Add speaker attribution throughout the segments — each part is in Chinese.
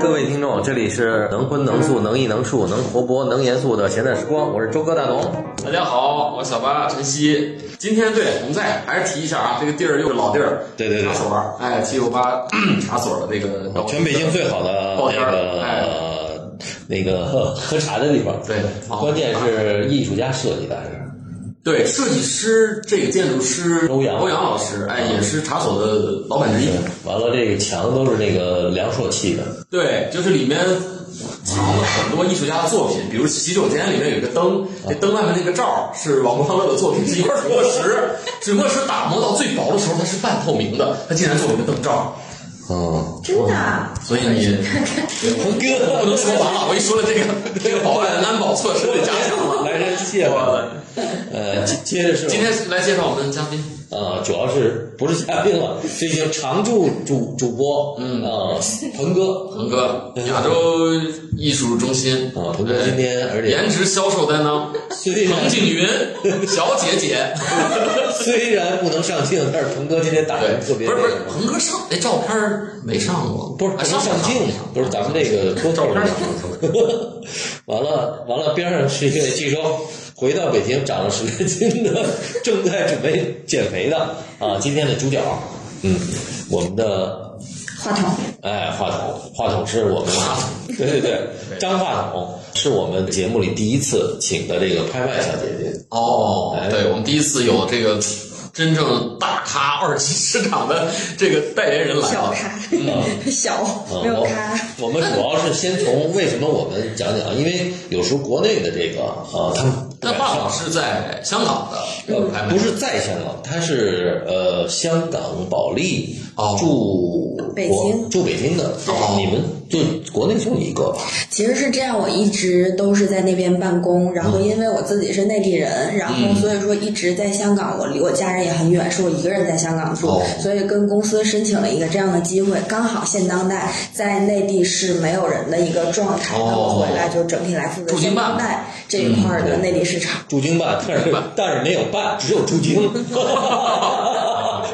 Speaker 1: 各位听众，这里是能荤能素能艺能术能活泼能严肃的闲淡时光，我是周哥大龙。
Speaker 2: 大家好，我是小八晨曦。今天对我们在还是提一下啊，这个地儿又是老地儿，
Speaker 1: 对对对
Speaker 2: 茶所儿，哎，七六八 茶所儿的这个
Speaker 1: 全北京最好的
Speaker 2: 报
Speaker 1: 那
Speaker 2: 摊儿
Speaker 1: 个、
Speaker 2: 哎
Speaker 1: 那个喝喝茶的地方，
Speaker 2: 对
Speaker 1: 关键是艺术家设计的，还是
Speaker 2: 对设计师这个建筑师
Speaker 1: 欧阳
Speaker 2: 欧阳老师，哎，也是茶所的老板之一。
Speaker 1: 完了这个墙都是那个梁硕砌的，
Speaker 2: 对，就是里面藏了很多艺术家的作品，比如洗手间里面有一个灯，
Speaker 1: 啊
Speaker 2: 这灯外面那个罩儿是王光乐的作品，是一块水墨石，水墨石打磨到最薄的时候，它是半透明的，它竟然做了一个灯罩。
Speaker 1: 嗯，
Speaker 3: 真的啊，
Speaker 2: 所以你红哥不能说完了，我一说了这个这个保安安保措施得加强了。
Speaker 1: 来人谢 吧。呃，接接着是
Speaker 2: 今天来介绍我们的嘉宾，
Speaker 1: 啊、主要是不是嘉宾了，是已经常驻主主播，嗯啊，鹏哥，
Speaker 2: 鹏哥，亚洲艺术中心呃
Speaker 1: 啊鹏哥今天而且
Speaker 2: 颜值销售担当，
Speaker 1: 虽然
Speaker 2: 彭景云 小姐姐，
Speaker 1: 虽然不能上镜，但是鹏哥今天打
Speaker 2: 对
Speaker 1: 扮，特别
Speaker 2: 不是不
Speaker 1: 那
Speaker 2: 是
Speaker 1: 个，
Speaker 2: 鹏哥上那照片儿没上过，
Speaker 1: 不是
Speaker 2: 啊
Speaker 1: 不
Speaker 2: 上
Speaker 1: 能上
Speaker 2: 过
Speaker 1: 镜，不是咱们这个播
Speaker 2: 照
Speaker 1: 客
Speaker 2: 片
Speaker 1: 上
Speaker 2: 上
Speaker 1: 完了 完了，边上是一位据说回到北京长了十来斤的，正在准备减肥的啊，今天的主角，嗯，我们的
Speaker 2: 哦
Speaker 3: 话筒
Speaker 1: 哎话筒话筒是我们
Speaker 2: 话筒
Speaker 1: 对对对，张话筒是我们节目里第一次请的这个拍卖小姐姐，
Speaker 2: 哦
Speaker 1: 哎，
Speaker 2: 对，我们第一次有这个真正大咖二级市场的这个代言人来
Speaker 3: 小
Speaker 2: 了。
Speaker 3: 咖
Speaker 1: 嗯，
Speaker 3: 小
Speaker 1: 嗯
Speaker 3: 没有
Speaker 2: 哦
Speaker 1: 我
Speaker 3: 咖，
Speaker 1: 我们主要是先从为什么我们讲讲，因为有时候国内的这个啊，他们
Speaker 2: 那霸总是在香港的，
Speaker 1: 呃不是在香港，他是呃香港保利
Speaker 2: 哦
Speaker 1: 驻
Speaker 3: 北
Speaker 1: 国
Speaker 3: 京
Speaker 1: 驻北京的，
Speaker 2: 哦
Speaker 1: 你们就国内就一个吧，
Speaker 3: 其实是这样，我一直都是在那边办
Speaker 2: 嗯
Speaker 3: 公，然后因为我自己是内地人，然后所以说一直在香港，我离我家人也很远，是我一个人在香港住，
Speaker 2: 哦
Speaker 3: 所以跟公司申请了一个这样的机会，刚好现当代在内地是没有人的一个状态，
Speaker 2: 哦
Speaker 3: 那我回来就整体来负责
Speaker 2: 驻京
Speaker 3: 现
Speaker 2: 办嗯
Speaker 3: 当代这一块儿的内地市场。
Speaker 1: 驻京办，但是但是没有办，只有驻 京，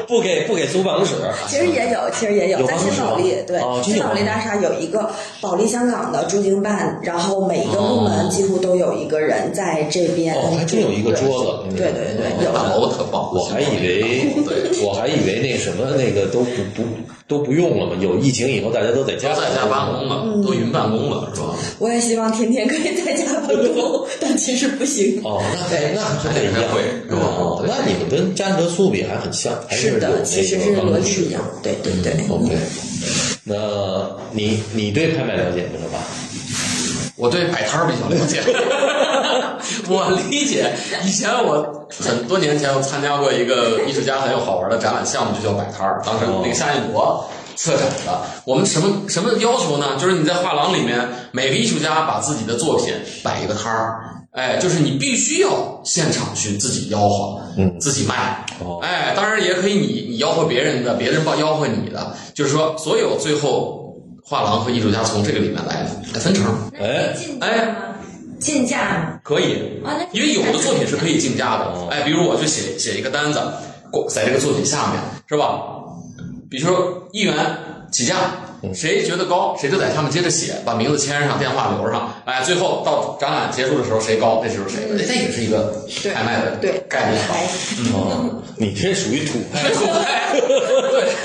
Speaker 1: 不给不给租办公室，
Speaker 2: 哦
Speaker 3: 其实也有，其实也有，
Speaker 1: 有
Speaker 3: 在
Speaker 1: 办公
Speaker 3: 新
Speaker 1: 室
Speaker 3: 保
Speaker 1: 吗
Speaker 3: 利，对
Speaker 1: 哦，真
Speaker 3: 新
Speaker 1: 有
Speaker 3: 保利
Speaker 1: 吗
Speaker 3: 大厦有一个保利香港的驻京办，然后每一个部门几乎都有一个人在这边。
Speaker 1: 哦，还真有一个桌子，嗯哦
Speaker 3: 对对对，有
Speaker 2: 大
Speaker 3: 的。
Speaker 2: 楼特棒，
Speaker 1: 我还以为
Speaker 2: 对，
Speaker 1: 我还以为那什么那个都不不都不用了嘛，有疫情以后大家都在家
Speaker 2: 都在家办公
Speaker 1: 嗯
Speaker 2: 了，都云办公了，是吧？
Speaker 3: 我也希望天天可以在家办公， 但其实不行。
Speaker 1: 哦，那哎那还真不一
Speaker 2: 还得
Speaker 1: 样
Speaker 2: 开会是吧
Speaker 1: 哦，那你们跟嘉德苏比还很像，还
Speaker 3: 是
Speaker 1: 有嗯
Speaker 3: 的，
Speaker 1: 那
Speaker 3: 其实
Speaker 1: 个
Speaker 3: 是
Speaker 1: 办公
Speaker 3: 逻
Speaker 1: 室
Speaker 3: 辑一样。对对对。
Speaker 1: OK，那你你对拍卖了解了吧？
Speaker 2: 我对摆摊儿比较了解，我理解。以前我很多年前我参加过一个艺术家很有好玩的展览项目，就叫摆摊儿。当时那个夏彦博策展的。我们什么什么要求呢？就是你在画廊里面，每个艺术家把自己的作品摆一个摊儿。哎，就是你必须要现场去自己吆喝，
Speaker 1: 嗯
Speaker 2: 自己卖
Speaker 1: 哦，
Speaker 2: 哎，当然也可以你你吆喝别人的，别人帮吆喝你的，就是说所有最后画廊和艺术家从这个里面来来分成，
Speaker 1: 哎
Speaker 4: 竞
Speaker 2: 哎
Speaker 4: 价吗？竞价吗？
Speaker 2: 可以
Speaker 4: 啊那，
Speaker 2: 因为有的作品是可以竞价的
Speaker 1: 哦。
Speaker 2: 哎，比如我就写写一个单子，过在这个作品下面是吧？比如说一元起价，谁觉得高，谁就在上面接着写，把名字签上，电话留上。哎，最后到展览结束的时候，谁高，那就是谁。哎那也是一个
Speaker 3: 对
Speaker 2: 拍卖的
Speaker 3: 对
Speaker 2: 概念吧。
Speaker 3: 还
Speaker 1: 哦，你这属于土 拍，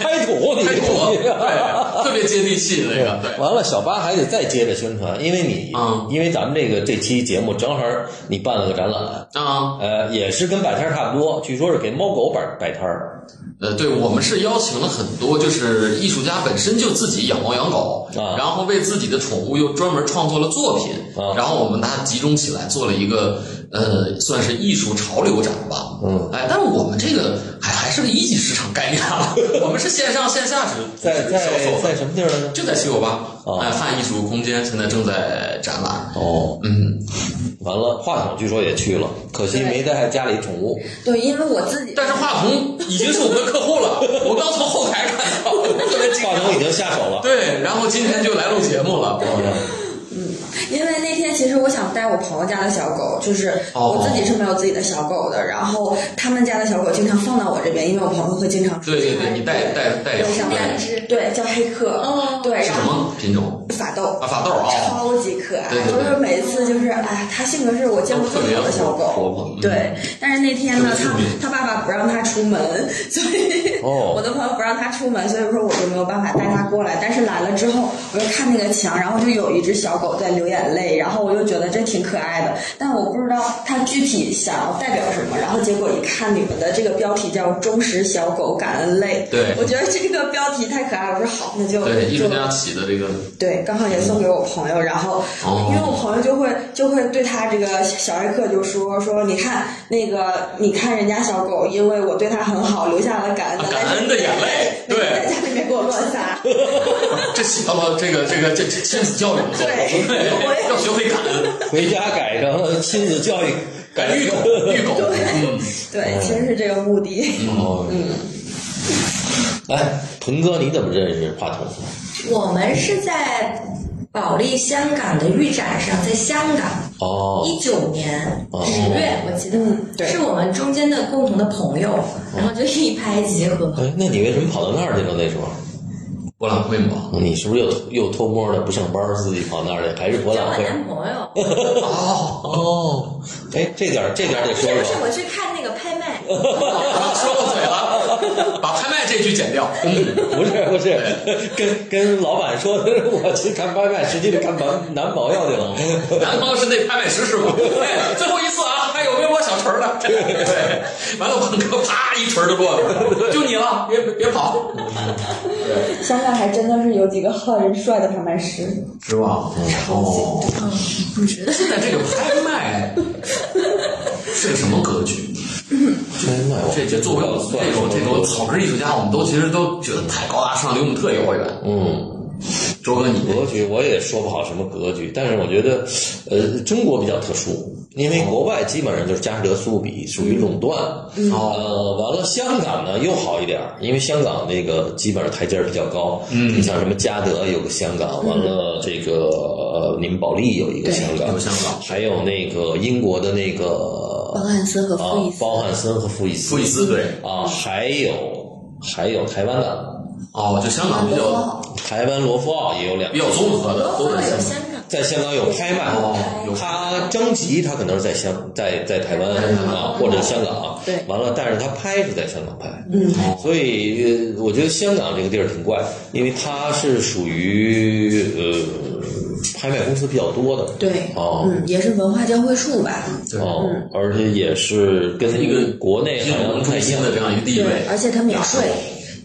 Speaker 1: 拍土，你
Speaker 2: 太
Speaker 1: 这
Speaker 2: 土，
Speaker 1: 属于
Speaker 2: 对，特别接地气的 那个，对。
Speaker 1: 完了，小八还得再接着宣传，因为你，
Speaker 2: 嗯
Speaker 1: 因为咱们这个这期节目正好你办了个展览，
Speaker 2: 啊，
Speaker 1: 呃，也是跟摆摊儿差不多，据说是给猫狗摆摆摊儿，
Speaker 2: 呃，对，我们是邀请了很多，就是艺术家本身就自己养猫养狗，
Speaker 1: 啊
Speaker 2: 然后为自己的宠物又专门创作了作品，
Speaker 1: 啊
Speaker 2: 然后我们把它集中起来做了一个呃，算是艺术潮流展吧。
Speaker 1: 嗯，
Speaker 2: 哎，但是我们这个还还是个一级市场概念啊，我们是线上线下是
Speaker 1: 在在
Speaker 2: 销售的，
Speaker 1: 在什么地儿来着？
Speaker 2: 就在七九八
Speaker 1: 哦，
Speaker 2: 哎，汉艺术空间现在正在展览。
Speaker 1: 哦，
Speaker 2: 嗯，
Speaker 1: 完了，话筒据说也去了，可惜
Speaker 3: 对
Speaker 1: 没在家里宠物。
Speaker 3: 对，因为我自己
Speaker 2: 但是话筒已经是我们的客户了，我刚从后台看到， 特别惊
Speaker 1: 话
Speaker 2: 讶
Speaker 1: 筒已经下手了，哦
Speaker 2: 对，然后今天就来录节目了。
Speaker 1: 嗯
Speaker 3: 因为那天其实我想带我朋友家的小狗，就是
Speaker 2: 哦
Speaker 3: 我自己是没有自己的小狗的，然后他们家的小狗经常放到我这边，因为我朋友会经常出
Speaker 2: 对
Speaker 3: 差
Speaker 2: 对对，你带带带两
Speaker 3: 我想
Speaker 2: 个
Speaker 3: 带
Speaker 4: 两只
Speaker 3: 对叫黑客，
Speaker 4: 哦
Speaker 3: 对，
Speaker 2: 是
Speaker 3: 然
Speaker 2: 什
Speaker 3: 后
Speaker 2: 么品种？
Speaker 3: 法斗
Speaker 2: 啊，。法斗啊，哦
Speaker 3: 超级可爱，
Speaker 2: 对对对
Speaker 3: 就是每次就是哎，它性格是我见过最好的小
Speaker 2: 都特别活泼
Speaker 3: 狗
Speaker 2: 嗯。
Speaker 3: 对，但是那天呢，
Speaker 2: 特别聪明
Speaker 3: 它它爸爸不让它出门，所以
Speaker 1: 哦
Speaker 3: 我的朋友不让它出门，所以说我就没有办法带它过来。但是来了之后，我就看那个墙，然后就有一只小狗在流眼泪，然后我就觉得这挺可爱的，但我不知道它具体想要代表什么。然后结果一看你们的这个标题叫“忠实小狗感恩泪”，
Speaker 2: 对
Speaker 3: 我觉得这个标题太可爱了。我说好，那就
Speaker 2: 对，艺术
Speaker 3: 就
Speaker 2: 家起的这个
Speaker 3: 对，刚好也送给我朋友，然后
Speaker 2: 哦
Speaker 3: 因为我朋友就会就会对他这个小艾克就说说，你看那个，你看人家小狗，因为我对它很好，留下了感恩的
Speaker 2: 啊感恩的眼泪
Speaker 3: 但是
Speaker 2: 对
Speaker 3: 每天在家里面给我乱 撒，
Speaker 2: 这起到了这个这个这这亲子教育不错，
Speaker 3: 对我也
Speaker 2: 要学会感恩，
Speaker 1: 回家改成亲子教育，
Speaker 2: 感育狗育狗，嗯，
Speaker 3: 对，其实是这个目的。
Speaker 1: 哦，哎，鹏哥，你怎么认识话筒的？
Speaker 4: 我们是在保利香港的预展上，在香港
Speaker 1: 哦，
Speaker 4: 一九年
Speaker 1: 哦
Speaker 4: 十月，我记得、
Speaker 3: 嗯对
Speaker 4: 是我们中间的共同的朋友，
Speaker 1: 哦
Speaker 4: 然后就一拍即合。
Speaker 1: 哎，那你为什么跑到那儿去了？那时候
Speaker 2: 博览会嘛，
Speaker 1: 你是不是又又偷摸的不上班，自己跑那儿去，还是博
Speaker 4: 找
Speaker 1: 览
Speaker 4: 我
Speaker 1: 会？
Speaker 4: 男朋 友，
Speaker 1: 哦哦，哎，这点儿这点儿得
Speaker 4: 不是
Speaker 1: 说
Speaker 4: 不是，
Speaker 1: 说。
Speaker 4: 我去看那个拍卖，
Speaker 2: 说漏嘴了，把拍卖这句剪掉，嗯，
Speaker 1: 不是不 是，跟跟老板说我去看拍卖，实际是看男男朋友去 了。
Speaker 2: 男朋友是那拍卖师师傅，哎，最后一次啊，还有没有我小锤儿的？对，完了，我哥啪一锤儿就落了，就你了，别别跑，嗯
Speaker 3: 香港还真的是有几个好人帅的拍卖师，
Speaker 2: 是吧？哦，
Speaker 4: 嗯你觉得？
Speaker 2: 现在这个拍卖是个什么格局？
Speaker 1: 拍卖我
Speaker 2: 这这作为我们这种这种草根艺术家，我们都其实都觉得太高大上，离我们特遥远。
Speaker 1: 嗯，
Speaker 2: 周哥，你
Speaker 1: 格局我也说不好什么格局，但是我觉得，呃，中国比较特殊，因为国外基本上就是佳士得、苏富比属于垄断。
Speaker 2: 哦，
Speaker 1: 呃，完了，香港呢又好一点儿，因为香港那个基本上台阶儿比较高。嗯，你嗯像什么嘉德有个香港，完了这个呃你们保利有一个香港，
Speaker 2: 有香港
Speaker 1: 还有那个英国的那个
Speaker 3: 包汉森和
Speaker 1: 啊
Speaker 3: 傅艺，
Speaker 2: 哦
Speaker 3: 斯，
Speaker 1: 包汉森和傅艺斯，
Speaker 2: 傅艺斯对，
Speaker 1: 啊，还有还有台湾的，
Speaker 2: 哦，就香港比较
Speaker 1: 台湾罗浮奥也有两
Speaker 2: 比
Speaker 1: 个，
Speaker 2: 较综合的，都
Speaker 4: 哦
Speaker 2: 在
Speaker 4: 有
Speaker 2: 香
Speaker 4: 香港。
Speaker 3: 嗯
Speaker 1: 在香港有拍卖。
Speaker 2: 港。哦，有
Speaker 1: 他征集，他可能是在香，在在台湾
Speaker 2: 台湾
Speaker 1: 啊，或者香港，
Speaker 3: 嗯对
Speaker 1: 完了，但是他拍是在香港拍，
Speaker 3: 嗯，
Speaker 1: 所以呃我觉得香港这个地儿挺怪，因为它是属于呃拍卖公司比较多的，
Speaker 3: 对，
Speaker 1: 哦
Speaker 3: 嗯，也是文化交汇处吧，
Speaker 2: 对
Speaker 1: 哦，而且也是跟
Speaker 2: 一个
Speaker 1: 国内
Speaker 2: 金
Speaker 1: 好像
Speaker 2: 融
Speaker 1: 不太
Speaker 2: 中
Speaker 1: 一
Speaker 2: 心
Speaker 3: 嗯
Speaker 1: 样
Speaker 2: 的这样一个地位
Speaker 3: 对，，而且它免税，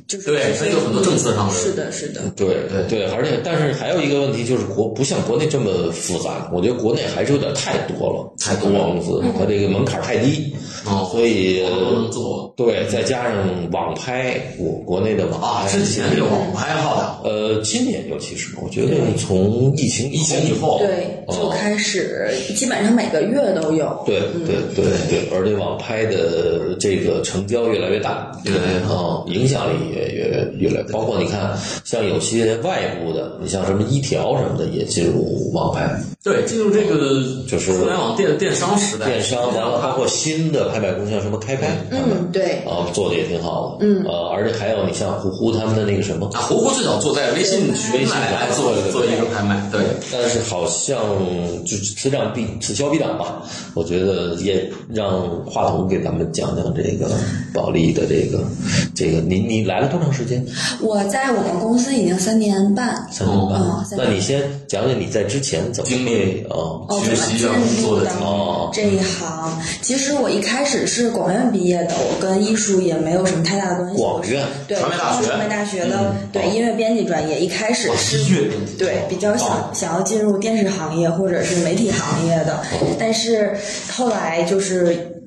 Speaker 3: 就是
Speaker 2: 哦对，它有很多政策上的
Speaker 3: 是的，是的，
Speaker 1: 对
Speaker 2: 对
Speaker 1: 对，而且但是还有一个问题就是国不像国内这么复杂，我觉得国内还是有点太多了，
Speaker 2: 太多了
Speaker 1: 了公
Speaker 3: 嗯
Speaker 1: 司，它这个门槛太低，
Speaker 2: 哦，
Speaker 1: 所以
Speaker 2: 我都能做
Speaker 1: 对，再加上网拍，我国内的网
Speaker 2: 啊，
Speaker 1: 拍
Speaker 2: 之前这个网拍好的，
Speaker 1: 呃，今年尤其是我觉得从疫情
Speaker 2: 疫情以后，
Speaker 3: 对，
Speaker 1: 哦
Speaker 3: 就开始基本上每个月都有。
Speaker 1: 对对对对，而且网拍的这个成交越来越大，
Speaker 2: 越来越大
Speaker 1: 啊，影响力也越越来，包括你看，像有些外部的，你像什么一条什么的也进入网拍，
Speaker 2: 对，进入这个
Speaker 1: 就是
Speaker 2: 互联网电电商时代，
Speaker 1: 电商，完了包括新的拍卖公司，像什么开拍，他们
Speaker 3: 嗯，对，
Speaker 1: 啊做的也挺好的，嗯，呃，而且还有你像胡胡他们的那个什么，
Speaker 2: 啊，胡胡最早做在微信群
Speaker 1: 微信
Speaker 2: 来来
Speaker 1: 上
Speaker 2: 做
Speaker 1: 对对对
Speaker 2: 做一个拍卖，对，
Speaker 1: 但是好像就是此长必此消彼长吧，我觉得也让话筒给咱们讲讲这个保利的这个这个，你你来了多长时间？
Speaker 3: 我在我们公司已经三年半，
Speaker 1: 三年半
Speaker 3: 哦。三年
Speaker 1: 那你先讲讲你在之前怎么
Speaker 2: 经历
Speaker 1: 会啊？
Speaker 3: 哦，
Speaker 2: 学习啊工作的
Speaker 3: 进
Speaker 1: 况
Speaker 2: 情
Speaker 3: 入到这
Speaker 2: 嗯
Speaker 3: 一行。其实我一开始是广院毕业的，我跟艺术也没有什么太大的关系。
Speaker 1: 广院
Speaker 3: 对，
Speaker 2: 传
Speaker 3: 我
Speaker 2: 媒
Speaker 3: 是
Speaker 2: 大学嗯哦
Speaker 3: 传媒大学的对音乐编辑专业，一开始
Speaker 2: 哇，
Speaker 3: 是
Speaker 2: 音乐编辑
Speaker 3: 对，比较想、
Speaker 2: 哦
Speaker 3: 想要进入电视行业或者是媒体行业的，但是后来就是。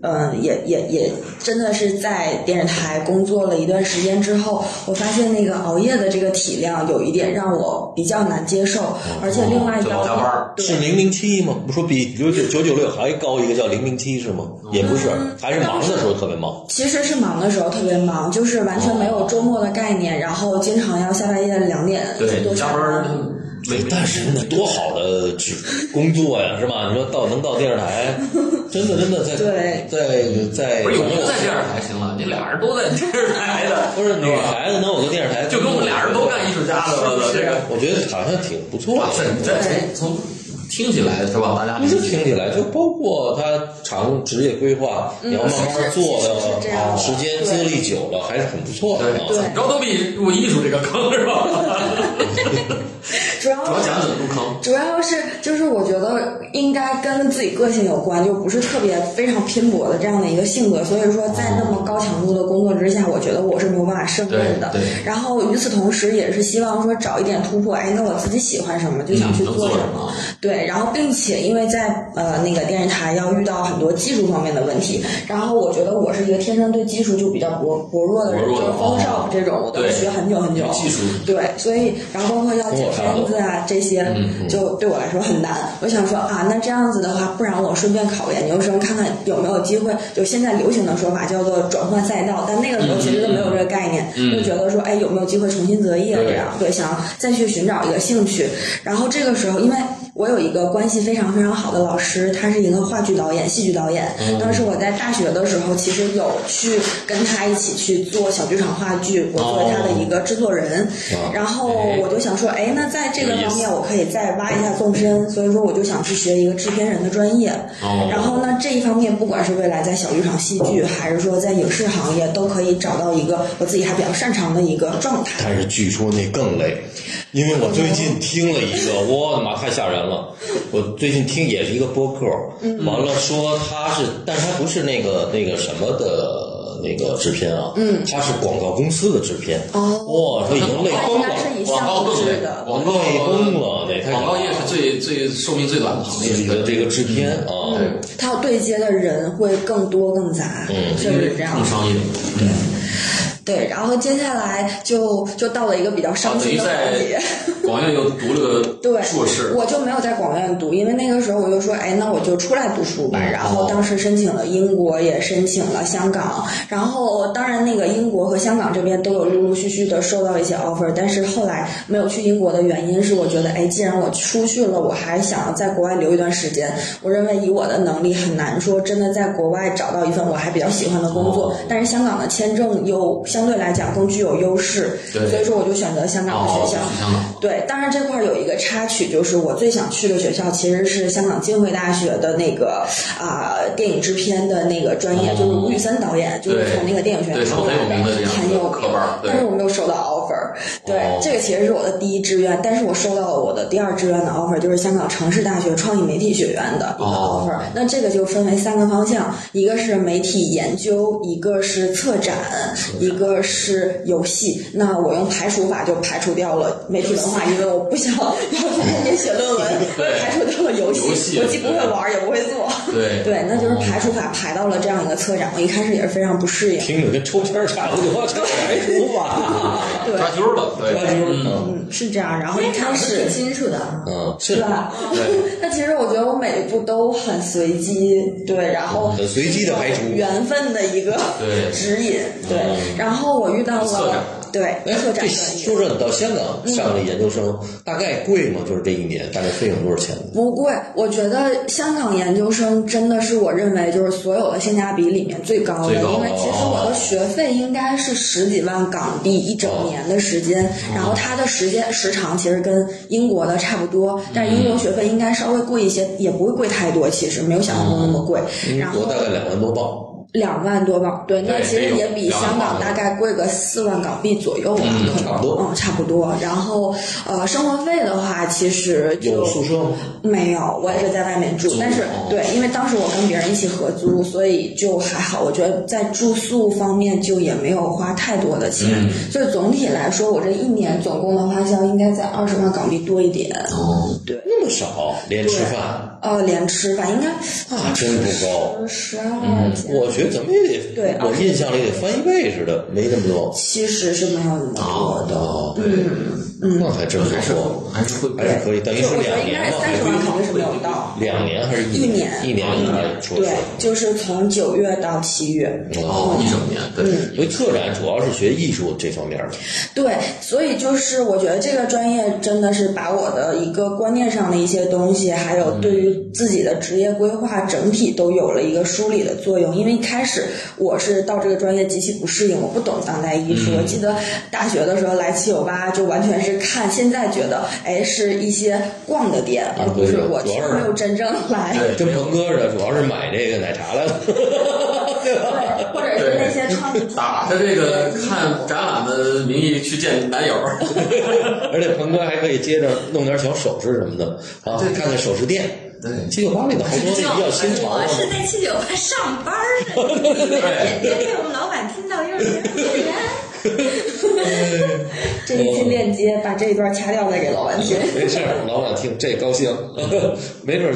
Speaker 3: 嗯，也也也真的是在电视台工作了一段时间之后，我发现那个熬夜的这个体量有一点让我比较难接受，而且另外
Speaker 2: 哦就
Speaker 3: 要
Speaker 2: 老加班儿
Speaker 3: 对啊
Speaker 1: 是零零七吗？不说比九九九九六还高一个叫零零七是吗？
Speaker 3: 嗯
Speaker 1: 也不是，还是忙的时候特别忙。
Speaker 3: 其实是忙的时候特别忙，就是完全没有周末的概念，然后经常要下半夜两点
Speaker 2: 对，
Speaker 3: 多嗯
Speaker 2: 你
Speaker 3: 下
Speaker 2: 加班
Speaker 3: 班
Speaker 2: 儿
Speaker 3: 儿。
Speaker 2: 没
Speaker 1: 但是那多好的去工作呀，是吧？你说到能到电视 台，真的真的在
Speaker 3: 对
Speaker 1: 在在
Speaker 2: 不是有一个在电视台行了，你俩人都在电视台 的，
Speaker 1: 不是
Speaker 2: 对
Speaker 1: 女
Speaker 2: 吧
Speaker 1: 孩子能有个电视台，
Speaker 2: 就跟我们俩人都干艺术家的了，我操这个
Speaker 1: 我觉得好像挺不错
Speaker 2: 哇
Speaker 1: 的，
Speaker 2: 这这从从听起来是吧？大家
Speaker 1: 不是听起来，就包括他长职业规划，你要慢慢做
Speaker 3: 其嗯实是这
Speaker 1: 的，
Speaker 3: 样
Speaker 1: 啊
Speaker 3: 的
Speaker 1: 时间资历久了还是很不错的。啊
Speaker 2: 对，怎么着都比入艺术这个坑是 吧？
Speaker 3: 主要
Speaker 2: 主要讲怎么入坑。
Speaker 3: 主要是就是我觉得应该跟自己个性有关，就不是特别非常拼搏的这样的一个性格，所以说在那么高强度的工作之下，我觉得我是没有办法胜任的
Speaker 2: 对对。
Speaker 3: 然后与此同时，也是希望说找一点突破，哎，那我自己喜欢什么就想去
Speaker 2: 能做
Speaker 3: 做
Speaker 2: 什
Speaker 3: 什
Speaker 2: 么
Speaker 3: 么。对，然后并且因为在呃那个电视台要遇到很多技术方面的问题，然后我觉得我是一个天生对技术就比较薄薄弱的人，
Speaker 2: 薄
Speaker 3: 就
Speaker 2: 弱
Speaker 3: 是
Speaker 2: 的哦
Speaker 3: Photoshop 这种我都
Speaker 2: 对
Speaker 3: 学很久很久。
Speaker 2: 技术
Speaker 3: 对，所以然后包括要剪片子啊这些，就对我来说很难。我想说啊，那这样子的话，不然我顺便考个研究生，看看有没有机会。就现在流行的说法叫做转换赛道，但那个时候其实都没有这个概念，就觉得说哎有没有机会重新择业
Speaker 2: 对
Speaker 3: 这样，对，想再去寻找一个兴趣。然后这个时候，因为我有一个关系非常非常好的老师，他是一个话剧导演、戏剧导演。当时我在大学的时候，其实有去跟他一起去做小剧场话剧，我作为他的一个制作人。然后我就想说，哎，那在这个
Speaker 2: 啊有意思
Speaker 3: 方面我可以再挖一下纵深，所以说我就想去学一个制片人的专业。
Speaker 2: 哦
Speaker 3: 然后呢，这一方面不管是未来在小剧场戏剧，还是说在影视行业，都可以找到一个我自己还比较擅长的一个状态。
Speaker 1: 但是据说那更累，因为我最
Speaker 3: 嗯
Speaker 1: 近听了一个， 我的妈，太吓人了！我最近听也是一个播客，
Speaker 3: 嗯
Speaker 1: 完了说他是，但是他不是那个那个什么的那个制片啊，嗯，他是广告公司的制片，
Speaker 2: 嗯
Speaker 3: 哦
Speaker 1: 哇，他已经累
Speaker 3: 他
Speaker 1: 崩
Speaker 3: 应
Speaker 1: 了
Speaker 3: 该，是以
Speaker 2: 广
Speaker 3: 项
Speaker 2: 告
Speaker 3: 目
Speaker 2: 更累
Speaker 3: 制的，。
Speaker 2: 广告
Speaker 1: 累崩了那太
Speaker 2: 广告业是最最寿命最短的行
Speaker 1: 自己
Speaker 2: 业，
Speaker 1: 的这个制片啊，
Speaker 2: 对，
Speaker 3: 它要嗯对接的人会更多更杂，
Speaker 1: 嗯
Speaker 3: 确
Speaker 2: 因
Speaker 3: 实
Speaker 2: 为
Speaker 3: 是这样
Speaker 2: 更。商业，嗯，
Speaker 3: 对，然后接下来就就到了一个比较
Speaker 2: 啊
Speaker 3: 伤
Speaker 2: 等于
Speaker 3: 心的环节
Speaker 2: 在。广院又读了
Speaker 3: 对
Speaker 2: 个，硕士，
Speaker 3: 我就没有在广院读，因为那个时候我就说，哎，那我就出来读书吧。
Speaker 2: 嗯
Speaker 3: 然后当时申请了英国，也申请了香港，然后当然那个英国和香港这边都有陆陆续续的收到一些 offer，但是后来没有去英国的原因是，我觉得，哎，既然我出去了，我还想要在国外留一段时间。我认为以我的能力很难说真的在国外找到一份我还比较喜欢的工
Speaker 2: 哦
Speaker 3: 作，但是香港的签证又相对来讲更具有优势，
Speaker 2: 对
Speaker 3: 所以说我就选择香港的
Speaker 2: 哦，
Speaker 3: 学
Speaker 2: 去
Speaker 3: 校。
Speaker 2: 香港，
Speaker 3: 对，当然这块儿有一个插曲，就是我最想去的学校其实是香港浸会大学的那个啊、电影制片的那个专业，
Speaker 2: 哦
Speaker 3: 就是吴宇森导演，就是从那个电影学
Speaker 2: 对
Speaker 3: 院
Speaker 2: 他
Speaker 3: 出
Speaker 2: 很
Speaker 3: 来
Speaker 2: 有名的这样的
Speaker 3: 很有
Speaker 2: 科班儿对
Speaker 3: 但是我没有收到 offer。对，
Speaker 2: 哦
Speaker 3: 这个其实是我的第一志愿，但是我收到了我的第二志愿的 offer，就是香港城市大学创意媒体学院的一个
Speaker 2: 哦
Speaker 3: offer。那这个就分为三个方向，一个是媒体研究，一个是策展，一个是游戏。那我用排除法就排除掉了媒体文化，因为我不想要去天天写论文，我也排除掉了游戏，
Speaker 2: 游戏
Speaker 3: 我既不会玩儿也不会做。
Speaker 2: 对
Speaker 3: 对，那就是排除法排到了这样一个策展，我一开始也是非常不适应。
Speaker 1: 听着跟抽签儿差不 多，这排除吧，
Speaker 3: 对，
Speaker 2: 抓阄了，对，
Speaker 1: 啊抓阄嗯
Speaker 3: 嗯，是这样。然后一
Speaker 4: 现
Speaker 3: 开
Speaker 4: 场是
Speaker 3: 始
Speaker 4: 很金属的，
Speaker 1: 嗯，
Speaker 3: 是
Speaker 1: 是
Speaker 3: 吧？
Speaker 2: 对，
Speaker 3: 那其实我觉得我每一步都很随机，对，然后
Speaker 1: 嗯很随机地排除
Speaker 3: 缘分的一个
Speaker 2: 对
Speaker 3: 指引，对。然后我遇到
Speaker 2: 策展
Speaker 3: 了对
Speaker 1: 嗯哎，
Speaker 3: 策展
Speaker 1: 这
Speaker 3: 专业嗯
Speaker 1: 说。说你到香港上这研究生，大概贵吗？就是这一年大概费用多少钱呢？
Speaker 3: 不贵，我觉得香港研究生真的是我认为就是所有的性价比里面最高的，
Speaker 2: 最高的
Speaker 3: 因为其实我的学费应该是十几万港币一整年的时
Speaker 1: 哦
Speaker 3: 间，然后它的时间时长其实跟英国的差不多，
Speaker 1: 嗯
Speaker 3: 但是英国学费应该稍微贵一些，也不会贵太多，其实没有想象中那么贵。
Speaker 1: 嗯
Speaker 3: 然
Speaker 1: 英
Speaker 3: 后
Speaker 1: 国大概两万多镑，
Speaker 3: 两万多镑，对，那
Speaker 2: 对
Speaker 3: 其实也比
Speaker 2: 没有
Speaker 3: 香港大概贵个四万港币左右吧，可能
Speaker 1: 差不多
Speaker 3: 嗯，差不多。然后，呃，生活费的话，其实
Speaker 1: 有
Speaker 3: 就
Speaker 1: 宿舍吗？
Speaker 3: 没有，我也是在外面住，但是
Speaker 2: 哦
Speaker 3: 对，因为当时我跟别人一起合租，所以就还好。我觉得在住宿方面就也没有花太多的钱，
Speaker 1: 嗯
Speaker 3: 所以总体来说，我这一年总共的花销应该在二十万港币多一点。
Speaker 2: 哦，
Speaker 3: 对，
Speaker 1: 那么少，连吃饭
Speaker 3: 呃，连吃饭应该啊
Speaker 1: 那啊真不高。嗯
Speaker 3: 十二块钱。
Speaker 1: 我觉得怎么也得，
Speaker 3: 对啊
Speaker 1: 我印象里得翻一倍似的，没那么多。
Speaker 3: 其实是没有那么多的，
Speaker 1: 哦，
Speaker 3: 嗯，
Speaker 1: 那还真不
Speaker 2: 还是
Speaker 1: 错，
Speaker 2: 还是会
Speaker 1: 还是可以，等于是
Speaker 3: 我觉得
Speaker 1: 两
Speaker 3: 应
Speaker 1: 年
Speaker 3: 该
Speaker 1: 吧，
Speaker 3: 是
Speaker 1: 还
Speaker 3: 三
Speaker 1: 是
Speaker 3: 十万肯定是没有到。
Speaker 1: 两年还是一
Speaker 3: 一
Speaker 1: 年？
Speaker 3: 年嗯
Speaker 1: 一年应该说
Speaker 3: 对
Speaker 1: 是。，
Speaker 3: 就是从九月到七月。嗯
Speaker 2: 哦，一整年，对，
Speaker 1: 因为策展主要是学艺术这方面的，
Speaker 3: 对，所以就是我觉得这个专业真的是把我的一个观念上的一些东西，还有对
Speaker 1: 嗯
Speaker 3: 于自己的职业规划整体都有了一个梳理的作用。因为一开始我是到这个专业极其不适应，我不懂当代艺
Speaker 1: 嗯
Speaker 3: 术。我记得大学的时候来七九八就完全是看，现在觉得哎是一些逛的店，而不是我
Speaker 1: 啊主
Speaker 3: 去
Speaker 1: 要是
Speaker 3: 没有真正来。
Speaker 2: 对
Speaker 1: 跟鹏哥似的，主要是买这个奶茶来了， 对吧？
Speaker 3: 对，或者是那些创意
Speaker 2: 打着这个看展览的名义去见男友，
Speaker 1: 而且鹏哥还可以接着弄点小首饰什么的啊，
Speaker 2: 对对
Speaker 1: 看看首饰店。
Speaker 2: 对
Speaker 1: 七九八里的好多那比较新潮
Speaker 4: 我
Speaker 1: 啊的，
Speaker 4: 是在七九八上班儿 的，你们别被我们老板听到哎幼儿园幼儿园。
Speaker 3: 这一期链接，把这一段掐掉再给老板听。
Speaker 1: 没事儿，老板听这高兴， 没准儿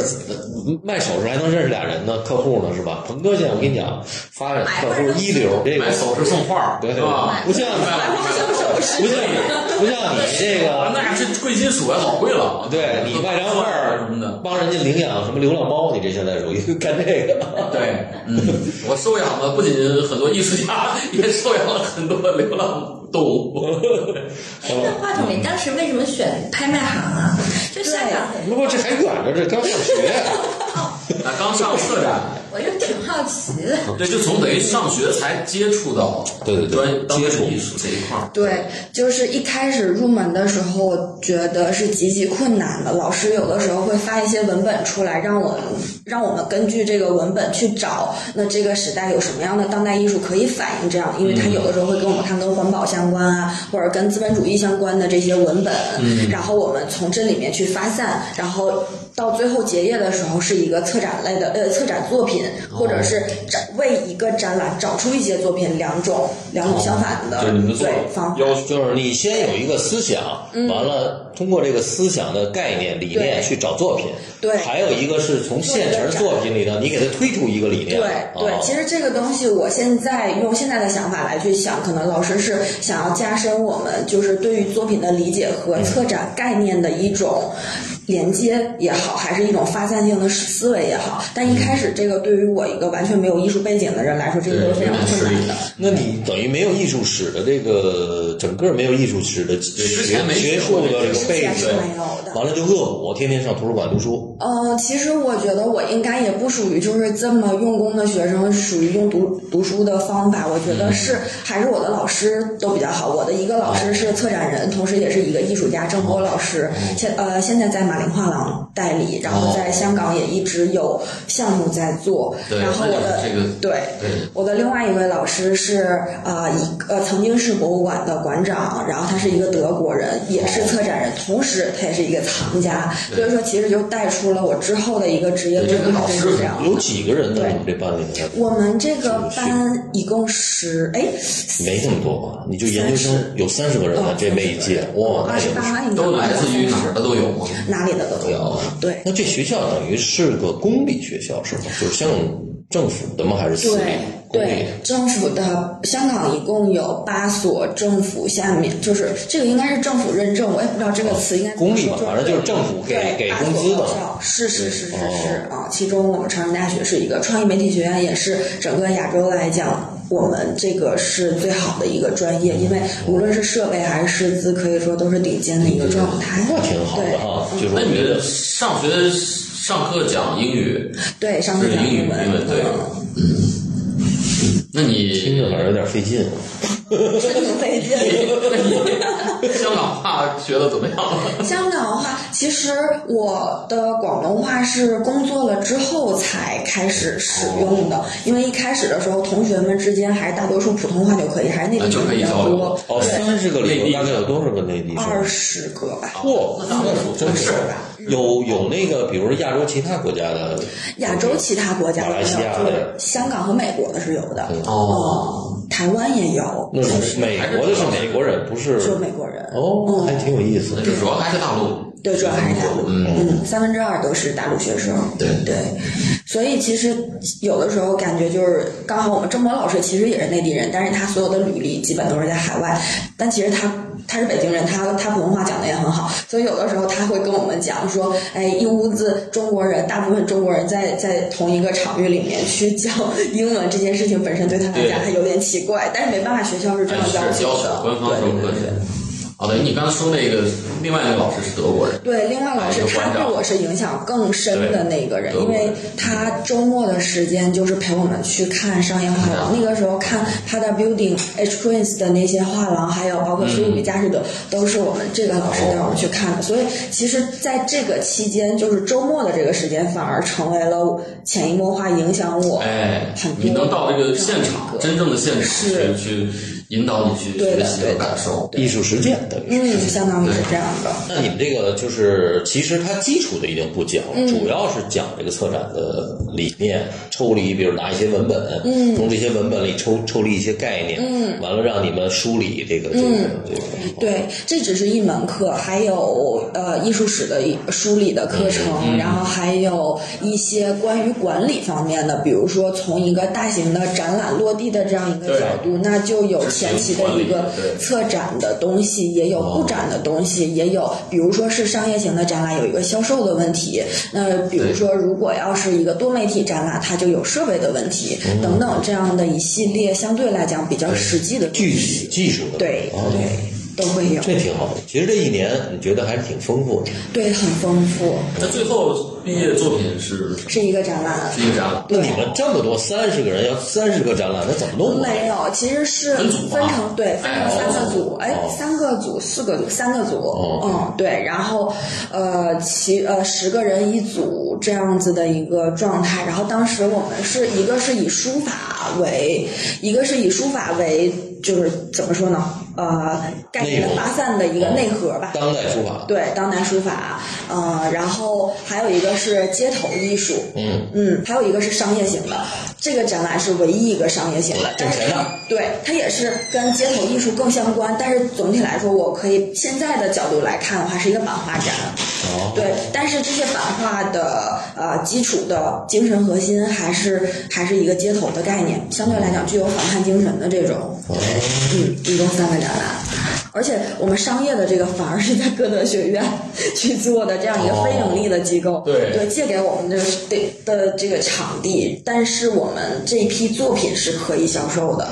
Speaker 1: 卖首饰还能认识俩人呢，客户呢是吧？鹏哥现在我跟你讲，发展客户一流，这个
Speaker 2: 买首饰送花，
Speaker 1: 对
Speaker 2: 是吧？
Speaker 1: 不像
Speaker 2: 买
Speaker 3: 花送首饰
Speaker 1: 不像你不像你这个。
Speaker 2: 啊那是贵金属啊，老贵了，
Speaker 1: 对你卖 张画儿
Speaker 2: 什么的，
Speaker 1: 帮人家领养什么流浪猫，你这现在属于干这个。
Speaker 2: 对，嗯，我收养了不仅很多艺术家，也收养了很多流浪动物。
Speaker 4: 哎，
Speaker 1: 哦
Speaker 4: 那话筒你当时为什么选拍卖行啊？就香港
Speaker 3: 啊
Speaker 4: 很，
Speaker 1: 不过这还远着，这刚上学，
Speaker 2: 啊，刚上策展，
Speaker 4: 我就挺好奇的。
Speaker 2: 对，就从等于上学才接触到
Speaker 1: 对对对
Speaker 2: 专当代
Speaker 1: 接触
Speaker 2: 艺术这一块儿。
Speaker 3: 对，就是一开始入门的时候，我觉得是极其困难的。老师有的时候会发一些文本出来，让我让我们根据这个文本去找，那这个时代有什么样的当代艺术可以反映这样？因为他有的时候会跟我们看跟环保相关啊，或者跟资本主义相关的这些文本，
Speaker 2: 嗯
Speaker 3: 然后我们从这里面去发散，然后。到最后结业的时候，是一个策展类的呃策展作品，或
Speaker 2: 哦
Speaker 3: 者是展为一个展览找出一些作品，两种两种相反的
Speaker 2: 哦就是你们做
Speaker 3: 对方法。
Speaker 2: 要求
Speaker 1: 就是你先有一个思想，完了通过这个思想的概念、理念
Speaker 3: 嗯对
Speaker 1: 去找作品。
Speaker 3: 对
Speaker 1: 还有一个是从现成作品里头，你给它推出一个理念。
Speaker 3: 对对
Speaker 1: 啊，
Speaker 3: 其实这个东西，我现在用现在的想法来去想，可能老师是想要加深我们就是对于作品的理解和策展概念的一种连接也好，还是一种发散性的思维也好。但一开始，这个对于我一个完全没有艺术背景的人来说，这个都是非常困难的。
Speaker 1: 那你等于没有艺术史的这个整个没有艺术史的
Speaker 2: 之
Speaker 1: 学
Speaker 2: 前没
Speaker 1: 学术的这个
Speaker 3: 之
Speaker 1: 背
Speaker 3: 前是
Speaker 1: 景，
Speaker 3: 没有的。
Speaker 1: 完了就恶补，天天上图书馆读书。
Speaker 3: 嗯，其实我觉得我应该也不属于就是这么用功的学生，属于用读读书的方法。我觉得
Speaker 2: 嗯
Speaker 3: 是还是我的老师都比较好。我的一个老师是策展人，同时也是一个艺术家，郑波老师。
Speaker 2: 哦
Speaker 3: 现呃现在在马林画廊代理，然后在香港也一直有项目在做。
Speaker 2: 对
Speaker 3: 然后我的
Speaker 2: 那就是这个
Speaker 3: 对
Speaker 2: 对
Speaker 3: 我的另外一位老师是呃一个呃曾经是博物馆的馆长，然后他是一个德国人，也是策展人，同时他也是一个藏家，所以说其实就带出了我之后的一个职业规划就是这样。
Speaker 1: 有几个人呢？你们这班里头？
Speaker 3: 我们这个班一共十哎
Speaker 1: 没这么多吧？你就研究生有三十个人呢，
Speaker 3: 哦
Speaker 1: 这每一届，哇，
Speaker 3: 二
Speaker 1: 那
Speaker 3: 十
Speaker 1: 也不
Speaker 3: 八
Speaker 1: 是
Speaker 3: 万，
Speaker 2: 都来自于哪儿的都有吗？
Speaker 3: 哪里的都有，对。
Speaker 1: 那这学校等于是个公立学校是吗？就是香港政府的吗？还是私立
Speaker 3: 对？
Speaker 1: 公立
Speaker 3: 对。，政府的香港一共有八所政府下面，就是这个应该是政府认证，我也不知道这个词应该怎么
Speaker 1: 哦公立嘛
Speaker 3: 说
Speaker 1: 反正就是政府给
Speaker 3: 对
Speaker 1: 给
Speaker 3: 八
Speaker 1: 工
Speaker 3: 所
Speaker 1: 资的
Speaker 3: 高校是是是是
Speaker 1: 哦
Speaker 3: 是啊，其中我们成人大学是一个，创意媒体学院也是整个亚洲来讲。我们这个是最好的一个专业，因为无论是设备还是师资，可以说都是顶尖的一个状态。
Speaker 1: 那挺好的哈，就是我
Speaker 2: 那你
Speaker 1: 觉
Speaker 2: 们
Speaker 1: 得
Speaker 2: 上学上课讲英语，
Speaker 3: 对，对，上
Speaker 2: 是
Speaker 3: 次讲
Speaker 2: 英语
Speaker 3: 英文，
Speaker 2: 英文对
Speaker 3: 嗯
Speaker 2: 那
Speaker 1: 听
Speaker 2: 你
Speaker 1: 着反正有点费劲。
Speaker 3: 是挺费劲的。
Speaker 2: 香港话学的怎么样？
Speaker 3: 香港的话，其实我的广东话是工作了之后才开始使用
Speaker 1: 哦
Speaker 3: 的，因为一开始的时候，同学们之间还是大多数普通话就可以，还
Speaker 1: 啊
Speaker 3: 是内地
Speaker 2: 那就可
Speaker 3: 人
Speaker 2: 以
Speaker 3: 比较
Speaker 2: 交流
Speaker 3: 多，
Speaker 1: 哦，三十个里头
Speaker 2: 内地
Speaker 1: 大概有多少个内地生？
Speaker 3: 二十个吧。
Speaker 1: 嚯，
Speaker 2: 那当然
Speaker 1: 真
Speaker 2: 是
Speaker 1: 是有有那个，比如说亚洲其他国家的，
Speaker 3: 亚洲其他国家
Speaker 1: 马来
Speaker 3: 的
Speaker 1: 西
Speaker 3: 没有，
Speaker 1: 亚
Speaker 3: 就
Speaker 1: 的
Speaker 3: 是香港和美国的是有的，
Speaker 2: 哦
Speaker 3: 嗯，台湾也有，
Speaker 1: 那
Speaker 3: 就
Speaker 1: 种
Speaker 3: 是
Speaker 1: 美国的是美国人，不是
Speaker 3: 只有美国人。嗯
Speaker 1: 哦，还挺有意思
Speaker 2: 那。就主要还是大陆。
Speaker 3: 对，主要还是大陆，嗯，三分之二都是大陆学生，
Speaker 2: 对
Speaker 3: 对，所以其实有的时候感觉就是，刚好我们郑博老师其实也是内地人，但是他所有的履历基本都是在海外，但其实他。他是北京人，他他普通话讲的也很好，所以有的时候他会跟我们讲说，哎，一屋子中国人，大部分中国人在在同一个场域里面去教英文这件事情本身对他来
Speaker 2: 对
Speaker 3: 讲还有点奇怪，但是没办法，学校是这样
Speaker 2: 哎是
Speaker 3: 教
Speaker 2: 要
Speaker 3: 学
Speaker 2: 求
Speaker 3: 的，
Speaker 2: 官方
Speaker 3: 对
Speaker 2: 授
Speaker 3: 对
Speaker 2: 课
Speaker 3: 对
Speaker 2: 程
Speaker 3: 对。
Speaker 2: 哦，等于你刚刚说那个另外那个老师是德国人，
Speaker 3: 对，另外老师
Speaker 2: 还有
Speaker 3: 他
Speaker 2: 馆
Speaker 3: 对
Speaker 2: 长
Speaker 3: 我是影响更深的那个人，
Speaker 2: 对
Speaker 3: 因为他周末的时间就是陪我们去看商业画
Speaker 2: 嗯
Speaker 3: 廊。那个时候看他的 Building H Prince 的那些画廊，还有包
Speaker 2: 嗯
Speaker 3: 括苏富比、佳士得，都是我们这个老师带我们去看的。所以其实在这个期间，就是周末的这个时间，反而成为了潜移默化影响我
Speaker 2: 哎
Speaker 3: 很，多。
Speaker 2: 你能到这个现场，真正的现场去
Speaker 3: 是
Speaker 2: 去引导你去
Speaker 3: 对
Speaker 2: 学
Speaker 3: 的
Speaker 2: 习
Speaker 3: 对
Speaker 2: 和
Speaker 3: 的
Speaker 2: 感受，
Speaker 1: 艺术实践等于是。
Speaker 3: 嗯，相当于是这样的。
Speaker 1: 那你们这个就是，其实它基础的已经不讲了，
Speaker 3: 嗯
Speaker 1: 主要是讲这个策展的理念，抽离，比如拿一些文本，
Speaker 3: 嗯
Speaker 1: 从这些文本里抽抽离一些概念，完了让你们梳理这个这个、这个。
Speaker 3: 对，这只是一门课，还有呃艺术史的一梳理的课程，
Speaker 2: 嗯
Speaker 3: 然后还有一些关于管理方面的，比如说从一个大型的展览落地的这样一个
Speaker 2: 对
Speaker 3: 角度，那就有前期的
Speaker 2: 执
Speaker 3: 一个
Speaker 2: 行管理对
Speaker 3: 策展的东西，也有布展的东西，也有比如说是商业型的展览有一个销售的问题，那比如说如果要是一个多媒体展览，它就有设备的问题
Speaker 2: 嗯
Speaker 3: 等等这样的一系列相对来讲比较实际的东
Speaker 1: 具
Speaker 3: 西
Speaker 1: 体技术的，
Speaker 3: 对
Speaker 1: 哦
Speaker 3: 对，都会有，
Speaker 1: 这挺好的。其实这一年你觉得还是挺丰富的。
Speaker 3: 对，很丰富，
Speaker 2: 那最后毕业作品是什么？
Speaker 3: 是一个展览。
Speaker 2: 是一个展览，
Speaker 1: 那
Speaker 3: 对
Speaker 1: 你们这么多三十个人，要三十个展览，那怎么弄啊？
Speaker 3: 没有，其实是
Speaker 2: 分组啊
Speaker 3: 分成对，分
Speaker 2: 哎
Speaker 3: 成三个组，哎
Speaker 1: 哦，
Speaker 3: 三个组、四个组、三个组，
Speaker 1: 哦
Speaker 3: 嗯，对，然后呃，其呃十个人一组这样子的一个状态。然后当时我们是一个是以书法为，一个是以书法为，就是怎么说呢？呃，概念的
Speaker 1: 内容哦
Speaker 3: 发散的一个内核吧。
Speaker 1: 当代书法，
Speaker 3: 对，当代书法，呃，然后还有一个是街头艺术，
Speaker 1: 嗯，
Speaker 3: 嗯，还有一个是商业型的，这个展览是唯一一个商业型的，
Speaker 1: 挣
Speaker 3: 但是
Speaker 1: 钱的
Speaker 3: 对，它也是跟街头艺术更相关，但是总体来说，我可以现在的角度来看的话，是一个版画展，
Speaker 1: 哦，
Speaker 3: 对，但是这些版画的呃基础的精神核心还是还是一个街头的概念，相对来讲具有反叛精神的这
Speaker 1: 哦
Speaker 3: 种，对，嗯，一共三个展览。而且我们商业的这个反而是在歌德学院去做的这样一个非盈利的机构，
Speaker 2: 哦对
Speaker 3: 借给我们的对的这个场地，但是我们这一批作品是可以销售的，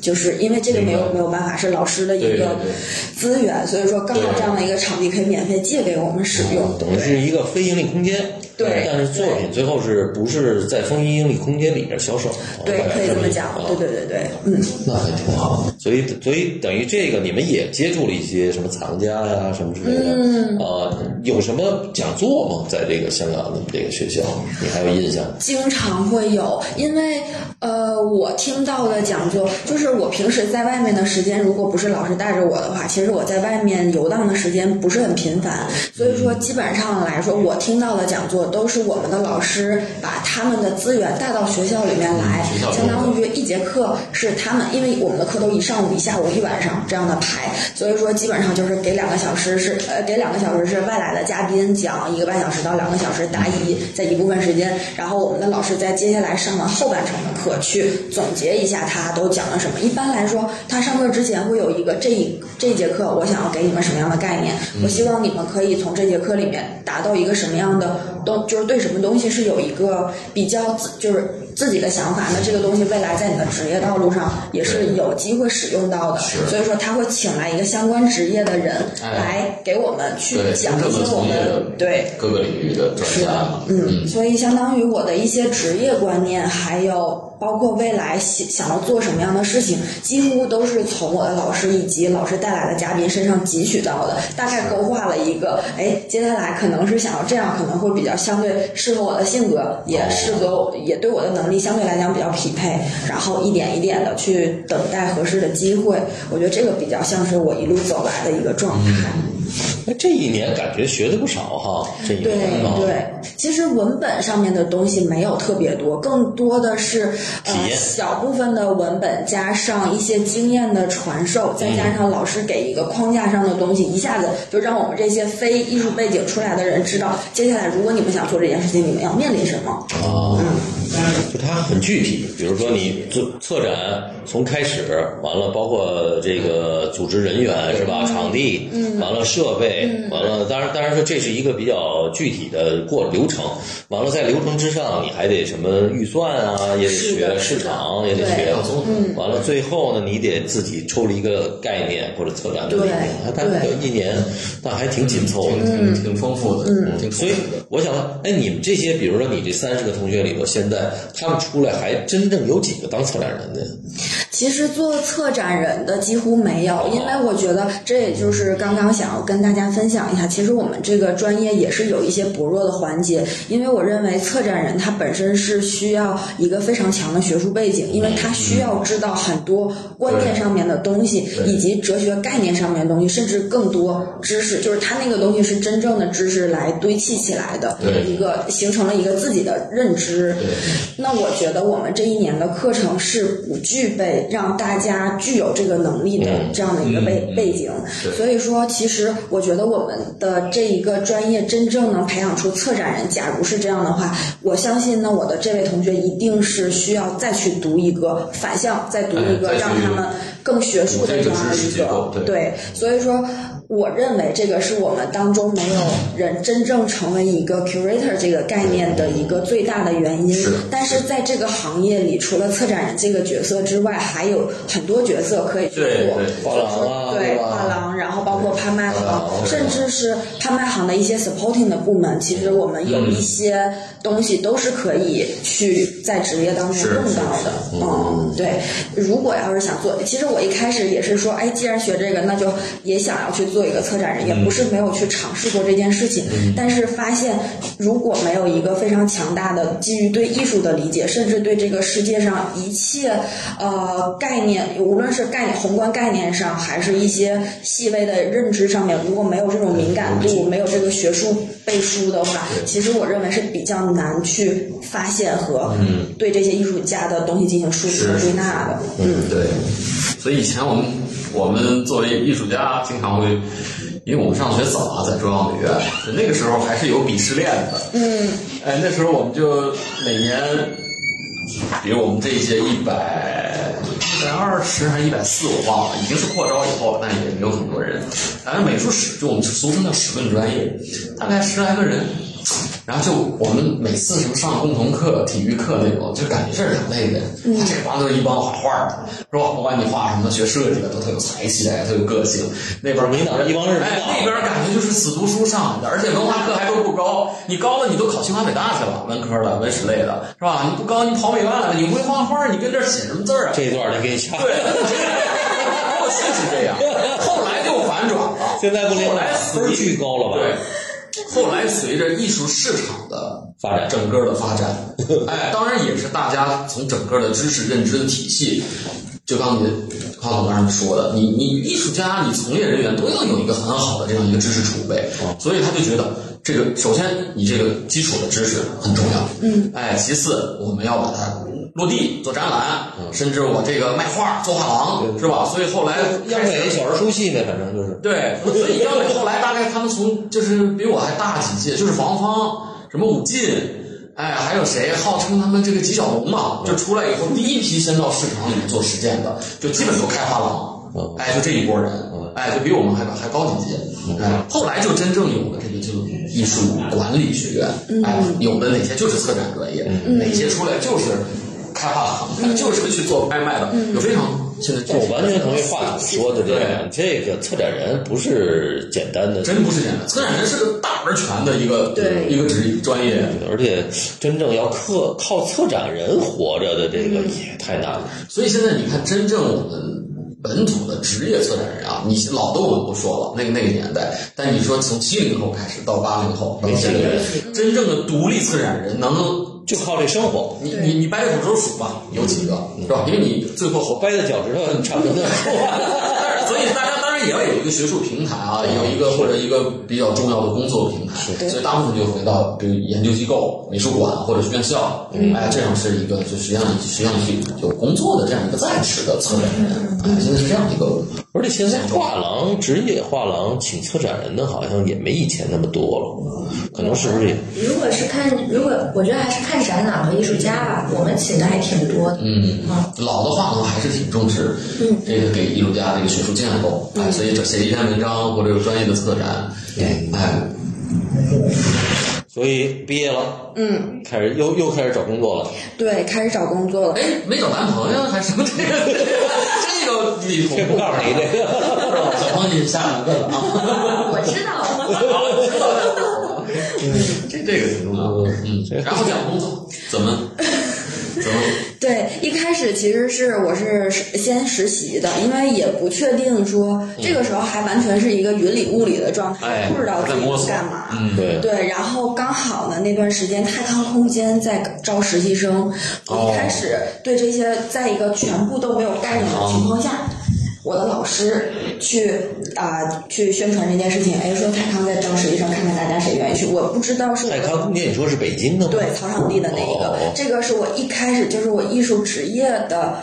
Speaker 3: 就是因为这个没有没有办法是老师的一
Speaker 2: 对对
Speaker 3: 个
Speaker 2: 对
Speaker 3: 资源，所以说刚好
Speaker 2: 对哦
Speaker 3: 这样的一个场地可以免费借给我们使用，
Speaker 1: 啊等于是一个非盈利空间。啊
Speaker 3: 对
Speaker 1: 但是作品最后是不是在非盈利空间里边销售？
Speaker 3: 对，
Speaker 1: 哦
Speaker 3: 可以这么讲，对。对对对，嗯，
Speaker 1: 那还挺好的，所以所以等于这个你们也接触了一些什么藏家呀什么之类的，嗯，呃，有什么讲座吗？在这个香港的这个学校，你还有印象？
Speaker 3: 经常会有，因为呃，我听到的讲座就是我平时在外面的时间，如果不是老师带着我的话，其实我在外面游荡的时间不是很频繁，所以说基本上来说，我听到的讲座都是我们的老师把他们的资源带到学校里面来
Speaker 2: 嗯学校，里面
Speaker 3: 相当于一节课是他们，因为我们的课都一上午、一下午、一晚上这样的排，所以说基本上就是给两个小时是呃给两个小时是外来的嘉宾讲一个半小时到两个小时答疑，在一部分时间，然后我们的老师在接下来上完后半程的课去总结一下他都讲了什么。一般来说，他上课之前会有一个这一这一节课我想要给你们什么样的概念，
Speaker 2: 嗯
Speaker 3: 我希望你们可以从这节课里面达到一个什么样的东，就是对什么东西是有一个比较自就是。自己的想法，
Speaker 2: 嗯
Speaker 3: 那这个东西未来在你的职业道路上也是有机会使用到的。所以说他会请来一个相关职业的人
Speaker 2: 哎
Speaker 3: 来给我们去
Speaker 2: 对，
Speaker 3: 讲
Speaker 2: 真
Speaker 3: 一
Speaker 2: 正的
Speaker 3: 些我
Speaker 2: 从业的
Speaker 3: 们对
Speaker 2: 各个领域的专
Speaker 3: 是
Speaker 2: 家
Speaker 3: 的
Speaker 2: 嘛，，
Speaker 3: 嗯，所以相当于我的一些职业观念，还有包括未来想想要做什么样的事情，几乎都是从我的老师以及老师带来的嘉宾身上汲取到的，大概勾画了一个，哎，接下来可能是想要这样，可能会比较相对适合我的性格，也适合我也对我的能力相对来讲比较匹配，然后一点一点的去等待合适的机会，我觉得这个比较像是我一路走来的一个状态，
Speaker 1: 那哎这一年感觉学的不少哈，这一
Speaker 3: 对
Speaker 1: 年啊，
Speaker 3: 对，其实文本上面的东西没有特别多，更多的是呃
Speaker 1: 体验
Speaker 3: 小部分的文本加上一些经验的传授，再
Speaker 1: 嗯
Speaker 3: 加上老师给一个框架上的东西，一下子就让我们这些非艺术背景出来的人知道，接下来如果你们想做这件事情，你们要面临什么。
Speaker 1: 啊，就它很具体，比如说你做策展从开始完了，包括这个组织人员是
Speaker 3: 嗯
Speaker 1: 吧，场地，完了设备，完了，当然当然说这是一个比较具体的过流程，完了在流程之上你还得什么预算啊，也得
Speaker 3: 是
Speaker 1: 学
Speaker 3: 的
Speaker 1: 市场，也得
Speaker 3: 对嗯
Speaker 1: 学
Speaker 2: 要综合，
Speaker 1: 完了最后呢，你得自己抽了一个概念或者策展的理念，
Speaker 3: 对
Speaker 1: 它大概有一年，但还挺紧凑的。
Speaker 2: 挺挺挺丰富的，嗯，挺
Speaker 1: 所以
Speaker 2: 丰富的
Speaker 1: 我想问，哎，你们这些，比如说你这三十个同学里头，现在他们出来还真正有几个当策展人的？
Speaker 3: 其实做策展人的几乎没
Speaker 2: 哦
Speaker 3: 有，因为我觉得这也就是刚刚想要跟大家分享一下，其实我们这个专业也是有一些薄弱的环节，因为我认为策展人他本身是需要一个非常强的学术背景，因为
Speaker 2: 嗯
Speaker 3: 他需要知道很多观念上面的东西，以及哲学概念上面的东西，甚至更多知识，就是他那个东西是真正的知识来堆砌起来的
Speaker 2: 对
Speaker 3: 一个形成了一个自己的认知。
Speaker 2: 对
Speaker 3: 那我觉得我们这一年的课程是不具备让大家具有这个能力的
Speaker 2: 嗯
Speaker 3: 这样的一个背、背景，所以说，其实我觉得我们的这一个专业真正能培养出策展人，假如是这样的话，我相信呢，我的这位同学一定是需要再去读一个反向，再读一
Speaker 2: 嗯
Speaker 3: 个
Speaker 2: 再去
Speaker 3: 让他们更学术的这样
Speaker 2: 这
Speaker 3: 的
Speaker 2: 个知识
Speaker 3: 一
Speaker 2: 结构
Speaker 3: 个
Speaker 2: 对
Speaker 3: 对，所以说。我认为这个是我们当中没有人真正成为一个 curator 这个概念的一个最大的原因。
Speaker 2: 是
Speaker 3: 但是在这个行业里，除了策展人这个角色之外，还有很多角色可以去做，
Speaker 2: 对对啊
Speaker 1: 画廊啊
Speaker 3: 对
Speaker 1: 对吧
Speaker 3: 画廊，然后包括拍卖
Speaker 2: 画廊
Speaker 3: 行，
Speaker 2: 对
Speaker 3: 甚至是拍卖行的一些 supporting 的部门，其实我们有一些东西都是可以去在职业当中
Speaker 2: 是
Speaker 3: 用到的。嗯，对。如果要是想做，其实我一开始也是说，哎，既然学这个，那就也想要去做一个策
Speaker 2: 嗯
Speaker 3: 展人，也不是没有去尝试过这件事情，但是发现如果没有一个非常强大的基于对艺术的理解，甚至对这个世界上一切呃概念，无论是概念宏观概念上，还是一些细微的认知上面，如果没有这种敏感度，没有这个学术背书的话，其实我认为是比较难去发现和对这些艺术家的东西进行梳理和
Speaker 2: 嗯是
Speaker 3: 归纳的。嗯，
Speaker 2: 对，所以以前我们我们作为艺术家，经常会，因为我们上学早啊，在中央美院，就那个时候还是有鄙视链的。嗯，哎，那时候我们就每年，比如我们这一届一百一百二十还是一百四，我忘了，已经是扩招以后，但也没有很多人。反正美术史就我们俗称叫史论专业，大概十来个人。然后就我们每次什么上共同课、体育课那种，就感觉这是两类人，他这帮都是一帮画画的，是吧？不管你画什么，学设计的都特有才气，哎，特有个性。那边
Speaker 1: 领导一帮日本
Speaker 2: 哎
Speaker 1: 佬，
Speaker 2: 那边感觉就是死读书上的，而且文化课还都不高，你高了你都考清华北大去了，文科的、文史类的，是吧？你不高你跑美院了，你不会画画，你跟这儿写什么字儿啊？
Speaker 1: 这一段儿得给你掐。
Speaker 2: 对，过去是这样，后来就反转了。
Speaker 1: 现在不领
Speaker 2: 后来
Speaker 1: 分儿巨高了吧
Speaker 2: 对。后来随着艺术市场的
Speaker 1: 发展
Speaker 2: 整个的发展， 哎，当然也是大家从整个的知识认知的体系，就刚你夸总当时说的，你你艺术家、你从业人员都要有一个很好的这样一个知识储备，所以他就觉得这个首先你这个基础的知识很重要，嗯，哎，其次我们要把它落地做展览，甚至我这个卖画做画廊是吧？所以后来
Speaker 1: 央
Speaker 2: 开始
Speaker 1: 美小人书系呢，反正就是
Speaker 2: 对，所以央美后来大概他们从就是比我还大几届，就是王芳、什么武进，哎，还有谁号称他们这个几小龙嘛，就出来以后第一批先到市场里面做实践的，就基本都开画
Speaker 1: 嗯
Speaker 2: 廊，哎，就这一波人，哎，就比我们还还高几届，哎，后来就真正有了这个就艺术管理学院，哎，有的哪些就是策展专业，哪些出来就是开画廊，就是去做拍卖的，有非常现在这
Speaker 1: 我完全同意话筒说的这样，这个策展人不是简单的，
Speaker 2: 真不是简单，策展人是个大而全的一个
Speaker 3: 对
Speaker 2: 一个职业专业，
Speaker 1: 而且真正要靠靠策展人活着的这个
Speaker 2: 嗯
Speaker 1: 也太难了。
Speaker 2: 所以现在你看，真正我们本土的职业策展人啊，你老豆我们不说了，那个那个年代，但你说从七零后开始到八零后，到现在，真正的独立策展人能，
Speaker 1: 就靠这生活，
Speaker 2: 你你你掰着手指头数吧，有几个是吧？因为你最后
Speaker 1: 我掰的脚趾头，差不多。
Speaker 2: 但是所以大家当然然也要有一个学术平台啊，有一个或者一个比较重要的工作平台，所以大部分就回到比如研究机构、美术馆或者是院校，哎，这样是一个就实际上实际上是有工作的这样一个在职的策展人，哎，现在是这样一个，
Speaker 1: 而且现在画廊职业画廊请策展人的好像也没以前那么多了，可能是不是也？
Speaker 5: 如果是看，如果我觉得还是看展览和艺术家吧，我们请的还挺多的。
Speaker 2: 嗯
Speaker 5: 啊，
Speaker 2: 老的画廊还是挺重视这个给艺术家这个学术建构，哎，所以这写一篇文章或者有专业的策展，哎，
Speaker 1: 所以毕业了，
Speaker 3: 嗯，
Speaker 1: 开始又又开始找工作了。
Speaker 3: 对，开始找工作了。
Speaker 2: 哎，没找男朋友还是这个 这个理
Speaker 1: 这不
Speaker 2: 由，
Speaker 1: 告诉你这个。
Speaker 2: 小芳你下两个了啊。
Speaker 5: 我知道，
Speaker 2: 这这个挺重要的。嗯，然后讲工作怎么怎么
Speaker 3: 对，一开始其实是我是先实习的，因为也不确定说这个时候还完全是一个云里雾里的状态，
Speaker 2: 哎
Speaker 3: 不知道自
Speaker 2: 还在摸
Speaker 3: 己
Speaker 2: 索
Speaker 3: 干嘛。
Speaker 2: 嗯
Speaker 1: 对，
Speaker 3: 对，然后刚好呢，那段时间泰康空间在招实习生，我一开始
Speaker 1: 哦
Speaker 3: 对这些在一个全部都没有概念的情况下。我的老师去啊、去宣传这件事情，哎，说泰康在招实习生，看看大家谁愿意去。我不知道是我
Speaker 1: 泰康空间，你说是北京的吗？
Speaker 3: 对草场地的那一个，
Speaker 1: 哦
Speaker 3: 这个是我一开始就是我艺术职业的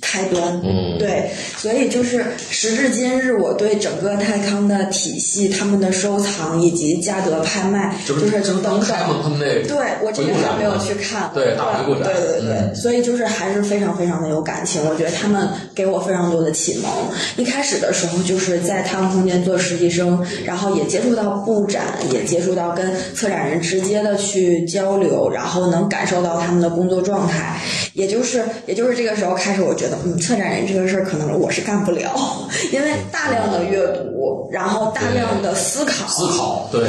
Speaker 3: 开端。
Speaker 1: 嗯
Speaker 3: 对，所以就是时至今日，我对整个泰康的体系、他们的收藏以及价格拍卖，
Speaker 2: 这
Speaker 3: 就
Speaker 2: 不是
Speaker 3: 是
Speaker 2: 这
Speaker 3: 等
Speaker 2: 不刚
Speaker 3: 等。
Speaker 2: 开吗？他们那
Speaker 3: 对我这
Speaker 2: 回
Speaker 3: 个
Speaker 2: 顾展
Speaker 3: 还没有
Speaker 2: 吗
Speaker 3: 去看，
Speaker 2: 对大回顾展嗯
Speaker 3: 对对对对，所以就是还是非常非常的有感情。我觉得他们给我非常多的启蒙。一开始的时候就是在太阳空间做实习生，然后也接触到布展，也接触到跟策展人直接的去交流，然后能感受到他们的工作状态。也就是也就是这个时候开始，我觉得嗯，策展人这个事儿可能我是干不了，因为大量的阅读，然后大量的思考，
Speaker 2: 嗯思考，对，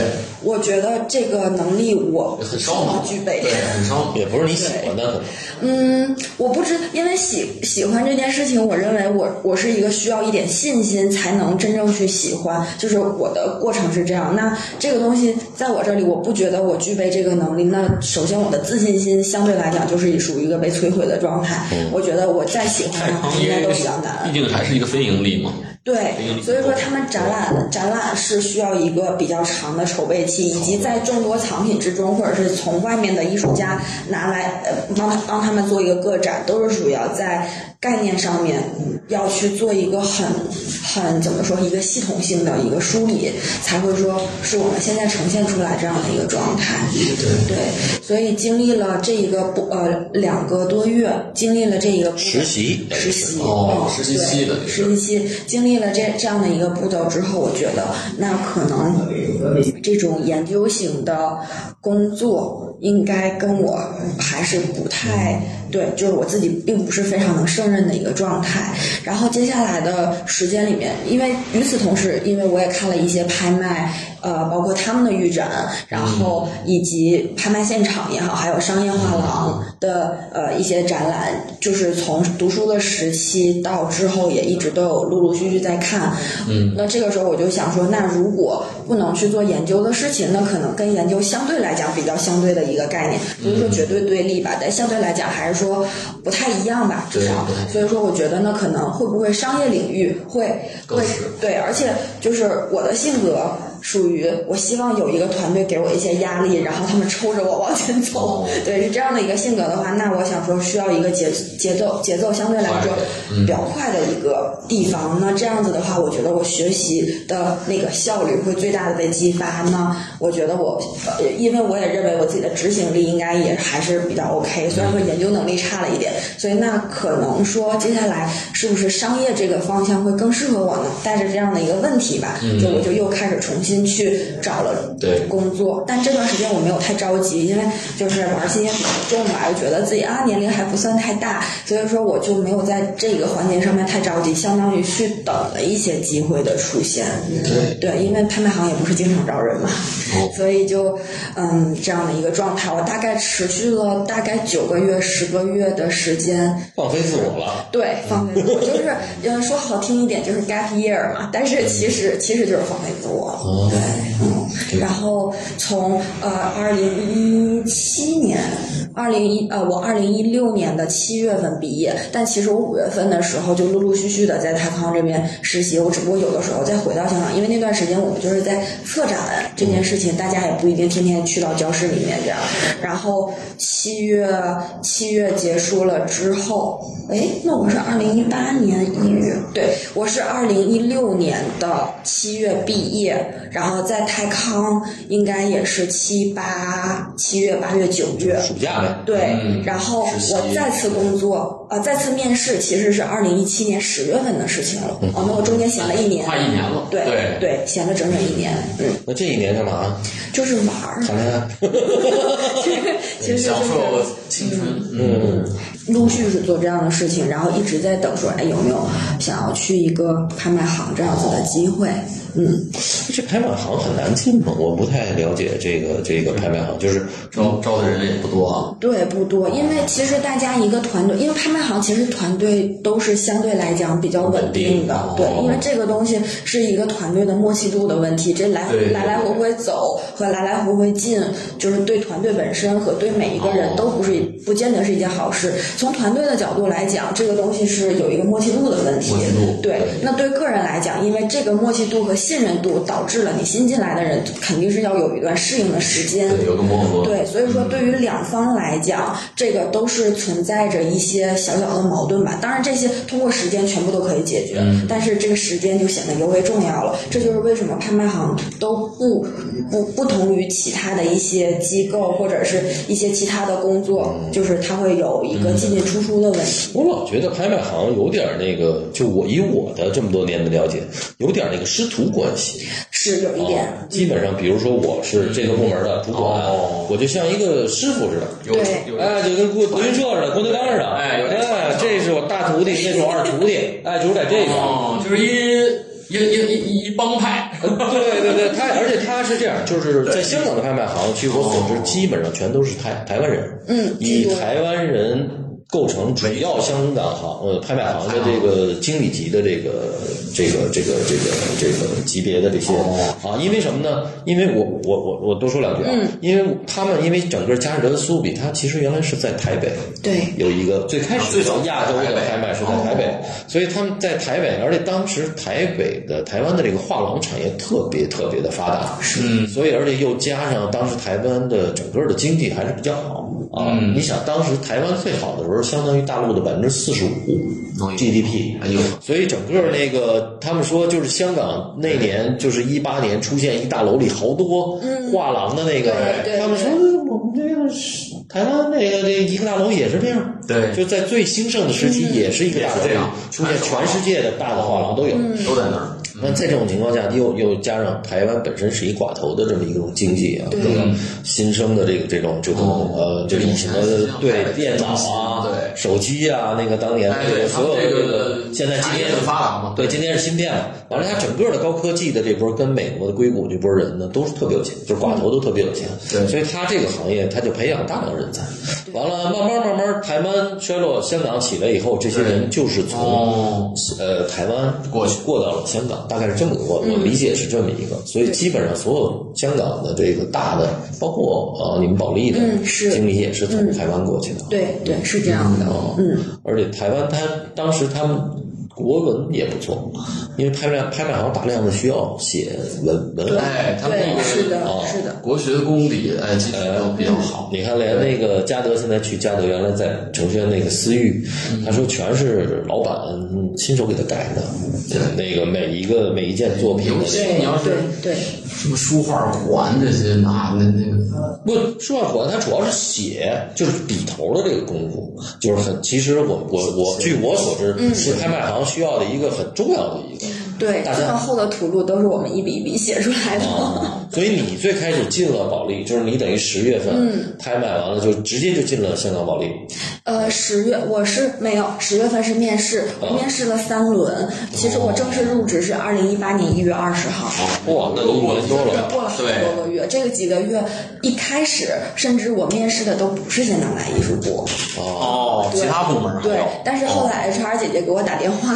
Speaker 3: 我觉得这个能力我
Speaker 2: 很烧脑，
Speaker 3: 具备
Speaker 2: 对，很烧脑。
Speaker 1: 也不是你喜欢的，可能
Speaker 3: 嗯，我不知，因为喜喜欢这件事情，我认为我我是一个需要一点信心才能真正去喜欢，就是我的过程是这样。那这个东西在我这里，我不觉得我具备这个能力。那首先我的自信心相对来讲就是属于一个被摧毁的状态。我觉得我再喜欢
Speaker 2: 太
Speaker 3: 上
Speaker 2: 康
Speaker 3: 它，应
Speaker 2: 因
Speaker 3: 该
Speaker 2: 为
Speaker 3: 都比较难
Speaker 2: 毕。竟还是一个非盈利嘛，
Speaker 3: 对，所以说他们展览展览是需要一个比较长的筹备期，以及在众多藏品之中，或者是从外面的艺术家拿来呃帮他帮他们做一个个展，都是属于要在概念上面嗯要去做一个很很怎么说一个系统性的一个梳理，才会说是我们现在呈现出来这样的一个状态。对，所以经历了这一个不呃两个多月，经历了这一个不
Speaker 1: 实习那是
Speaker 3: 实习
Speaker 2: 哦
Speaker 3: 嗯
Speaker 2: 实习期的
Speaker 3: 对
Speaker 2: 也是
Speaker 3: 实习期经历了这这样的一个步骤之后，我觉得那可能这种研究型的工作应该跟我还是不太对，就是我自己并不是非常能胜任的一个状态。然后接下来的时间里面，因为与此同时，因为我也看了一些拍卖，呃，包括他们的预展，然后以及拍卖现场也好，还有商业画廊的呃一些展览，就是从读书的时期到之后也一直都有陆陆续续在看。嗯，那这个时候我就想说，那如果不能去做研究的事情，那可能跟研究相对来讲比较相对的一个概念，不
Speaker 2: 嗯
Speaker 3: 是说绝对对立吧，但相对来讲还是说不太一样吧，至
Speaker 2: 对
Speaker 3: 少
Speaker 2: 不太一。样
Speaker 3: 所以说，我觉得呢，可能会不会商业领域会
Speaker 2: 更
Speaker 3: 会
Speaker 2: 是
Speaker 3: 对，而且就是我的性格属于我希望有一个团队给我一些压力，然后他们抽着我往前走。
Speaker 2: 哦
Speaker 3: 对，是这样的一个性格的话，那我想说需要一个节节奏节奏相对来说
Speaker 2: 快嗯
Speaker 3: 比较快的一个地方。那这样子的话，我觉得我学习的那个效率会最大的被激发。那我觉得我，呃因为我也认为我自己的执行力应该也还是比较 OK，虽然说研究能力差了一点，所以那可能说接下来是不是商业这个方向会更适合我呢？带着这样的一个问题吧，就我就又开始重新去找了
Speaker 2: 嗯对
Speaker 3: 工作，但这段时间我没有太着急，因为就是玩儿心也比较重吧，又觉得自己啊年龄还不算太大，所以说我就没有在这个环节上面太着急，相当于去等了一些机会的出现。对，因为拍卖行也不是经常招人嘛，所以就嗯这样的一个状态，我大概持续了大概九个月、十个月的时间，
Speaker 1: 放飞自我了。
Speaker 3: 对，放飞自我，就是嗯说好听一点就是 gap year 嘛，但是其实其实就是放飞自我，对，嗯，然后从呃二零一七年二零一呃，我二零一六年的七月份毕业，但其实我五月份的时候就陆陆续续的在泰康这边实习，我只不过有的时候再回到香港，因为那段时间我们就是在策展这件事情，大家也不一定天天去到教室里面这样。然后七月七月结束了之后，哎，那我是二零一八年一月，对我是二零一六年的七月毕业，然后在泰康应该也是七八七月八月九月，
Speaker 1: 暑假呗，
Speaker 3: 对，
Speaker 2: 嗯
Speaker 3: 然后
Speaker 2: 实习
Speaker 3: 我再次工作，呃，再次面试其实是二零一七年十月份的事情了。哦，那我中间闲了一年，
Speaker 2: 快一年了
Speaker 3: 对
Speaker 2: 对
Speaker 3: 对，闲了整整一年，嗯，
Speaker 1: 那这一年干嘛？
Speaker 3: 就是玩 儿，
Speaker 1: 谈恋爱？
Speaker 3: 其实就
Speaker 2: 享
Speaker 3: 是
Speaker 2: 受青春，嗯，
Speaker 1: 嗯，
Speaker 3: 陆续是做这样的事情，然后一直在等说，哎，有没有想要去一个拍卖行这样子的机会？嗯，
Speaker 1: 这拍卖行很难进吗？我不太了解这个这个拍卖行，就是
Speaker 2: 招招的人也不多啊。
Speaker 3: 对，不多，因为其实大家一个团队，因为拍卖行其实团队都是相对来讲比较稳定的
Speaker 1: 稳定，
Speaker 3: 对
Speaker 1: 哦，
Speaker 3: 因为这个东西是一个团队的默契度的问题，这来
Speaker 2: 对
Speaker 3: 来来回回走和来来回回进，就是对团队本身和对每一个人
Speaker 2: 哦
Speaker 3: 都不是不见得是一件好事。从团队的角度来讲，这个东西是有一个默契度的问题
Speaker 2: 默契度，
Speaker 3: 对
Speaker 2: 对，
Speaker 3: 那对个人来讲，因为这个默契度和信任度，导致了你新进来的人肯定是要有一段适应的时间，
Speaker 2: 对，有个磨合，
Speaker 3: 对，所以说对于两方来讲，这个都是存在着一些小小的矛盾吧。当然，这些通过时间全部都可以解决，
Speaker 2: 嗯
Speaker 3: 但是这个时间就显得尤为重要了。这就是为什么拍卖行都不不不同于其他的一些机构或者是一些其他的工作，
Speaker 2: 嗯
Speaker 3: 就是它会有一个进进出出的问题。
Speaker 1: 我老觉得拍卖行有点儿那个，就我以我的这么多年的了解，有点儿那个师徒关系。啊
Speaker 3: 是有一点，
Speaker 1: 基本上，比如说我是这个部门的主管
Speaker 2: 哦，
Speaker 1: 我就像一个师傅似的。
Speaker 2: 有
Speaker 3: 对
Speaker 2: 有
Speaker 1: 哎，就跟郭德云社似的，郭德纲似的，
Speaker 2: 哎有点
Speaker 1: 哎，这是我大徒弟，那是我二徒弟，哎，就是在这个，
Speaker 2: 哦，就是一一一一一帮派，
Speaker 1: 对对对，他而且他是这样，就是在香港的拍卖行，据我所知
Speaker 2: 哦，
Speaker 1: 基本上全都是台台湾人，
Speaker 3: 嗯
Speaker 1: 以
Speaker 3: 居多
Speaker 1: 台湾人构成主要香港行呃拍卖行的这个经理级的这个这个这个这个这个级别的这些
Speaker 2: 哦
Speaker 1: 啊，因为什么呢？因为我我我我多说两句啊，因为他们因为整个加士德苏比，它其实原来是在台北，
Speaker 3: 对，
Speaker 1: 有一个最开始
Speaker 2: 最早
Speaker 1: 亚洲的
Speaker 2: 台北
Speaker 1: 拍卖是在台北，哦所以他们在台北，而且当时台北的台湾的这个画廊产业特别特别的发达，
Speaker 2: 嗯
Speaker 1: 所以而且又加上当时台湾的整个的经济还是比较好啊。
Speaker 2: 嗯
Speaker 1: 你想当时台湾最好的时候，相当于大陆的百分之四十五
Speaker 2: 哦
Speaker 1: GDP，
Speaker 2: 哎呦，
Speaker 1: 所以整个那个，他们说就是香港那年，就是一八年出现一大楼里好多画廊的那个，
Speaker 3: 对对
Speaker 1: 他们说我们这个是台湾那个这一个大楼也是这样，
Speaker 2: 对
Speaker 1: 就在最兴盛的时期也是一个大楼
Speaker 2: 也是这样
Speaker 1: 出现全世界的大的画廊都有。
Speaker 2: 都在那儿，
Speaker 1: 那在这种情况下，又又加上台湾本身是一寡头的这么一种经济啊，这种新生的这个这种这种
Speaker 2: 哦
Speaker 1: 呃这种什么对电脑啊、手机啊，那个当年
Speaker 2: 哎，
Speaker 1: 那
Speaker 2: 对，
Speaker 1: 个
Speaker 2: 他
Speaker 1: 所有
Speaker 2: 们
Speaker 1: 的
Speaker 2: 这
Speaker 1: 这
Speaker 2: 个
Speaker 1: 个现在今
Speaker 2: 产业
Speaker 1: 天
Speaker 2: 很发达嘛，
Speaker 1: 对，今天是芯片嘛，完了，它整个的高科技的这波跟美国的硅谷这波人呢，都是特别有钱，就是寡头都特别有钱，
Speaker 2: 对
Speaker 1: 所以它这个行业它就培养大量人才，完了，慢慢慢慢，台湾衰落，香港起来以后，这些人就是从
Speaker 2: 哦
Speaker 1: 呃台湾
Speaker 2: 过去
Speaker 1: 过到了香港，大概是这么个，我我理解是这么一个，所以基本上所有香港的这个大的，包括呃你们保利的
Speaker 3: 嗯是
Speaker 1: 经理也是从台湾过去的，
Speaker 3: 对对，是这样的，嗯。
Speaker 1: 啊而且台湾它当时他们国文也不错，因为拍卖拍卖行大量的需要写文文案。
Speaker 2: 哎，他们那
Speaker 3: 对，
Speaker 2: 个
Speaker 3: 是的，
Speaker 1: 哦
Speaker 3: 是的，
Speaker 2: 国学功底，哎，基础都比较好，
Speaker 1: 你看，连那个嘉德现在去嘉德，原来在程序员那个私域，
Speaker 3: 嗯
Speaker 1: 他说全是老板亲手给他改的，
Speaker 3: 嗯
Speaker 1: 那个每一个每一件作品的
Speaker 2: 尤
Speaker 1: 那
Speaker 2: 其
Speaker 1: 个
Speaker 2: 你要
Speaker 3: 对
Speaker 2: 是
Speaker 3: 对，
Speaker 2: 什么书画馆这些，那那那个，
Speaker 1: 不，书法馆它主要是写，就是笔头的这个功夫，就是很。其实我我我，据我所
Speaker 3: 嗯
Speaker 1: 知，是拍卖行需要的一个很重要的一个。
Speaker 3: 对，
Speaker 1: 大家
Speaker 3: 这么厚的图录都是我们一笔一笔写出来的。
Speaker 2: 哦
Speaker 1: 啊， 所以你最开始进了保利，就是你等于十月份
Speaker 3: 嗯
Speaker 1: 拍卖完了，就直接就进了香港保利。
Speaker 3: 呃，十月我是没有，十月份是面试，我面试了三轮。其实我正式入职是二零一八年一月二十号。
Speaker 1: 哇，那都过了多了。
Speaker 3: 过了好多个月，这个几个月一开始，甚至我面试的都不是香港来艺术部，
Speaker 2: 哦，其他部门还
Speaker 3: 对
Speaker 2: 有，，
Speaker 3: 但是后来 HR 姐姐给我打电话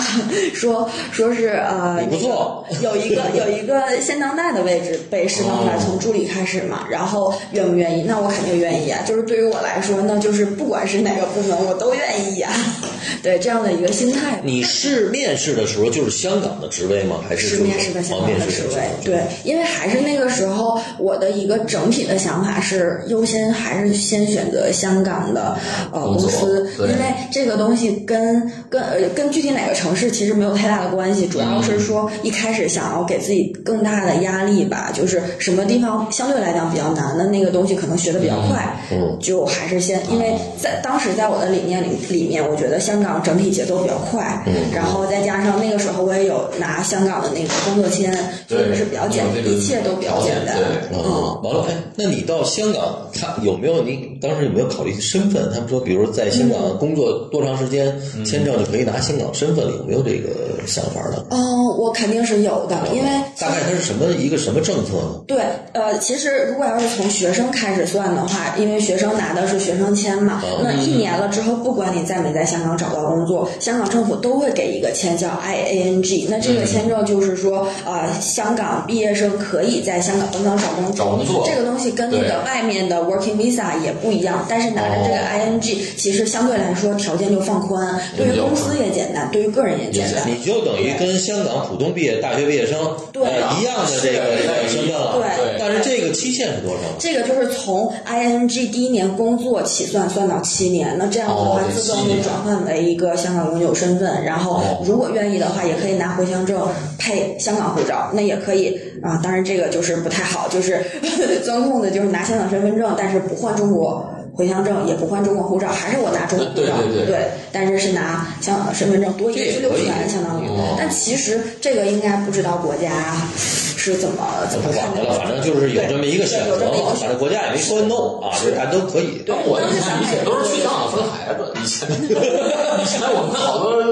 Speaker 3: 说，说是呃，
Speaker 1: 你不做
Speaker 3: 那个有一个有一个现当代的位置被市方
Speaker 1: 哦
Speaker 3: 法，从助理开始嘛。然后愿不愿意？那我肯定愿意啊。就是对于我来说，那就是不管是哪个部门，我都愿意呀、 对，这样的一个心态。
Speaker 1: 你是面试的时候就是香港的职位吗？还
Speaker 3: 是
Speaker 1: 说
Speaker 3: 面试的想
Speaker 1: 哦
Speaker 3: 法
Speaker 1: 面
Speaker 3: 的
Speaker 1: 试
Speaker 3: 职
Speaker 1: 的
Speaker 3: 位，对，因为还是那个时候，我的一个整体的想法是优先还是先选择香港的呃
Speaker 2: 工
Speaker 3: 公
Speaker 2: 作
Speaker 3: 司，因
Speaker 2: 对
Speaker 3: 为这个东西跟跟呃跟具体哪个城市其实没有太大的关系，主要是说一开始想要给自己更大的压力吧，就是什么地方相对来讲比较难的那个东西，可能学的比较快，
Speaker 1: 嗯
Speaker 3: 就还是先，因为在当时在我的理念里里面，我觉得香港整体节奏比较快，然后再加上那个时候我也有拿香港的那个工作签，所以是比较简
Speaker 2: 有这，个
Speaker 3: 一切都比较简单
Speaker 2: 条件，对
Speaker 1: 哦，
Speaker 3: 嗯。
Speaker 1: 完了，哎，那你到香港，他有没有你当时有没有考虑身份？他们说，比如在香
Speaker 3: 嗯
Speaker 1: 港工作多长时间，签证就可以拿香港身份了，有没有这个想法呢？
Speaker 3: 嗯，我肯定是有
Speaker 2: 嗯
Speaker 3: 的，因为
Speaker 1: 大概它是什么一个什么政策呢？
Speaker 3: 对，呃，其实如果要是从学生开始算的话，因为学生拿的是学生签嘛，
Speaker 2: 哦
Speaker 3: 那一年
Speaker 2: 嗯
Speaker 3: 了之后，不管你在没在香港找到工作，香港政府都会给一个签叫 IANG。那
Speaker 2: 嗯
Speaker 3: 这个签证就是说，呃，香港毕业生可以在香港本港找工作。
Speaker 2: 找工作
Speaker 3: 这个东西跟那个
Speaker 2: 对
Speaker 3: 外面的 Working Visa 也不一样，但是拿着这个
Speaker 2: 哦
Speaker 3: ING，、其实相对来说条件就放宽，对于
Speaker 2: 有
Speaker 3: 公司也简单，对于个人也简单。
Speaker 1: 你就等于跟香港普通毕业大学毕业生
Speaker 3: 对啊
Speaker 1: 呃一样的这个
Speaker 2: 是
Speaker 1: 呃身份了，
Speaker 3: 对
Speaker 1: 但是这个期限是多少呢？
Speaker 3: 这个就是从 ING 第一年工作起算，算到七年。那这样的话
Speaker 2: 哦，
Speaker 3: 自
Speaker 2: 七
Speaker 3: 动就
Speaker 2: 年
Speaker 3: 转换为一个香港永久身份。然后
Speaker 2: 哦，
Speaker 3: 如果愿意的话，也可以拿回乡证配香港护照。那也可以啊，当然这个就是不太好，就是 钻空子，就是拿香港身份证，但是不换中国。回乡证也不换中国护照，还是我拿中国护照，
Speaker 2: 对对对
Speaker 3: 但是是拿香港身份证多一个
Speaker 1: 这也
Speaker 3: 居留
Speaker 1: 可以
Speaker 3: 权，相当于。
Speaker 2: 哦
Speaker 3: 但其实这个应该不知道国家是怎么怎么
Speaker 1: 不
Speaker 3: 看
Speaker 1: 管
Speaker 3: 的
Speaker 1: 它了，反正就是有这么一个
Speaker 3: 对
Speaker 1: 选
Speaker 3: 有这
Speaker 1: 择
Speaker 3: 么一
Speaker 1: 嘛
Speaker 3: 个，
Speaker 1: 反正国家也没说 no 啊，就是大家都可以。
Speaker 3: 对
Speaker 2: 我以前理解都是去香港生孩子，以 前以前我们好多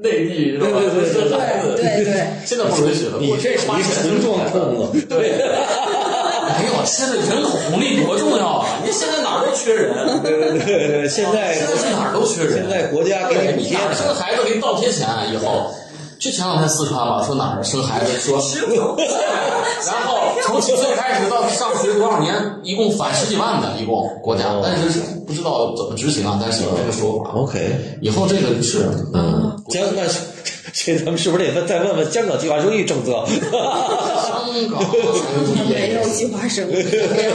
Speaker 2: 内地是吧？
Speaker 1: 对对对
Speaker 2: 生孩子，
Speaker 3: 对对，
Speaker 2: 现在不允许了。
Speaker 1: 你这是
Speaker 2: 花
Speaker 1: 一
Speaker 2: 钱
Speaker 1: 纯状控啊！
Speaker 2: 对，没有，现在人口红利多重要啊！你现在哪儿都缺人，
Speaker 1: 对对对对，现在
Speaker 3: 哦
Speaker 2: 现在去哪儿都缺人。
Speaker 1: 现在国家给
Speaker 2: 对
Speaker 1: 你补
Speaker 2: 你
Speaker 1: 贴
Speaker 2: 哪儿生
Speaker 1: 呢，
Speaker 2: 孩子给你倒贴钱，啊以后。就前两天四川嘛，说哪儿生孩子，说 然后从几岁开始到上学多少年，一共返十几万的，一共国家
Speaker 1: 哦，
Speaker 2: 但是不知道怎么执行啊。但是有这个说法，
Speaker 1: OK，
Speaker 2: 以后这个是，嗯，
Speaker 1: 江那是这咱们是不是得再问问香港计划生育政策？
Speaker 2: 嗯香港
Speaker 3: 没有计划生育。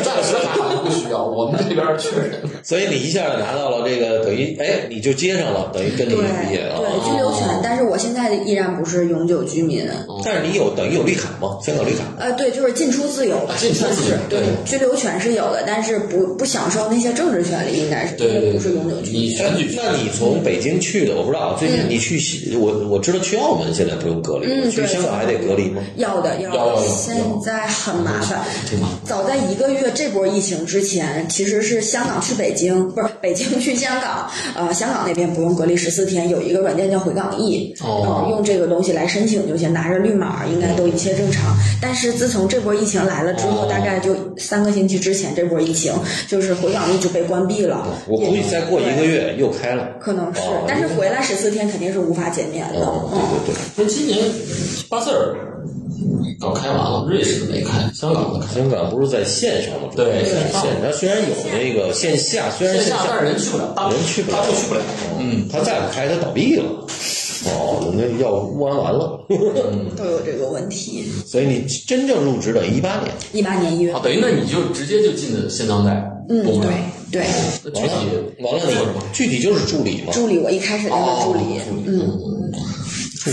Speaker 2: 暂时还好不需要，我们这边儿确实
Speaker 1: 所以你一下拿到了这个，等于哎，你就接上了，等于跟你
Speaker 3: 对
Speaker 1: 毕业啊。
Speaker 2: 哦
Speaker 3: 对，居留权，但是我现在依然不是永久居民。
Speaker 2: 哦
Speaker 1: 但是你有等于有绿卡吗？香港绿卡
Speaker 3: 呃，对，就是进出自由吧，
Speaker 2: 啊进出
Speaker 3: 算
Speaker 2: 自由
Speaker 3: 是对
Speaker 2: 对
Speaker 3: 居留权是有的，但是不不享受那些政治权利，应该是
Speaker 2: 对
Speaker 3: 因为
Speaker 2: 对
Speaker 3: 不是
Speaker 2: 对
Speaker 3: 永久居
Speaker 2: 你
Speaker 3: 民。
Speaker 2: 选举
Speaker 1: 那你从北京去的，我不知道，啊最近你去西，我我知道去澳门现在不用隔离，
Speaker 3: 嗯
Speaker 1: 去香港还得隔离吗？
Speaker 3: 要的要
Speaker 2: 要要
Speaker 3: 的，
Speaker 2: 要
Speaker 3: 现在很麻烦。
Speaker 2: 挺麻烦
Speaker 3: 早在一个月这波疫情之前，其实是香港去北京，不是北京去香港， 呃，香港那边不用隔离十四天，有一个软件叫回港易，
Speaker 2: 哦
Speaker 3: 呃用这个东西来申请就行，拿着绿码应该都一切正常。但是自从这波疫情来了之后，
Speaker 2: 哦
Speaker 3: 大概就三个星期之前，这波疫情就是回港易就被关闭了。
Speaker 1: 哦我估计再过一个月又开了。
Speaker 3: 可能是
Speaker 1: 哦，
Speaker 3: 但是回来十四天肯定是无法减免的。
Speaker 1: 哦，
Speaker 3: 嗯，
Speaker 1: 对对对，
Speaker 2: 那今年巴塞尔搞开完了，瑞士的没开，香港的开。
Speaker 1: 香港不是在线上吗？
Speaker 2: 对
Speaker 1: 在线，它虽然有那个线下，虽然
Speaker 2: 线
Speaker 1: 线
Speaker 2: 下
Speaker 1: 下
Speaker 2: 但是人去不了，大
Speaker 1: 人去不了
Speaker 2: 大陆去不了。
Speaker 1: 嗯，他再不开，他倒闭了。哦，那要乌完完了。
Speaker 2: 嗯
Speaker 3: 嗯都有这个问题。
Speaker 1: 所以你真正入职等于一八年，
Speaker 3: 一八年一月
Speaker 2: 啊，，等于那你就直接就进的现当代
Speaker 3: 嗯，
Speaker 2: 部门
Speaker 3: 对
Speaker 2: 了。
Speaker 3: 对。
Speaker 2: 那具
Speaker 1: 完了
Speaker 2: 体
Speaker 1: 完了
Speaker 2: 做什么？
Speaker 1: 你具体就是助理嘛。
Speaker 3: 助理，我一开始
Speaker 1: 哦
Speaker 3: 就是助理，
Speaker 2: 嗯，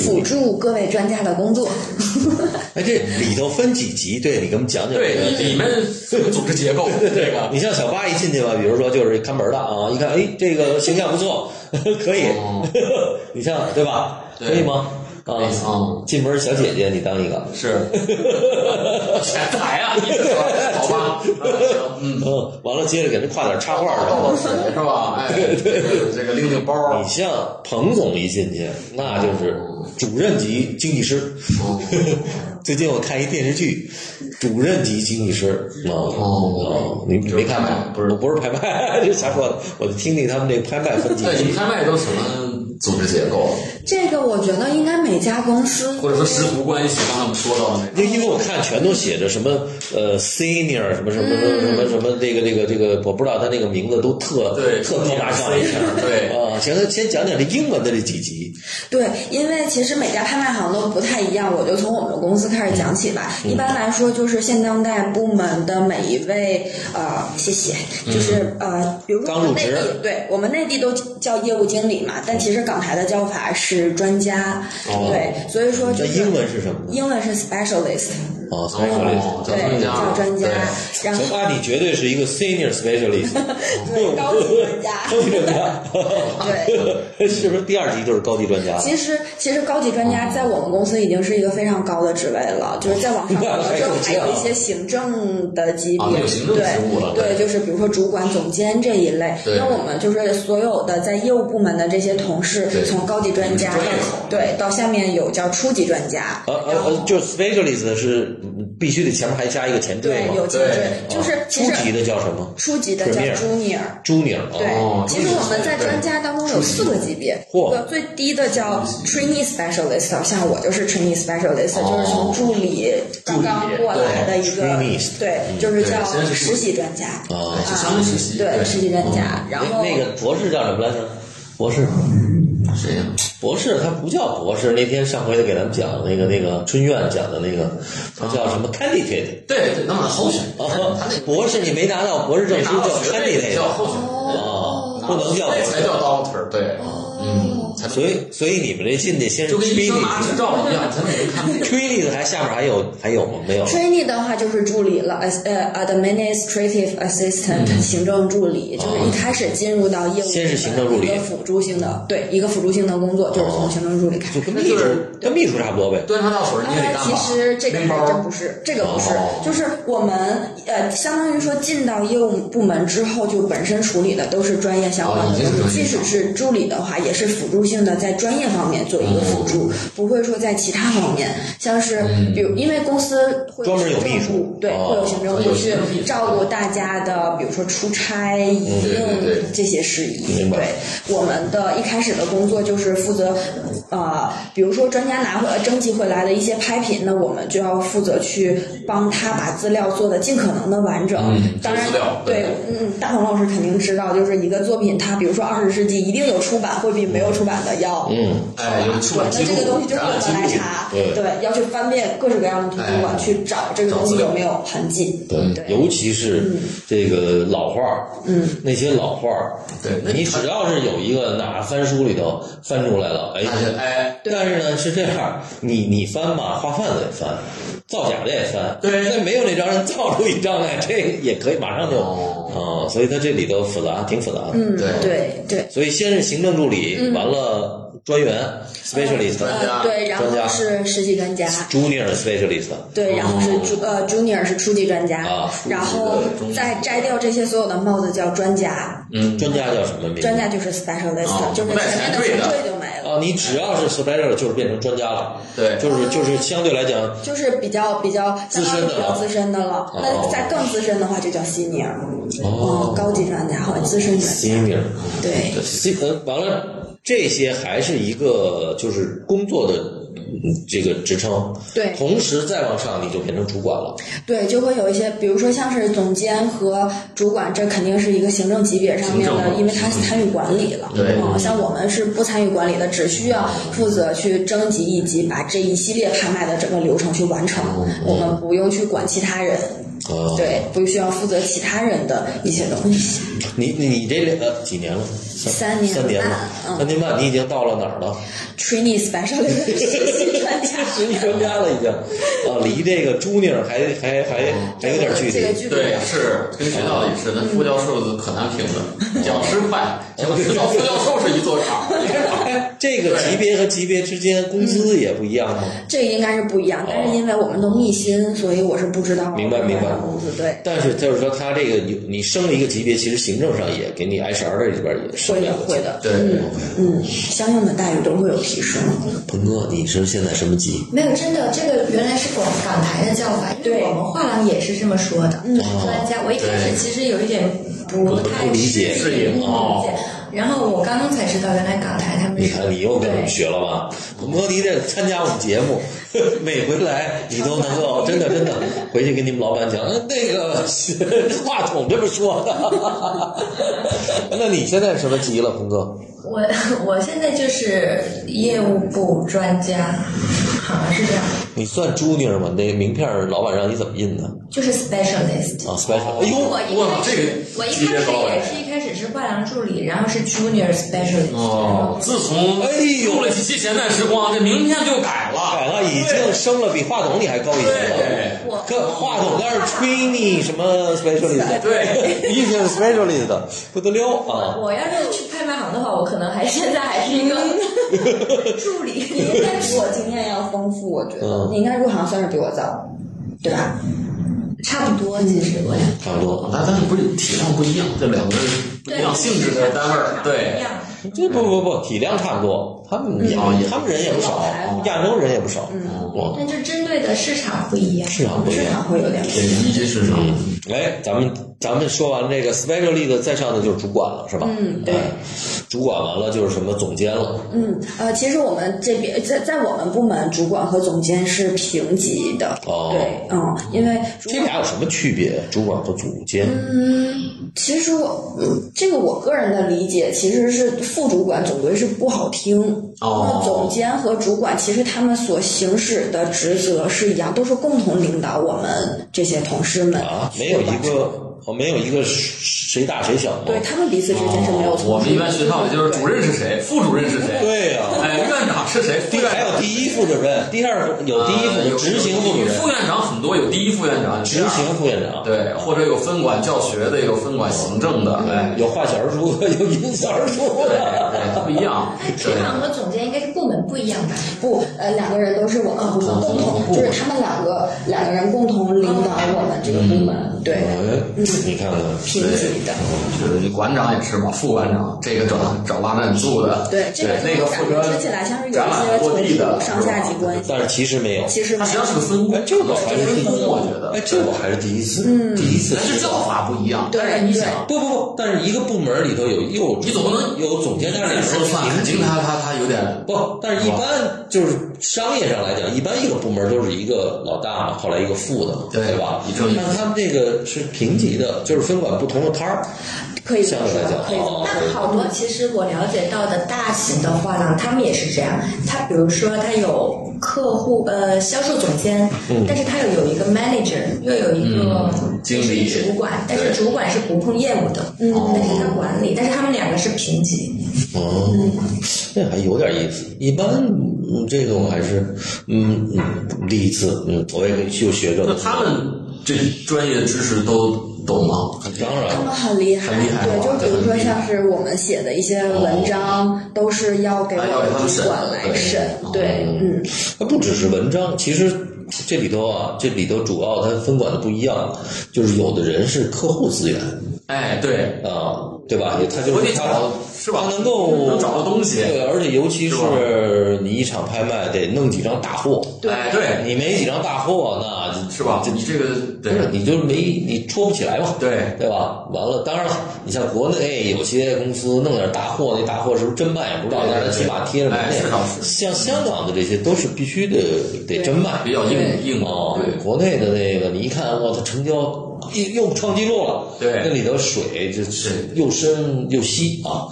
Speaker 3: 辅助各位专家的工作。
Speaker 1: 哎，这里头分几级？对你给我们讲讲。
Speaker 2: 对，里面这个组织结构，这个
Speaker 1: 你像小八一进去吧，比如说就是看门的啊，一看，哎，这个形象不错， 可以
Speaker 2: 哦。
Speaker 1: 你像对吧？
Speaker 2: 对
Speaker 1: 可以吗？啊
Speaker 2: 可以嗯，
Speaker 1: 进门小姐姐，你当一个。
Speaker 2: 是前台啊，你是说好吧？嗯行，嗯。
Speaker 1: 嗯，完了，接着给人画点插画
Speaker 2: 倒
Speaker 1: 的。
Speaker 2: 倒水是吧？哎，这个拎拎包啊儿
Speaker 1: 哦你，像彭总一进去，那就是主任级经济师。
Speaker 2: 哦
Speaker 1: 最近我看一电视剧，主任级经济师。哦
Speaker 2: 哦
Speaker 1: 你你没看
Speaker 2: 就是拍
Speaker 1: 吗
Speaker 2: 卖？不是
Speaker 1: 我不是拍 卖，这瞎说的。我就听听他们这个拍卖分级
Speaker 2: 对，你
Speaker 1: 别。
Speaker 2: 拍卖都什么组织结构？
Speaker 5: 这个我觉得应该每家公司
Speaker 2: 或者说师徒关系，刚才我们说到的那
Speaker 1: 因因为我看全都写着什么呃 senior 什么什么什么
Speaker 3: 嗯
Speaker 1: 什么什么这个这个这个，我不知道他那个名字都 特
Speaker 2: 对
Speaker 1: 特高大上一下儿。
Speaker 2: 对哦
Speaker 1: 啊，行，那先讲讲这英文的这几集。
Speaker 3: 对，因为其实每家拍卖行都不太一样，我就从我们公司开始讲起吧。
Speaker 1: 嗯
Speaker 3: 一般来说，就是现当代部门的每一位呃，谢谢，就是、呃，比如说我
Speaker 1: 嗯刚入
Speaker 3: 们内
Speaker 1: 职
Speaker 3: 地，对我们内地都叫业务经理嘛，但其实港台的叫法是专家，
Speaker 2: 哦
Speaker 3: 对，所以说
Speaker 1: 那
Speaker 3: 就是
Speaker 1: 英文是什么呢？
Speaker 3: 英文是 specialist，
Speaker 1: 哦
Speaker 2: 哦
Speaker 1: ，specialist。
Speaker 2: 叫专
Speaker 3: 对，
Speaker 2: 家
Speaker 3: 叫专家
Speaker 2: 对，
Speaker 3: 然后
Speaker 1: 小八，你绝对是一个 senior specialist，
Speaker 3: 对高级专家
Speaker 1: 高级专家，
Speaker 3: 对。
Speaker 1: 是不是第二集就是高级专家？
Speaker 3: 其实，其实高级专
Speaker 2: 哦
Speaker 3: 家在我们公司已经是一个非常高的职位了，就是再 往上走了之后，还有一些行政的级别，
Speaker 2: 啊还有行政职务了
Speaker 3: 对，对，就是比如说主管、总监这一类。
Speaker 2: 对
Speaker 3: 那我们就是所有的在业务部门的这些同事
Speaker 2: 对，
Speaker 3: 从高级专家到
Speaker 2: 专业口
Speaker 3: 对到下面有叫初级专家，
Speaker 1: 呃呃呃，就是 specialist 是嗯必须得前面还加一个前缀
Speaker 3: 对
Speaker 1: 吗？
Speaker 3: 有
Speaker 1: 啊
Speaker 3: 前缀
Speaker 2: 对，哦
Speaker 3: 就是其
Speaker 1: 初
Speaker 3: 实
Speaker 1: 级的叫什么
Speaker 3: 初级的叫
Speaker 1: Premier
Speaker 3: junior。
Speaker 1: ？junior
Speaker 3: 对
Speaker 1: 哦，
Speaker 3: 其实我们在专家当中有四个级别，
Speaker 1: 嚯
Speaker 3: 一个最低的叫 trainee specialist，像我就是 trainee specialist，、
Speaker 2: 哦
Speaker 3: 就是从助理刚刚过来的一
Speaker 1: 对
Speaker 3: 个，对
Speaker 1: trainee 嗯
Speaker 3: 就是叫
Speaker 2: 对先是助理
Speaker 3: 实习专家，啊
Speaker 1: 哦
Speaker 2: 就相当于实习
Speaker 3: 对
Speaker 2: 对
Speaker 3: 实习专家，然后
Speaker 1: 那那个哦博士叫什么来着？博士，
Speaker 2: 谁呀？
Speaker 1: 博士，他不叫博士。那天上回给咱们讲那个那个春院讲的那个，他叫什么 candidate？
Speaker 2: 对对，那么候选，
Speaker 1: 哦
Speaker 2: 他那个
Speaker 1: 博士你没拿到博士证书叫
Speaker 2: 学位
Speaker 1: candidate
Speaker 2: 叫候选，
Speaker 1: 哦，
Speaker 2: 对
Speaker 1: 不能叫博
Speaker 2: 那才
Speaker 1: 士。
Speaker 2: 叫 doctor，对，嗯，才
Speaker 1: 所以所以你们这进得先是
Speaker 2: 就跟医生拿
Speaker 1: trainee，trainee
Speaker 2: 执照一样，他能 看病。
Speaker 1: 的还下面还有还有吗？没有了。
Speaker 3: trainee 的话就是助理了，呃呃，administrative assistant，、行政助理，就是一开始进入到业务，
Speaker 1: 嗯哦先是行政助理哦
Speaker 3: 一个辅助性的，对，一个辅助性的工作，就是从行政助理开始
Speaker 1: 就。跟秘书
Speaker 2: 就是
Speaker 1: 跟秘书差不多呗。
Speaker 2: 端茶倒水，你
Speaker 3: 当
Speaker 2: 也得
Speaker 3: 然，
Speaker 2: 干
Speaker 3: 呃哦其
Speaker 2: 吧。
Speaker 3: 实这个
Speaker 2: 拎
Speaker 3: 还
Speaker 2: 包
Speaker 3: 真不是，这个不是
Speaker 2: 哦，
Speaker 3: 就是我们呃，相当于说进到业务部门之后，就本身处理的都是专业相关
Speaker 2: 哦
Speaker 3: 的
Speaker 2: 已经是
Speaker 3: 东
Speaker 2: 专
Speaker 3: 西，
Speaker 2: 业
Speaker 3: 即使是助理的话，也是辅助性的，在专业方面做
Speaker 2: 哦
Speaker 3: 一个辅助，不会说在其他方面，像是
Speaker 2: 嗯
Speaker 3: 比如因为公司会
Speaker 1: 专门有秘
Speaker 3: 行政
Speaker 1: 书
Speaker 3: 部对，
Speaker 1: 哦
Speaker 3: 会有行政
Speaker 2: 有
Speaker 3: 部
Speaker 2: 行
Speaker 3: 去
Speaker 2: 政秘书
Speaker 3: 照顾大家的，比如说出差、一
Speaker 2: 对对对
Speaker 3: 应这些事宜。
Speaker 1: 明白
Speaker 3: 对，我们的一开始的工作就是负责，呃，比如说专家拿回呃征集回来的一些拍品，那我们就要负责去帮他把资料做的尽可能的完整。
Speaker 2: 嗯
Speaker 3: 当然
Speaker 2: 做资料，对
Speaker 3: 对，嗯，大鹏老师肯定知道，就是一个作品，它比如说二十世纪一定有出版，会比没有出版的要。
Speaker 1: 嗯，
Speaker 2: 哎，有出版
Speaker 3: 那
Speaker 2: 记录
Speaker 3: 这个东西，就是
Speaker 2: 展啊
Speaker 3: 我
Speaker 2: 览记
Speaker 3: 们来
Speaker 2: 录，
Speaker 3: 查，
Speaker 1: 对
Speaker 3: 要去翻遍各式各样的图书馆
Speaker 2: 哎
Speaker 3: 去找这个
Speaker 2: 找
Speaker 3: 东西
Speaker 2: 资料
Speaker 3: 有没有痕迹。
Speaker 1: 对，尤其
Speaker 2: 嗯
Speaker 1: 是这个老画儿，嗯，那些老画儿，
Speaker 2: 对那
Speaker 1: 你只要是有一个哪翻书里头翻出来了，哎，
Speaker 2: 那就哎，
Speaker 1: 但是呢是这样，你你翻吧，画贩子也翻，造假的也翻，
Speaker 2: 对
Speaker 1: 那没有那张人造出一张来，这也可以马上就，
Speaker 2: 哦
Speaker 1: 哦，所以它这里头复杂，挺复杂的，
Speaker 3: 嗯，
Speaker 2: 哎对
Speaker 3: 对对。
Speaker 1: 所以先是行政助理，完了专员 specialist，
Speaker 2: 专家
Speaker 3: 呃，对，然后
Speaker 1: 专家
Speaker 3: 是实习专家，
Speaker 1: junior specialist，
Speaker 3: 对，然后是
Speaker 2: 哦
Speaker 3: 朱呃 junior 是初级专家，
Speaker 1: 啊初级
Speaker 3: 然后
Speaker 2: 的中级
Speaker 3: 再摘掉这些所有的帽子叫专家，
Speaker 2: 嗯，
Speaker 1: 专家叫什么名字？
Speaker 3: 专家就是 specialist，、
Speaker 2: 哦
Speaker 3: 就是
Speaker 2: 不带
Speaker 3: 前
Speaker 2: 前
Speaker 3: 面的
Speaker 2: 缀的
Speaker 3: 前缀就没了。
Speaker 1: 啊，你只要是 special 就是变成专家了，
Speaker 2: 对
Speaker 1: 就是就是相对来讲，
Speaker 3: 就是比较比较相当于比较资深的了，
Speaker 1: 哦
Speaker 3: 那再更资深的话就叫 senior，
Speaker 1: 哦
Speaker 3: 嗯，高级专家或者资深专家，
Speaker 1: senior，
Speaker 3: 对，
Speaker 1: C- 呃，完了这些还是一个就是工作的嗯这个职称，
Speaker 3: 对
Speaker 1: 同时再往上你就变成主管了，
Speaker 3: 对，就会有一些，比如说像是总监和主管，这肯定是一个行政级别上面
Speaker 2: 行
Speaker 3: 的，
Speaker 2: 政
Speaker 3: 因为他参与管理了。
Speaker 2: 对
Speaker 3: 嗯，像我们是不参与管理的，只需要负责去征集以及把这一系列拍卖的整个流程去完成，我们不用去管其他人。
Speaker 1: 嗯哦
Speaker 3: 对，不需要负责其他人的一些东西。
Speaker 1: 你你你这两呃几年了？
Speaker 3: 三年
Speaker 1: 三年了
Speaker 3: 半，嗯
Speaker 1: 三年半，你已经到了哪儿了？
Speaker 3: Trainee specialist 实习 专家，
Speaker 1: 实力专家了已经，啊，离这个 junior 还还还还有点距
Speaker 3: 嗯这个
Speaker 1: 离。
Speaker 3: 距离。
Speaker 2: 对，是跟学校也是，咱副教授可难评了，讲师快，讲师到副教授是一座场，你看
Speaker 1: 哎，这个级别和级别之间工资也不一样吗？
Speaker 3: 这个应该是不一样，但是因为我们都密薪，所以我是不知道
Speaker 1: 哦明白明白
Speaker 3: 工资对。
Speaker 1: 但是就是说，他这个有你升了一个级别，其实行政上也给你 HR 这里边也升
Speaker 3: 会
Speaker 1: 了
Speaker 3: 的
Speaker 1: 一个，级
Speaker 3: 会的，
Speaker 2: 对
Speaker 3: 嗯嗯，相应的待遇都会有提升。
Speaker 1: 鹏哥，你是现在什么级？
Speaker 5: 没有，真的，这个原来是广港台的叫法，因为
Speaker 3: 对
Speaker 5: 我们画廊也是这么说的。嗯专家，我一开
Speaker 2: 对
Speaker 5: 始其实有一点不太
Speaker 1: 不理解
Speaker 5: 适应
Speaker 2: 哦
Speaker 5: 然后我刚刚才知道，原来港台他们
Speaker 1: 你
Speaker 5: 是
Speaker 1: 看，你又跟我
Speaker 5: 对
Speaker 1: 们学了吧？莫迪这参加我们节目， 每回来你都能够真的真的回去跟你们老板讲，嗯，那个 话筒这么说的。 那你现在什么级了，鹏哥？
Speaker 5: 我我 现在就是业务部专家，好像是这样，
Speaker 1: 你算 junior 吗？那名片儿老板让你怎么印的
Speaker 5: 就是 specialist。
Speaker 1: 啊？special，哎呦，
Speaker 5: 我一
Speaker 2: 哇
Speaker 5: 开
Speaker 2: 这个
Speaker 5: 始我一
Speaker 2: 级别
Speaker 5: 开始
Speaker 2: 高啊了
Speaker 5: 也是一开始是画廊助理，然后是 junior specialist，、
Speaker 2: 哦，自从
Speaker 1: 哎呦
Speaker 2: 录了几期闲淡时光，这名片就改
Speaker 1: 改
Speaker 2: 了。
Speaker 1: 了，啊已经升了，比话筒你还高一级了
Speaker 2: 对。
Speaker 5: 我
Speaker 1: 跟话筒那儿吹你什么 specialist，
Speaker 2: 对，
Speaker 1: 你已经是 specialist，不得了啊！
Speaker 5: 我要是去拍卖行的话，我可能还现在还是一个助理。
Speaker 3: 应该比我经验要丰富，我觉得
Speaker 1: 嗯
Speaker 3: 你应该入行算是比我早，对吧？
Speaker 5: 差不多，其实我俩。
Speaker 1: 差不多，
Speaker 2: 那但是不是体量不一样，这两个人不一样性质的单位儿，
Speaker 4: 一
Speaker 2: 对，
Speaker 4: 样
Speaker 1: 这不不不，体量差不多，他们也、
Speaker 2: 嗯
Speaker 1: 他们人也不少
Speaker 3: 老牌嘛，
Speaker 1: 亚洲人也不少，
Speaker 3: 嗯
Speaker 1: 嗯哇，
Speaker 5: 但就针对的市场不一样。
Speaker 1: 市场不一
Speaker 3: 市场
Speaker 1: 样。
Speaker 3: 会有点
Speaker 2: 这一级市场。
Speaker 1: 哎，咱们咱们说完这个 specialist，再上的就是主管了，是吧？
Speaker 3: 嗯对
Speaker 1: 哎主管完了就是什么总监了，
Speaker 3: 嗯，呃，其实我们这边在在我们部门，主管和总监是平级的。
Speaker 1: 哦
Speaker 3: 对，嗯，因为主
Speaker 1: 这
Speaker 3: 管
Speaker 1: 俩有什么区别？主管和总监？
Speaker 3: 嗯，其实我嗯，这个我个人的理解其实是副主管总归是不好听。
Speaker 2: 哦
Speaker 3: 那总监和主管其实他们所行使的职责是一样，都是共同领导我们这些同事们
Speaker 1: 啊，没有一
Speaker 3: 去完成
Speaker 1: 个哦，没有一个谁大谁小吗？
Speaker 3: 对他们彼此之间是没有冲突的。
Speaker 2: 哦我们一般学校里就是主任是谁，副主任是谁，
Speaker 1: 对呀、
Speaker 2: 哎，院长是谁，副
Speaker 1: 第
Speaker 2: 院
Speaker 1: 还
Speaker 2: 长
Speaker 1: 有第一副主任，第二副有第一副、
Speaker 2: 呃有
Speaker 1: 执行副主
Speaker 2: 有
Speaker 1: 任，
Speaker 2: 副院长很多，有第一副院长，有第
Speaker 1: 执
Speaker 2: 二
Speaker 1: 行副院长，
Speaker 2: 对，或者有分管教学的，有分管行政的，哎，
Speaker 1: 有画小人书， 有印小人书的。
Speaker 2: 对，不一样，
Speaker 5: 职
Speaker 2: 对，
Speaker 5: 场和总监应该是部门不一样吧？
Speaker 3: 不，呃，两个人都是我们部门共
Speaker 2: 哦
Speaker 3: 同，就是他们两个两个人共同领导我们这个部
Speaker 2: 嗯
Speaker 3: 门，对，
Speaker 1: 哎，你看看，
Speaker 3: 平级的。
Speaker 2: 是馆长也是嘛，副馆长这个找找拉赞助的，
Speaker 3: 对，这个
Speaker 2: 那个负责
Speaker 3: 听起来像是有
Speaker 2: 展览
Speaker 3: 一
Speaker 2: 落
Speaker 3: 些
Speaker 2: 地的
Speaker 3: 从上下级关系，
Speaker 1: 但是其实没有。
Speaker 3: 其实
Speaker 2: 它
Speaker 3: 没
Speaker 2: 实际
Speaker 3: 有
Speaker 2: 上。是个分工，
Speaker 1: 哎，这我还
Speaker 2: 这
Speaker 1: 是
Speaker 2: 分
Speaker 1: 第
Speaker 2: 工，
Speaker 1: 一，
Speaker 2: 我觉得，
Speaker 1: 哎，这我还是第一次，第嗯一次
Speaker 2: 但是
Speaker 1: 知
Speaker 2: 叫
Speaker 1: 道。
Speaker 2: 法不一样，
Speaker 3: 对
Speaker 2: 但是你
Speaker 3: 对
Speaker 2: 想。
Speaker 1: 不不不，但是一个部门里头有又有
Speaker 2: 你总不能
Speaker 1: 有总监，但是
Speaker 2: 那
Speaker 1: 两
Speaker 2: 时候
Speaker 1: 个
Speaker 2: 算，肯
Speaker 1: 平
Speaker 2: 定
Speaker 1: 级。
Speaker 2: 他他他有点
Speaker 1: 不，但是一般就是商业上来讲，一般一个部门都是一个老大嘛，后来一个副的，
Speaker 2: 对
Speaker 1: 对吧？
Speaker 2: 一正一
Speaker 1: 但他们这个是平级的，就是分管不同的摊儿，
Speaker 3: 可以这
Speaker 1: 相
Speaker 3: 么
Speaker 1: 对
Speaker 3: 说
Speaker 1: 来讲，，
Speaker 3: 可以这
Speaker 1: 哦
Speaker 3: 么
Speaker 5: 那好多其实我了解到的大型的画廊，他们也是这样。他比如说，他有客户呃销售总监，但是他又有一个 manager，又有一个
Speaker 2: 嗯经
Speaker 5: 是
Speaker 2: 理
Speaker 5: 一主管，但是主管是不碰业务的，嗯，但是他管理，但是他们两个是平级。
Speaker 2: 嗯
Speaker 1: 哦，那还有点意思。一般嗯这种还是，嗯嗯，第一次，嗯，我也就学这
Speaker 2: 那
Speaker 1: 个。
Speaker 2: 他们这专业知识都懂吗？
Speaker 1: 当
Speaker 3: 他们
Speaker 1: 然，
Speaker 3: 很厉害，
Speaker 2: 很厉害
Speaker 3: 对，
Speaker 2: 哇
Speaker 3: 就比如
Speaker 2: 这很
Speaker 3: 说
Speaker 2: 厉害哦
Speaker 3: 像是我们写的一些文章，都是要给我
Speaker 2: 还要给他们
Speaker 3: 们主
Speaker 2: 审
Speaker 3: 管来
Speaker 2: 对哦
Speaker 3: 审，对，嗯，
Speaker 1: 它不只是文章，其实这里头啊，这里头主要它分管的不一样，就是有的人是客户资源
Speaker 2: 哎，对，
Speaker 1: 啊，对吧？他就
Speaker 2: 我得
Speaker 1: 是他
Speaker 2: 找是吧
Speaker 1: 他能够
Speaker 2: 能找到东西
Speaker 1: 对，而且尤其
Speaker 2: 是吧
Speaker 1: 是你一场拍卖得弄几张大货，
Speaker 2: 哎，对，
Speaker 1: 你没几张大货，那
Speaker 2: 是吧？你这个
Speaker 1: 不是
Speaker 2: 对
Speaker 1: 你就是没你戳不起来嘛，
Speaker 2: 对
Speaker 1: 对吧？完了，当然了，你像国内有些公司弄点大货，那大货是不是真卖也不知道，
Speaker 2: 对对
Speaker 1: 但是它起码贴着名
Speaker 2: 哎是
Speaker 1: 片
Speaker 2: 的。
Speaker 1: 像香港的这些都是必须得得真卖，
Speaker 2: 比较硬硬
Speaker 1: 哦
Speaker 2: 哦，对。
Speaker 1: 国内的那个，你一看，哇，它成交又又创纪录了，
Speaker 2: 对
Speaker 1: 那里头水就是又深又稀啊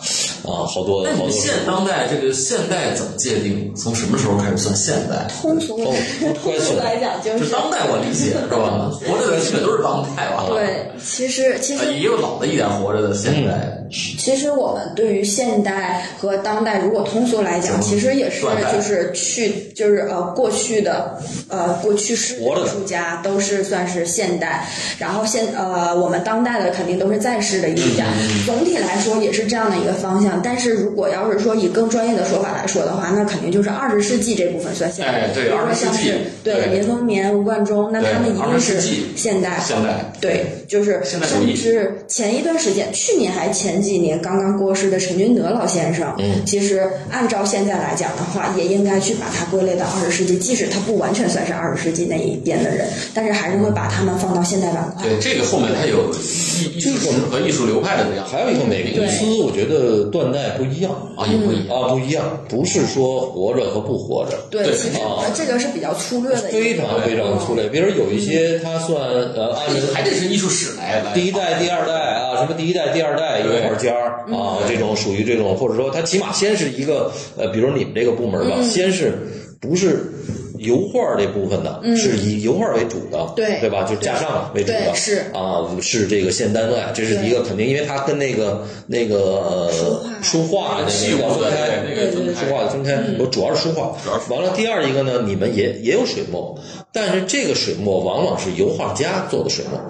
Speaker 1: 啊，好多
Speaker 2: 那你
Speaker 1: 好多
Speaker 2: 们现当代这个现代怎么界定？从什么时候开始算现代？
Speaker 3: 通俗
Speaker 1: 哦
Speaker 3: 通俗来讲就
Speaker 2: 就是当代我理解是 吧？活着的基本都是当代吧？
Speaker 3: 对，其实其
Speaker 2: 呃，
Speaker 3: 实
Speaker 2: 也有老的一点活着的现代，
Speaker 3: 其实我们对于现代和当代，如果通俗来讲，其实也是
Speaker 2: 断代
Speaker 3: 就是去就是呃过去的呃过去式
Speaker 1: 活着
Speaker 3: 的
Speaker 1: 的
Speaker 3: 艺术家都是算是现代，然后现呃我们当代的肯定都是在世的艺术
Speaker 2: 嗯
Speaker 3: 家。总体来说也是这样的一个方向，但是如果要是说以更专业的说法来说的话，那肯定就是二十世纪这部分算现代。
Speaker 2: 哎对
Speaker 3: 比如说
Speaker 2: 20世
Speaker 3: 像
Speaker 2: 纪
Speaker 3: 是对
Speaker 2: 对
Speaker 3: 林风眠、吴冠中，那
Speaker 2: 对
Speaker 3: 他们一定
Speaker 2: 20世
Speaker 3: 是
Speaker 2: 纪
Speaker 3: 现代。
Speaker 2: 现代
Speaker 3: 对，就是
Speaker 2: 现代主义
Speaker 3: 甚至前一段时间，去年还前几年刚刚过世的陈君德老先生，
Speaker 1: 嗯
Speaker 3: 其实按照现在来讲的话，也应该去把它归类到二十世纪，即使他不完全算是二十世纪那一边的人，但是还是会把他们放到现代板
Speaker 1: 嗯
Speaker 3: 块。
Speaker 2: 对，这个后面它有艺艺术史和艺术流派的不一样，
Speaker 1: 还有一个，每个公司我觉得断代不一样
Speaker 2: 啊也不一样，
Speaker 1: 啊，不一样，不是说活着和不活着，
Speaker 3: 对
Speaker 2: 对
Speaker 3: 其实
Speaker 1: 啊
Speaker 3: 这个是比较粗略的一个。
Speaker 1: 非常非常粗略。比如有一些他算呃按照
Speaker 2: 还得是艺术史来来。
Speaker 1: 第一代、第二代啊，什么第一代、第二代一个
Speaker 2: 对
Speaker 1: 画家儿
Speaker 3: 嗯
Speaker 1: 啊，这种属于这种，或者说他起码先是一个呃，比如你们这个部门
Speaker 3: 嗯
Speaker 1: 吧，先是不是油画这部分的，是以油画为主的，
Speaker 3: 嗯对
Speaker 1: 对吧？就是架上为主的，
Speaker 3: 对是
Speaker 1: 啊，是这个现当代，这是一个肯定，因为它跟那个那个呃书画那
Speaker 2: 器
Speaker 1: 个
Speaker 2: 物
Speaker 1: 要分
Speaker 2: 对
Speaker 1: 开，
Speaker 2: 那个分开
Speaker 1: 书画分开，
Speaker 3: 嗯
Speaker 1: 我主要是书画
Speaker 2: 主要是。
Speaker 1: 完了，第二一个呢，你们也也有水墨，但是这个水墨往往是油画家做的水墨。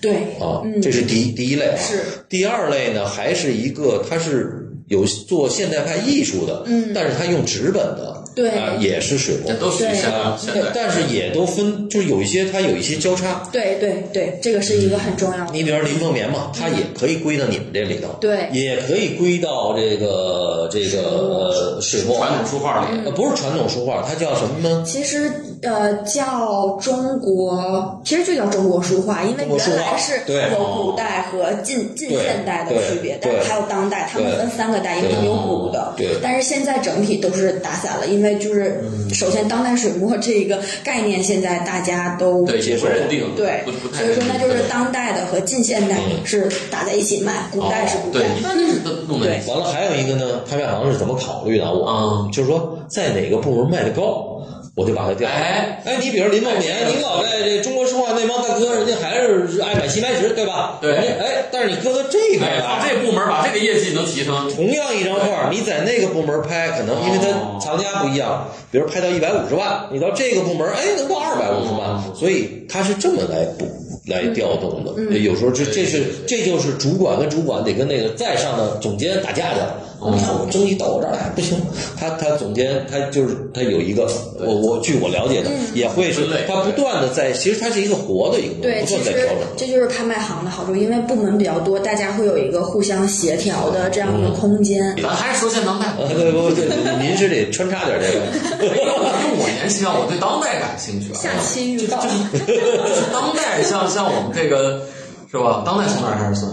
Speaker 3: 对，
Speaker 1: 啊，这是第一第一类啊。
Speaker 3: 嗯是
Speaker 1: 第二类呢，还是一个它是有做现代派艺术的，嗯，但是它用纸本的，
Speaker 3: 对
Speaker 1: 啊，也是水墨
Speaker 2: 这。都属于现代
Speaker 1: 啊
Speaker 2: 现
Speaker 1: 但
Speaker 2: 代。
Speaker 1: 但是也都分，就是有一些它有一些交叉。
Speaker 3: 对对对，这个是一个很重要的。
Speaker 1: 你比如说林凤眠嘛，它也可以归到你们这里头，
Speaker 3: 对
Speaker 1: 也可以归到这个这个呃水墨
Speaker 2: 传统书画里，
Speaker 1: 呃
Speaker 3: 嗯
Speaker 1: 不是传统书画，它叫什么呢？
Speaker 3: 其实呃，叫中国，其实就叫中国书画，因为
Speaker 1: 中国书
Speaker 3: 原
Speaker 1: 画
Speaker 3: 来是
Speaker 1: 对哦
Speaker 3: 有古代和近近现代的
Speaker 1: 对
Speaker 3: 区别，但
Speaker 1: 对
Speaker 3: 还有当代，他们
Speaker 1: 对
Speaker 3: 分三个代，因为
Speaker 1: 对
Speaker 3: 它有古的
Speaker 1: 对，嗯
Speaker 3: 但是现在整体都是打散了，因为就是首先当代水墨这一个概念，现在大家都
Speaker 2: 对，
Speaker 1: 接
Speaker 2: 也
Speaker 1: 受
Speaker 2: 不认定，
Speaker 3: 对
Speaker 2: 不不，太
Speaker 3: 所以
Speaker 2: 认
Speaker 3: 说
Speaker 2: 定。
Speaker 3: 那就是当代的和近现代
Speaker 1: 嗯
Speaker 3: 是打在一起卖，古代是
Speaker 2: 哦
Speaker 3: 古代
Speaker 2: 对，，一般就是都弄在一起。
Speaker 1: 完了还有一个呢，拍卖行是怎么考虑的啊？我、
Speaker 2: 嗯
Speaker 1: 就是说在哪个部门卖的高，我就把它调。
Speaker 2: 哎
Speaker 1: 哎，你比如林梦
Speaker 2: 哎
Speaker 1: 莲，你老在这中国书画那帮大哥，人家还是爱买齐白石，对吧？
Speaker 2: 对
Speaker 1: 人家哎，但是你搁到这边
Speaker 2: 哎，
Speaker 1: 来，
Speaker 2: 把这部门把这个业绩能提升，
Speaker 1: 同样一张画，你在那个部门拍，可能因为
Speaker 2: 哦
Speaker 1: 它藏家不一样，比如拍到一百五十万，你到这个部门，哎，能到二百五十
Speaker 3: 嗯
Speaker 1: 万，所以它是这么来补来调动的。
Speaker 3: 嗯
Speaker 1: 有时候这这是这就是主管跟主管得跟那个再上的总监打架去了。
Speaker 3: 嗯
Speaker 1: 你看我争议到我这儿来不行，他他总监他就是他有一个，我我据我了解
Speaker 3: 嗯
Speaker 1: 的也会是
Speaker 2: 分类，
Speaker 1: 他不断的在，其实它是一个活的一个东西，
Speaker 3: 对，
Speaker 1: 不
Speaker 3: 其
Speaker 1: 断在
Speaker 3: 实
Speaker 1: 调整。
Speaker 3: 这就是拍卖行的好处，因为部门比较多，大家会有一个互相协调的这样一个
Speaker 1: 嗯
Speaker 3: 空间。
Speaker 2: 咱还是说现当 代。
Speaker 1: 啊，对不对，您是得穿插点这个。
Speaker 2: 因为我年轻啊，我对当代感兴趣啊。
Speaker 4: 下期预告。
Speaker 2: 就是当代像像我们这个是吧？当代从哪儿开始算？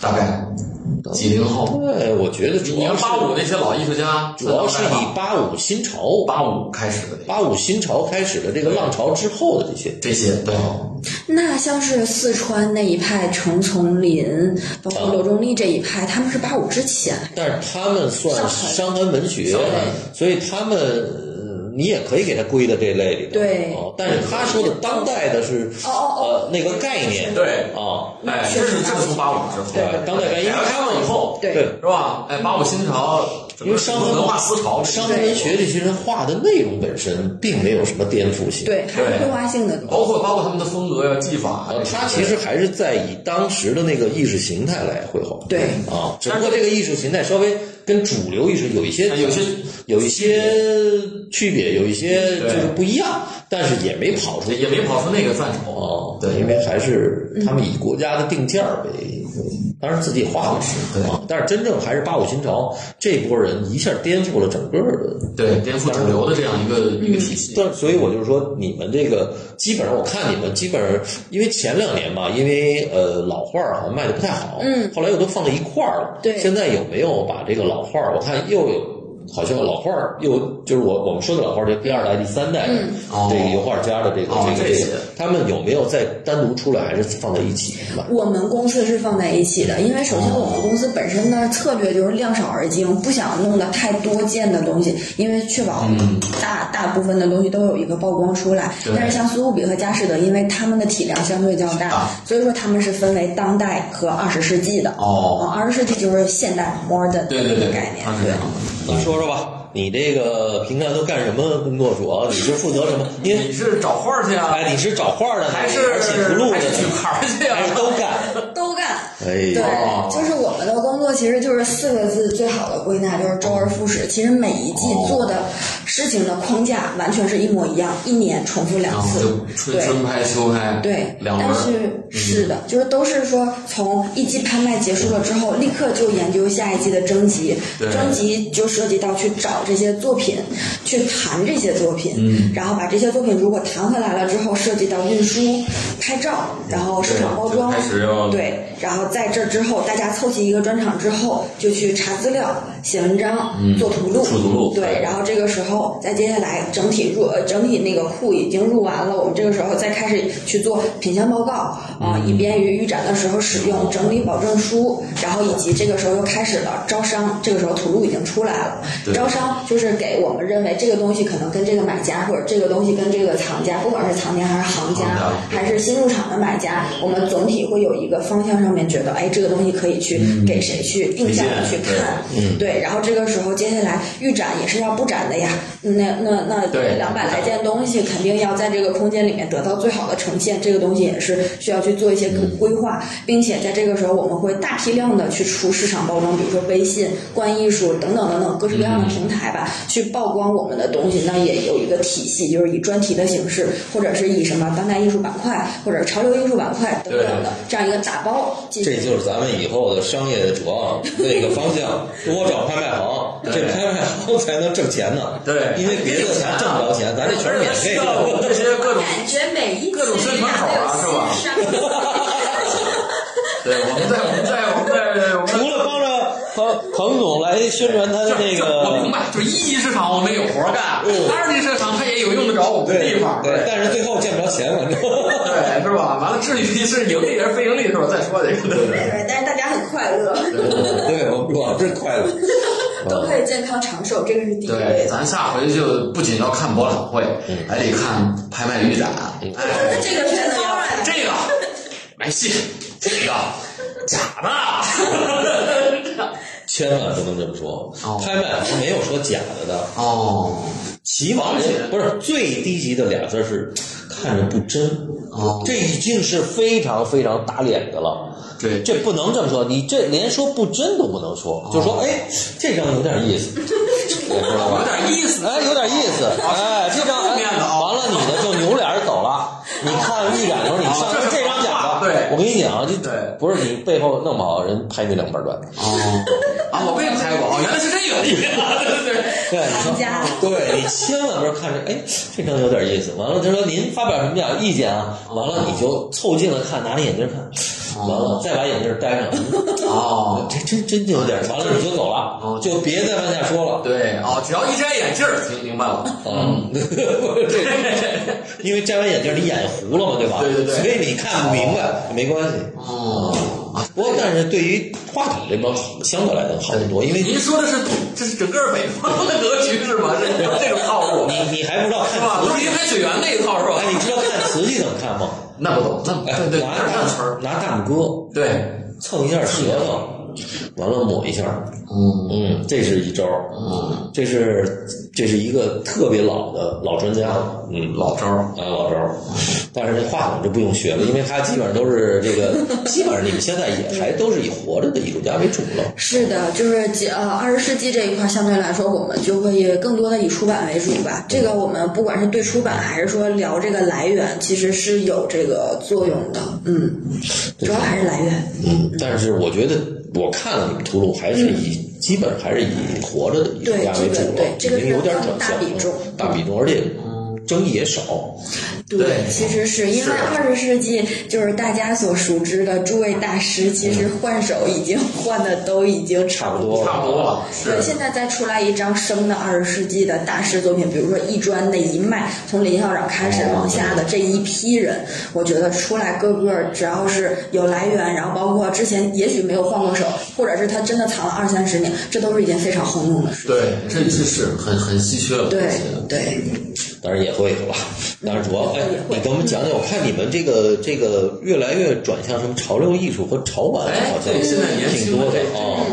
Speaker 2: 大概几零后？
Speaker 1: 对，我觉得
Speaker 2: 你
Speaker 1: 主
Speaker 2: 你
Speaker 1: 要
Speaker 2: 看
Speaker 1: 是
Speaker 2: 八五那些老艺术家，
Speaker 1: 主要是
Speaker 2: 算当代
Speaker 1: 以
Speaker 2: 吧
Speaker 1: 八五新潮、
Speaker 2: 八五开始的那
Speaker 1: 八五新潮开始的这个浪潮之后的这些，
Speaker 2: 这些，对，
Speaker 3: 那像是四川那一派程丛林，包括罗中立这一派，他们是八五之前。
Speaker 1: 但是他们算伤痕文学
Speaker 2: 伤痕，
Speaker 1: 所以他们呃你也可以给他归到这类里头。
Speaker 3: 对
Speaker 1: 哦，但是他说的当代的是
Speaker 3: 哦哦
Speaker 1: 呃那个概念，
Speaker 2: 对
Speaker 1: 啊，
Speaker 2: 哎，这是这是从八五之后，
Speaker 1: 对当代概念
Speaker 2: 改革开放以后，
Speaker 3: 对
Speaker 2: 是吧？哎，八五新潮，整
Speaker 1: 因为
Speaker 2: 个
Speaker 1: 伤痕
Speaker 2: 文化思潮，
Speaker 1: 伤痕文学这些人画的内容本身并没有什么颠覆性，
Speaker 3: 对，还是
Speaker 2: 对
Speaker 3: 绘画性的东西。
Speaker 2: 包括包括他们的风格呀、技法
Speaker 1: 啊
Speaker 2: 呀，，
Speaker 1: 他其实还是在以当时的那个意识形态来绘画。
Speaker 3: 对
Speaker 1: 啊，只不过这个意识形态稍微跟主流意识有一些
Speaker 2: 哎有些
Speaker 1: 有一些区别，有一些就
Speaker 2: 对
Speaker 1: 是不一样，但是也没跑出
Speaker 2: 也没跑出那个范畴
Speaker 1: 哦，
Speaker 2: 对，嗯
Speaker 1: 因为还是他们以国家的定价为，当然自己也画过
Speaker 2: 对
Speaker 1: 啊，但是真正还是八五新潮这波人一下颠覆了整个的
Speaker 2: 对颠覆主流的这样一个
Speaker 1: 嗯
Speaker 2: 一个体系，
Speaker 1: 但所以我就是说，你们这个基本上，我看你们基本上，因为前两年吧，因为呃老画儿好像卖的不太好，嗯，后来又都放在一块儿了，
Speaker 3: 对
Speaker 1: 现在有没有把这个老画儿？我看又有。好像老画儿又就是我我们说的老画儿，这第二代、第三代的
Speaker 2: 哦
Speaker 1: 这个油画家的这个
Speaker 2: 哦
Speaker 1: 这
Speaker 2: 这
Speaker 1: 个这
Speaker 2: 些
Speaker 1: 个，他们有没有再单独出来，还是放在一起买？
Speaker 3: 我们公司是放在一起的，因为首先我们公司本身的策略就是量少而精，不想弄得太多件的东西，因为确保大、大部分的东西都有一个曝光出来
Speaker 2: 嗯对。
Speaker 3: 但是像苏富比和佳士得，因为他们的体量相对较大，
Speaker 2: 啊
Speaker 3: 所以说他们是分为当代和二十世纪的。
Speaker 2: 哦
Speaker 3: 二十世纪就是现代 modern
Speaker 2: 对对对，
Speaker 3: 概念
Speaker 2: 啊它。是这样的。
Speaker 1: 你说说吧，你这个平台都干什么工作主要？你是负责什么？因为
Speaker 2: 你是找画去啊，
Speaker 1: 哎，你是找画的呢，
Speaker 2: 还是
Speaker 1: 还是写图录的
Speaker 2: 还
Speaker 1: 呢，
Speaker 2: 是举牌去啊
Speaker 1: 还是哎都干？
Speaker 3: 都干。
Speaker 1: 哎
Speaker 3: 对
Speaker 1: 呀，
Speaker 2: 哦，
Speaker 3: 就是我们的工作其实就是四个字最好的归纳，就是周而复始。其实每一季
Speaker 2: 哦
Speaker 3: 做的事情的框架完全是一模一样，一年重复两
Speaker 2: 然后
Speaker 3: 次。
Speaker 2: 啊就春
Speaker 3: 对
Speaker 2: 春拍秋拍，
Speaker 3: 对，
Speaker 2: 两
Speaker 3: 但
Speaker 2: 轮儿。嗯
Speaker 3: 是是的，就是都是说从一季拍卖结束了之后，立刻就研究下一季的征集
Speaker 2: 对，
Speaker 3: 征集就涉及到去找这些作品，去谈这些作品，
Speaker 2: 嗯
Speaker 3: 然后把这些作品如果谈回来了之后，涉及到运输、拍照，然后市场包
Speaker 2: 对
Speaker 3: 装
Speaker 2: 就开始要，
Speaker 3: 对，然后在这之后，大家凑齐一个专场之后，就去查资料、写文章、做图录、
Speaker 2: 嗯出图录对
Speaker 3: 对，然后这个时候，再接下来整体入呃整体那个库已经入完了，我们这个时候再开始去做品相报告啊、
Speaker 2: 嗯
Speaker 3: 以便于预展的时候使用，整理保证书，然后以及这个时候又开始了招商，这个时候图录已经出来了
Speaker 2: 对，
Speaker 3: 招商就是给我们认为这个东西可能跟这个买家或者这个东西跟这个藏家，不管是藏家还是行家
Speaker 2: 行家
Speaker 3: 还是新入场的买家，我们总体会有一个方向上面觉得，哎，这个东西可以去给谁去定向的去
Speaker 2: 嗯推荐对
Speaker 3: 看，
Speaker 1: 嗯
Speaker 3: 对，然后这个时候接下来预展也是要布展的呀，那那那
Speaker 2: 对
Speaker 3: 两百来件东西肯定要在这个空间里面得到最好的呈现，这个东西也是需要去做一
Speaker 1: 嗯
Speaker 3: 些规划，并且在这个时候我们会大批量的去出市场包装，比如说微信、观艺术等等等等各式各样的
Speaker 1: 嗯
Speaker 3: 平台吧，去曝光我们的东西，那也有一个体系，就是以专题的形式，或者是以什么当代艺术板块或者潮流艺术板块等等的这样一个打包进行
Speaker 1: 这。就是咱们以后的商业的主要那个方向，多找拍卖行，这拍卖行才能挣钱呢。
Speaker 2: 对
Speaker 1: 因为别的咱挣不着钱，咱这全是免费
Speaker 2: 需要我们
Speaker 1: 的。
Speaker 2: 这些各种
Speaker 4: 感觉每一集
Speaker 2: 各种宣传口啊是吧 对，我们在我们在我们在我们
Speaker 1: 除
Speaker 2: 在
Speaker 1: 了帮着彭彭总来宣传他的那
Speaker 2: 这这我
Speaker 1: 个，
Speaker 2: 明
Speaker 1: 嗯
Speaker 2: 白，就是一级市场我们有活干，二级市场它也有用得着我们的地方，
Speaker 1: 对，但是最后见不着钱，反正。
Speaker 2: 对，是吧？完了，至于是盈利还是非盈利的时候再说这个，对不对？
Speaker 3: 对，但是大家很快乐。
Speaker 1: 对，我我是快 乐。哦
Speaker 3: 都可以健康长寿，这个是第一
Speaker 2: 对，
Speaker 3: 位的。
Speaker 2: 咱下回就不仅要看博览会，还得看拍卖预展，哎，
Speaker 3: 这个真的要
Speaker 2: 这个买信，这个假的，
Speaker 1: 千万不能这么说
Speaker 2: 哦，
Speaker 1: 拍卖行没有说假的的，
Speaker 2: 哦，
Speaker 1: 起码
Speaker 2: 而且
Speaker 1: 人不是最低级的俩字儿是看着不真，
Speaker 2: 哦
Speaker 1: 这已经是非常非常打脸的了。
Speaker 2: 对，
Speaker 1: 这不能这么说，你这连说不真都不能
Speaker 2: 哦
Speaker 1: 说，就说哎，这张有点意思，知道
Speaker 2: 有
Speaker 1: 吧？
Speaker 2: 点意 思，
Speaker 1: 哎，有点意思，哎，这张
Speaker 2: 负啊面
Speaker 1: 哎，
Speaker 2: 的啊
Speaker 1: 完了你的就扭脸儿走 了。你看预展的时候，你上
Speaker 2: 哦这是
Speaker 1: 这张假的，
Speaker 2: 对
Speaker 1: 我跟你讲啊，这
Speaker 2: 对
Speaker 1: 不是你背后弄不好人拍你两板砖。
Speaker 2: 哦，啊，我被拍过，哦，原来是这个里面，对对对。
Speaker 1: 对，你说
Speaker 3: 行家，
Speaker 1: 对你千万不要看着，哎，这张有点意思。完了，他说您发表什么样意见啊？完了，你就凑近了看，拿着眼镜看，完了再把眼镜戴上，
Speaker 2: 哦，
Speaker 1: 这真真就有点儿。完了你就走了，就别再往下说了。
Speaker 2: 对哦，只要一摘眼镜儿，听明白了。
Speaker 1: 嗯，
Speaker 2: 哦
Speaker 1: 这因为摘完眼镜你眼糊了嘛，对吧？
Speaker 2: 对对对
Speaker 1: 所以你看不明白，没关系。
Speaker 2: 哦，啊，
Speaker 1: 不过，但是对于话筒这边好，相对来讲好很多，因为
Speaker 2: 您说的是这是整个北方的格局是吗？是这种套路
Speaker 1: 你你还不知道
Speaker 2: 是
Speaker 1: 看
Speaker 2: 吧？
Speaker 1: 瓷
Speaker 2: 都是银海雪原那一套是吧？
Speaker 1: 哎，你知道看瓷器怎么看吗？
Speaker 2: 那不懂，那
Speaker 1: 哎
Speaker 2: 对对，
Speaker 1: 拿
Speaker 2: 那是那词
Speaker 1: 大
Speaker 2: 儿。
Speaker 1: 拿大拇哥
Speaker 2: 对，
Speaker 1: 蹭一下舌头，完了抹一下。
Speaker 2: 嗯
Speaker 1: 嗯，这是一招儿。
Speaker 2: 嗯，
Speaker 1: 这是这是一个特别老的老专家了。嗯，
Speaker 2: 老招儿。
Speaker 1: 啊老招儿。但是这话筒就不用学了，因为他基本上都是这个， 基本上你们现在也还都是以活着的艺术家为主了。
Speaker 3: 是的，就是几呃二十世纪这一块，相对来说，我们就会更多的以出版为主吧。这个我们不管是对出版，还是说聊这个来源，其实是有这个作用的。嗯，主要还是来源。
Speaker 1: 嗯，但是我觉得我看了你们图录，还是以、基本还是以活着的艺术家为主了，
Speaker 3: 对这个
Speaker 1: 已经有点转
Speaker 3: 大
Speaker 1: 向了
Speaker 3: 比重
Speaker 1: 大比重，而且
Speaker 2: 嗯
Speaker 1: 争议也少。
Speaker 2: 对啊
Speaker 3: 其实是因为二十世纪，就是大家所熟知的诸位大师，其实换手已经换的都已经
Speaker 1: 差
Speaker 3: 差
Speaker 1: 不
Speaker 3: 不
Speaker 1: 多了
Speaker 2: 嗯差不多了，
Speaker 3: 对，
Speaker 2: 是
Speaker 3: 现在再出来一张生的二十世纪的大师作品，比如说艺专的一脉，从林校长开始往下的这一批人，我觉得出来个个只要是有来源，然后包括之前也许没有换过手，或者是他真的藏了二三十年，这都是一件非常轰动的事。
Speaker 2: 对，这这是很很稀缺了。
Speaker 3: 对
Speaker 2: 这些
Speaker 3: 对，
Speaker 1: 当然也会有吧， 当然主要哎
Speaker 3: 也，会
Speaker 1: 你给我们讲讲，我看你们这个这个越来越转向什么潮流艺术和潮玩，
Speaker 2: 哎
Speaker 1: 好，像
Speaker 2: 对，现在年
Speaker 1: 挺
Speaker 2: 轻的哦
Speaker 1: 多
Speaker 2: 这
Speaker 1: 的
Speaker 2: 这一
Speaker 1: 啊。
Speaker 2: 波，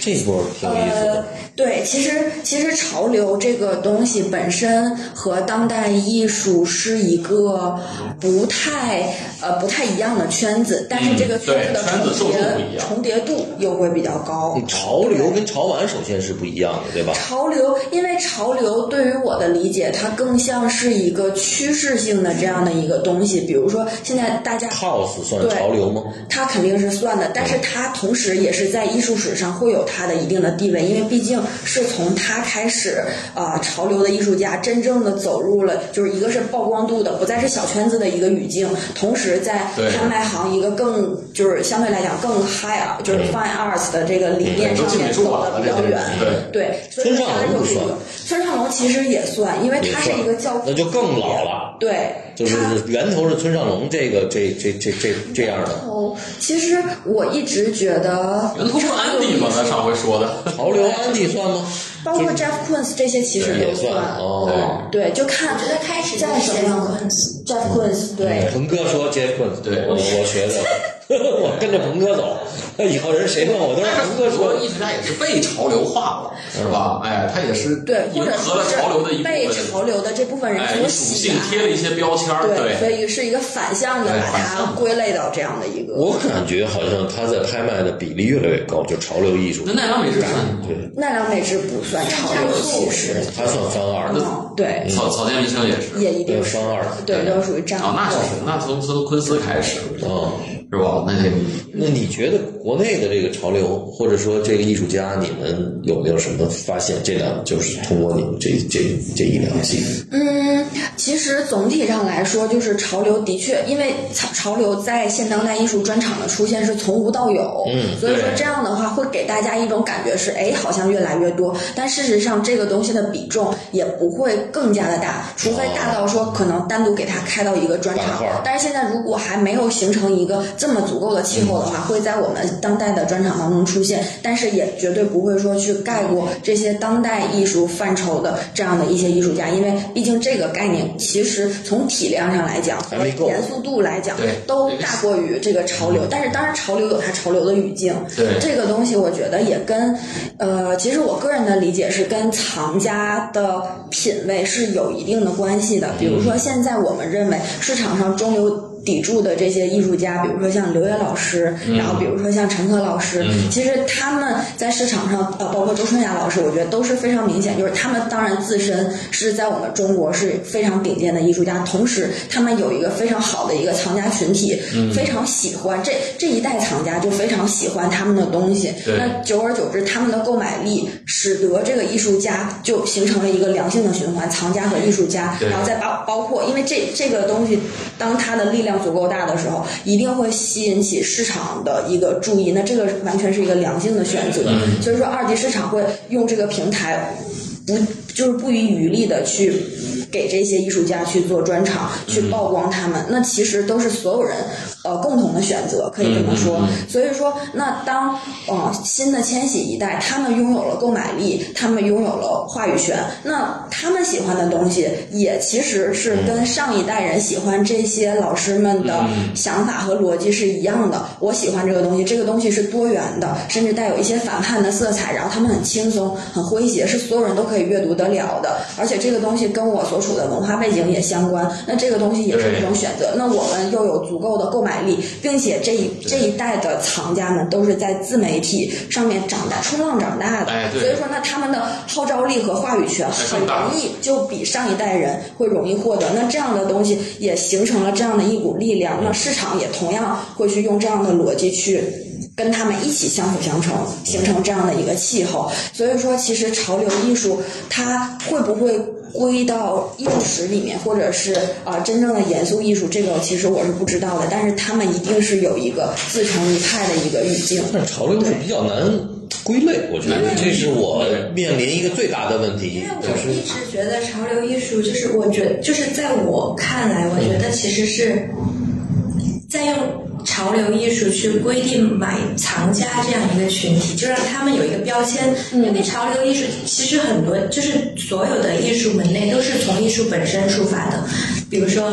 Speaker 1: 这波儿挺有意思
Speaker 3: 呃
Speaker 1: 的。，
Speaker 3: 对，其实其实潮流这个东西本身和当代艺术是一个不太呃不太一样的圈子，但是这个圈子的
Speaker 2: 对圈子
Speaker 3: 重
Speaker 2: 受
Speaker 3: 叠、
Speaker 2: 众不一样
Speaker 3: 重叠度又会比较高。
Speaker 1: 潮流跟潮玩首先是不一样的，对吧？
Speaker 3: 潮流，因为潮流对于我的理解，它更像是一个趋势性的这样的一个东西。比如说，现在大家
Speaker 1: House 算是
Speaker 3: 对
Speaker 1: 潮流吗？
Speaker 3: 它肯定是算的，但是它同时也是在艺术史上会有它的一定的地位，因为毕竟是从它开始，呃，潮流的艺术家真正的走入了，就是一个是曝光度的，不再是小圈子的一个语境，同时在
Speaker 2: 对
Speaker 3: 拍卖行一个更就是相对来讲更 high 啊，就是 fine arts 的这个理念
Speaker 2: 都
Speaker 3: 上
Speaker 2: 进美
Speaker 3: 面
Speaker 2: 术
Speaker 3: 走
Speaker 2: 馆
Speaker 3: 的
Speaker 2: 了，
Speaker 3: 比
Speaker 2: 这
Speaker 3: 较
Speaker 2: 些
Speaker 3: 远。
Speaker 2: 人对。
Speaker 3: 对，所以
Speaker 1: 村上
Speaker 3: 它
Speaker 1: 龙
Speaker 3: 有
Speaker 1: 不
Speaker 3: 一
Speaker 1: 算
Speaker 3: 个村上龙其实也算，因为
Speaker 1: 也
Speaker 3: 它是
Speaker 1: 算
Speaker 3: 一个教父，
Speaker 1: 那就更老了。
Speaker 3: 对，
Speaker 1: 就是
Speaker 3: 它
Speaker 1: 源头是村上龙这个这这这这这样的
Speaker 3: 哦，其实我一直觉得
Speaker 2: 源头是安迪嘛？咱上回说的，
Speaker 1: 潮流，安迪算吗？
Speaker 3: 包括 Jeff Koons 这些其实
Speaker 1: 也
Speaker 3: 都
Speaker 1: 算哦。
Speaker 3: 对，就看
Speaker 5: 我觉得开始
Speaker 3: 在什么样的 Jeff Koons 对。
Speaker 1: 鹏嗯哥说 Jeff Koons，
Speaker 2: 对
Speaker 1: 我我学的， 我跟着鹏哥走。 那以后人谁问我都是
Speaker 2: 但是
Speaker 1: 鹏哥
Speaker 2: 很多
Speaker 1: 说。
Speaker 2: 艺术家也是被潮流化了，是吧？哎，他也是
Speaker 3: 对，
Speaker 2: 迎
Speaker 3: 或者
Speaker 2: 合了
Speaker 3: 是
Speaker 2: 潮流的一部
Speaker 3: 被
Speaker 2: 分，
Speaker 3: 潮流的这部分人
Speaker 2: 哎，
Speaker 3: 所
Speaker 2: 属
Speaker 3: 喜
Speaker 2: 性
Speaker 3: 爱，
Speaker 2: 贴了一些标签儿，
Speaker 3: 对，所
Speaker 2: 对，
Speaker 3: 以是一个反向的
Speaker 2: 对
Speaker 3: 把
Speaker 2: 反向
Speaker 3: 它
Speaker 2: 的
Speaker 3: 归类到这样的一个。
Speaker 1: 我感觉好像他在拍卖的比例越来越高，就潮流艺术
Speaker 2: 那，奈良美智算
Speaker 1: 对，
Speaker 3: 奈良美智不算潮流，其实，
Speaker 1: 他算翻二，
Speaker 3: 嗯，对，
Speaker 2: 草草间弥生也是，
Speaker 3: 也一定
Speaker 1: 对，
Speaker 3: 是
Speaker 1: 翻，二，
Speaker 3: 对，都属于战
Speaker 2: 哦，那
Speaker 3: 后
Speaker 2: 是那从从昆斯开始，
Speaker 1: 啊。
Speaker 2: 是吧？那这个
Speaker 1: 那你觉得国内的这个潮流，或者说这个艺术家，你们有没有什么发现？这两就是通过你们这这这一两季，
Speaker 3: 嗯，其实总体上来说，就是潮流的确，因为潮潮流在现当代艺术专场的出现是从无到有，嗯，所以说
Speaker 2: 对
Speaker 3: 这样的话会给大家一种感觉是，哎，好像越来越多，但事实上这个东西的比重也不会更加的大，除非大到说可能单独给它开到一个专场
Speaker 1: 板块儿，
Speaker 3: 但是现在如果还没有形成一个这么足够的气候的话，
Speaker 1: 嗯
Speaker 3: 会在我们当代的专场当中出现，但是也绝对不会说去盖过这些当代艺术范畴的这样的一些艺术家，因为毕竟这个概念其实从体量上来讲和
Speaker 1: 还没够
Speaker 3: 严肃度来讲
Speaker 2: 对
Speaker 3: 都大过于这个潮流，但是当然潮流有它潮流的语境，
Speaker 2: 对
Speaker 3: 这个东西我觉得也跟呃，其实我个人的理解是跟藏家的品味是有一定的关系的，比如说。比如说现在我们认为市场上中流砥柱的这些艺术家，比如说像刘烨老师，然后比如说像陈可老师，其实他们在市场上，呃，包括周春雅老师，我觉得都是非常明显，就是他们当然自身是在我们中国是非常顶尖的艺术家，同时他们有一个非常好的一个藏家群体，非常喜欢这这一代藏家就非常喜欢他们的东西，
Speaker 2: 对
Speaker 3: 那久而久之，他们的购买力使得这个艺术家就形成了一个良性的循环，藏家和艺术家，
Speaker 2: 对
Speaker 3: 然后再包包括，因为这这个东西，当它的力量足够大的时候，一定会吸引起市场的一个注意。那这个完全是一个良性的选择，所以说二级市场会用这个平台不就是不遗余力的去给这些艺术家去做专场，去曝光他们，那其实都是所有人呃共同的选择，可以这么说。所以说，那当呃新的千禧一代，他们拥有了购买力，他们拥有了话语权，那他们喜欢的东西也其实是跟上一代人喜欢这些老师们的想法和逻辑是一样的。我喜欢这个东西，这个东西是多元的，甚至带有一些反叛的色彩，然后他们很轻松、很诙谐，是所有人都可以阅读得了的。而且这个东西跟我所处的文化背景也相关，那这个东西也是一种选择。那我们又有足够的购买力，并且这一这一代的藏家们都是在自媒体上面长大、冲浪长大的，
Speaker 2: 哎对
Speaker 3: 所以说那他们的号召力和话语权很
Speaker 2: 更大
Speaker 3: 容易就比上一代人会容易获得。那这样的东西也形成了这样的一股力量，那市场也同样会去用这样的逻辑去。跟他们一起相辅相成，形成这样的一个气候。所以说，其实潮流艺术它会不会归到艺术史里面，或者是啊、呃真正的严肃艺术，这个其实我是不知道的。但是他们一定是有一个自成一派的一个语境。
Speaker 1: 但是潮流是比较难归类，我觉得这是我面临一个最大的问题
Speaker 5: 因为，
Speaker 1: 就
Speaker 5: 我
Speaker 1: 是
Speaker 5: 一直觉得潮流艺术就是，我觉得就是在我看来，我觉得其实是在用潮流艺术去规定买藏家这样一个群体，就让他们有一个标签。因为潮流艺术其实很多，就是所有的艺术门类都是从艺术本身出发的。比如说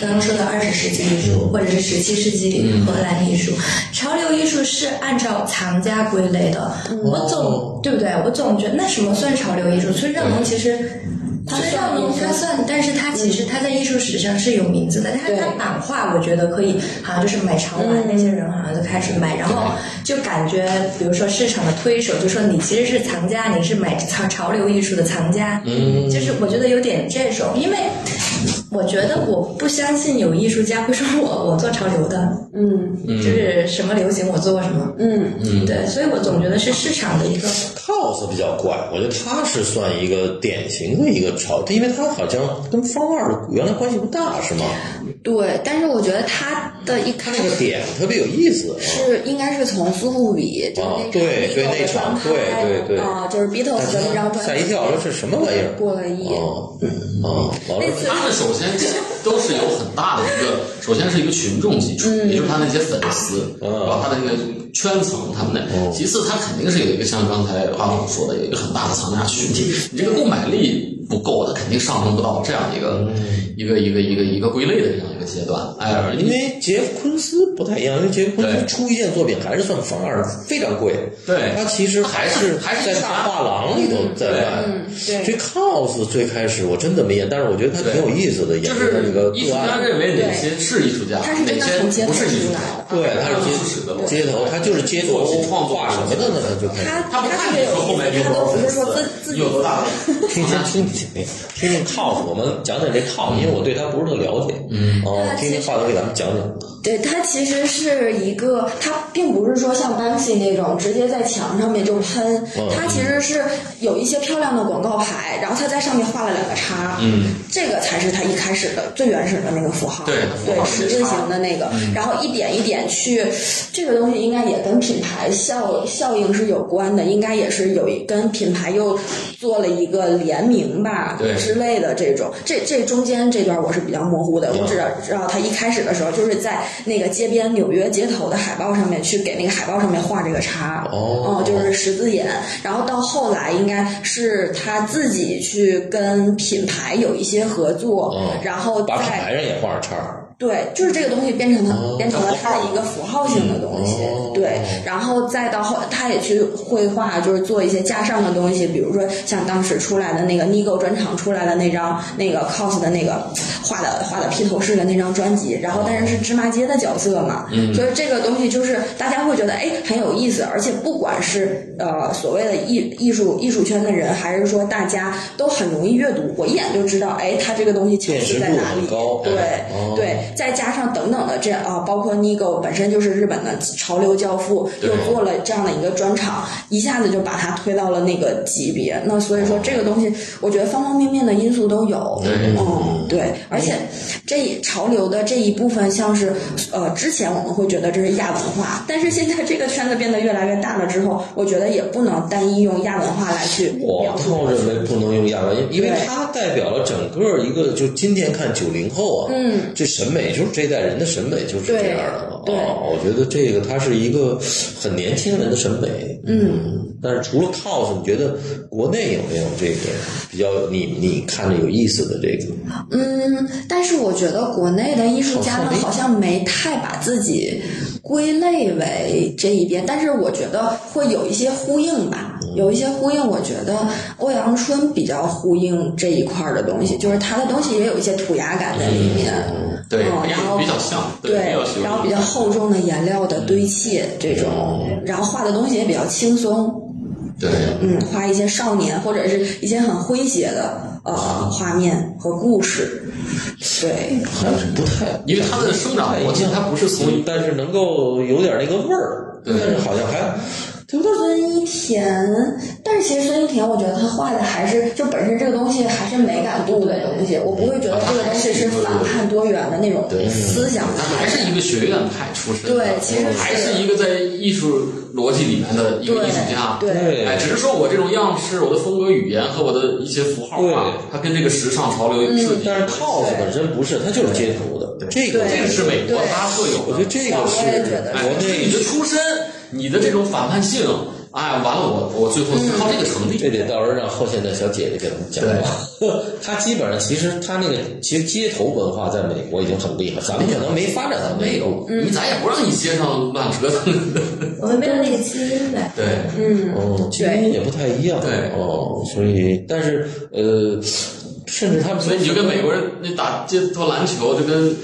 Speaker 5: 刚刚说的二十世纪艺术，或者是十七世纪荷兰艺术，潮流艺术是按照藏家归类的。我总对不对？我总觉得那什么算潮流艺术？村上隆其实。他在上龙，他算，但是他其实他在艺术史上是有名字的。
Speaker 3: 嗯
Speaker 5: 他
Speaker 3: 对嗯
Speaker 5: 他版画，我觉得可以，好像就是买潮玩那些人好像就开始买，然后就感觉，比如说市场的推手就说你其实是藏家，你是买潮潮流艺术的藏家，嗯，就是我觉得有点这种，因为我觉得我不相信有艺术家会说我我做潮流的，
Speaker 3: 嗯
Speaker 5: 就是什么流行我做过什么，
Speaker 3: 嗯，
Speaker 5: 对，所以我总觉得是市场的一个，
Speaker 1: House 比较怪，我觉得他是算一个典型的一个潮，因为他好像跟方二的原来关系不大，是吗？
Speaker 3: 对。但是我觉得他的一
Speaker 1: 他
Speaker 3: 开
Speaker 1: 那个点特别有意思啊。
Speaker 3: 是应该是从苏富比就是
Speaker 1: 啊
Speaker 3: 那
Speaker 1: 对对那
Speaker 3: 场
Speaker 1: 场
Speaker 3: Beatles 的专
Speaker 1: 对对对
Speaker 3: 拍啊，就是 Beatles 的那张专
Speaker 1: 吓一
Speaker 3: 辑
Speaker 1: 跳，说这什么玩意儿？
Speaker 3: 过了亿，
Speaker 1: 哦，哦，老师
Speaker 3: 那，次
Speaker 2: 他们首先都是有很大的一个，首先是一个群众基础，
Speaker 3: 嗯
Speaker 2: 也就是他那些粉丝，
Speaker 1: 嗯
Speaker 2: 然后他的那个圈层，他们的。其次，他肯定是有一个像刚才花总说的，有一个很大的藏家群体，
Speaker 3: 嗯
Speaker 2: 你这个购买力不够，他肯定上升不到这样一个
Speaker 1: 嗯
Speaker 2: 一个一个一个一个归类的这样一个阶段。哎，
Speaker 1: 因
Speaker 2: 因为
Speaker 1: 为杰夫昆斯不太一样，因为杰夫昆斯
Speaker 2: 对
Speaker 1: 出一件作品还是算仿二，非常贵。
Speaker 2: 对
Speaker 1: 他其实还是
Speaker 2: 还是
Speaker 1: 在大画廊里头在卖。
Speaker 3: 对
Speaker 1: 这 cos 最开始我真的没演，但是我觉得他挺有意思的，演
Speaker 2: 就
Speaker 1: 出的那个
Speaker 2: 是艺术
Speaker 1: 个
Speaker 2: 家
Speaker 1: 案。
Speaker 2: 认为哪些是艺术家，
Speaker 3: 他是真
Speaker 2: 哪
Speaker 3: 的从
Speaker 2: 些
Speaker 3: 街头
Speaker 2: 不是艺
Speaker 3: 出
Speaker 2: 术
Speaker 3: 来
Speaker 2: 家。
Speaker 3: 的。
Speaker 1: 对，他
Speaker 2: 他是
Speaker 1: 是
Speaker 2: 市
Speaker 1: 街街
Speaker 2: 的路
Speaker 1: 头，他就是街头
Speaker 2: 作品创作
Speaker 1: 画什么的呢？他就开始
Speaker 3: 他
Speaker 2: 他不
Speaker 3: 特
Speaker 2: 看
Speaker 3: 别
Speaker 2: 你
Speaker 3: 有
Speaker 2: 说后
Speaker 3: 意
Speaker 2: 面有多少粉
Speaker 3: 思，他都不是
Speaker 2: 丝
Speaker 3: 说自自己
Speaker 2: 有多大的
Speaker 1: 听听听听听听 cos，我们讲讲这 cos，因为我对他不是特了解。嗯，哦，听听话头给咱们讲讲。
Speaker 3: 对，它其实是一个，它并不是说像 Banksy 那种直接在墙上面就喷，
Speaker 1: 嗯
Speaker 3: 它其实是有一些漂亮的广告牌，然后它在上面画了两个叉，嗯，这个才是它一开始的最原始的那个符号，
Speaker 2: 对符
Speaker 3: 对，
Speaker 2: 号嗯是
Speaker 3: 十字形的那个，然后一点一点去，这个东西应该也跟品牌效效应是有关的，应该也是有一跟品牌又做了一个联名吧，
Speaker 2: 对
Speaker 3: 之类的这种，这这中间这段我是比较模糊的，我只
Speaker 1: 嗯
Speaker 3: 知道他一开始的时候就是在那个街边纽约街头的海报上面去给那个海报上面画这个叉，
Speaker 1: 哦
Speaker 3: 嗯就是十字眼，然后到后来应该是他自己去跟品牌有一些合作，
Speaker 1: 嗯
Speaker 3: 然后
Speaker 1: 把品
Speaker 3: 再
Speaker 1: 牌上也画上叉儿，
Speaker 3: 对，就是这个东西变成了、变成了
Speaker 2: 符号
Speaker 3: 它的一个符号性的东西，
Speaker 1: 哦
Speaker 3: 对，然后再到后，他也去绘画，就是做一些架上的东西，比如说像当时出来的那个 Nigo 专场出来的那张那个 cos 的那个画的画的披头士的那张专辑，然后但是是芝麻街的角色嘛，
Speaker 1: 嗯
Speaker 3: 所以这个东西就是大家会觉得哎很有意思，而且不管是呃所谓的艺艺术艺术圈的人，还是说大家都很容易阅读，我一眼就知道哎他这个东西巧
Speaker 1: 辨
Speaker 3: 思
Speaker 1: 识
Speaker 3: 在
Speaker 1: 度
Speaker 3: 哪
Speaker 1: 很
Speaker 3: 里，
Speaker 1: 高
Speaker 3: 对、
Speaker 1: 哦
Speaker 3: 哎对，再加上等等的这样啊，包括 Nigo 本身就是日本的潮流教父，
Speaker 2: 对
Speaker 3: 又做了这样的一个专场，一下子就把他推到了那个级别。那所以说这个东西，我觉得方方面面的因素都有。
Speaker 2: 对
Speaker 3: 嗯，对，而且这一潮流的这一部分，像是呃，之前我们会觉得这是亚文化，但是现在这个圈子变得越来越大了之后，我觉得也不能单一用亚文化来去
Speaker 1: 我
Speaker 3: 描述。
Speaker 1: 倒认为不能用亚文，因为
Speaker 3: 对
Speaker 1: 它代表了整个一个，就今天看九零后啊，
Speaker 3: 嗯，
Speaker 1: 这审美就是这一代人的审美就是这样的啊。
Speaker 3: 对对
Speaker 1: 我觉得这个它是一个很年轻人的审美，嗯。但是除了 cos，你觉得国内有没有这个比较你你看着有意思的这个？
Speaker 3: 嗯，但是我觉得国内的艺术家们好像没太把自己归类为这一边，但是我觉得会有一些呼应吧，有一些呼应。我觉得欧阳春比较呼应这一块儿的东西，就是他的东西也有一些涂鸦感在里面。
Speaker 2: 对，
Speaker 3: 嗯然后
Speaker 2: 比较像，
Speaker 3: 对
Speaker 2: 比较喜，欢
Speaker 3: 然后比较厚重的颜料的堆砌这种，然后画的东西也比较轻松，
Speaker 2: 对。
Speaker 3: 嗯，画一些少年或者是一些很诙谐的呃画面和故事，对，
Speaker 1: 还是不太，
Speaker 2: 因为它的生长逻辑，它不是从
Speaker 1: 但是能够有点那个味儿，但是好像还
Speaker 3: 读到孙一田，但是其实孙一田，我觉得他画的还是就本身这个东西还是美感度的东西，我不会觉得这个东西是反叛多元的那种思想
Speaker 2: 他还是一个学院派出身的，嗯
Speaker 3: 对其实是
Speaker 2: 还是一个在艺术逻辑里面的一个
Speaker 3: 对
Speaker 2: 艺术家。
Speaker 3: 对
Speaker 2: 哎，只是说我这种样式、我的风格、语言和我的一些符号化
Speaker 1: 对，
Speaker 2: 它跟这个时尚潮流
Speaker 3: 嗯
Speaker 2: 有设计。
Speaker 1: 但是 cos 本身不是，它就是街头的。这个
Speaker 2: 这个是美国
Speaker 3: 对
Speaker 2: 它特有的，
Speaker 1: 我觉得这个
Speaker 3: 我也觉
Speaker 1: 是
Speaker 3: 得
Speaker 2: 哎，
Speaker 1: 国
Speaker 2: 这是
Speaker 1: 内
Speaker 2: 你的出身，你的这种反叛性哎，完了我我最后靠这个成立，
Speaker 1: 这得到时候让后现代小姐姐给我们讲讲。 他基本上其实他那个其实街头文化在美国已经很厉害，咱们可能没发展到那个。
Speaker 2: 没有，你咱也不让你街上乱折腾，
Speaker 5: 我们没有那个基因呗。
Speaker 2: 对，
Speaker 3: 嗯，
Speaker 1: 嗯，今天也不太一样。
Speaker 2: 对
Speaker 1: 哦，所以但是呃，甚至他们
Speaker 2: 所以你就跟美国人那打街头篮球，就跟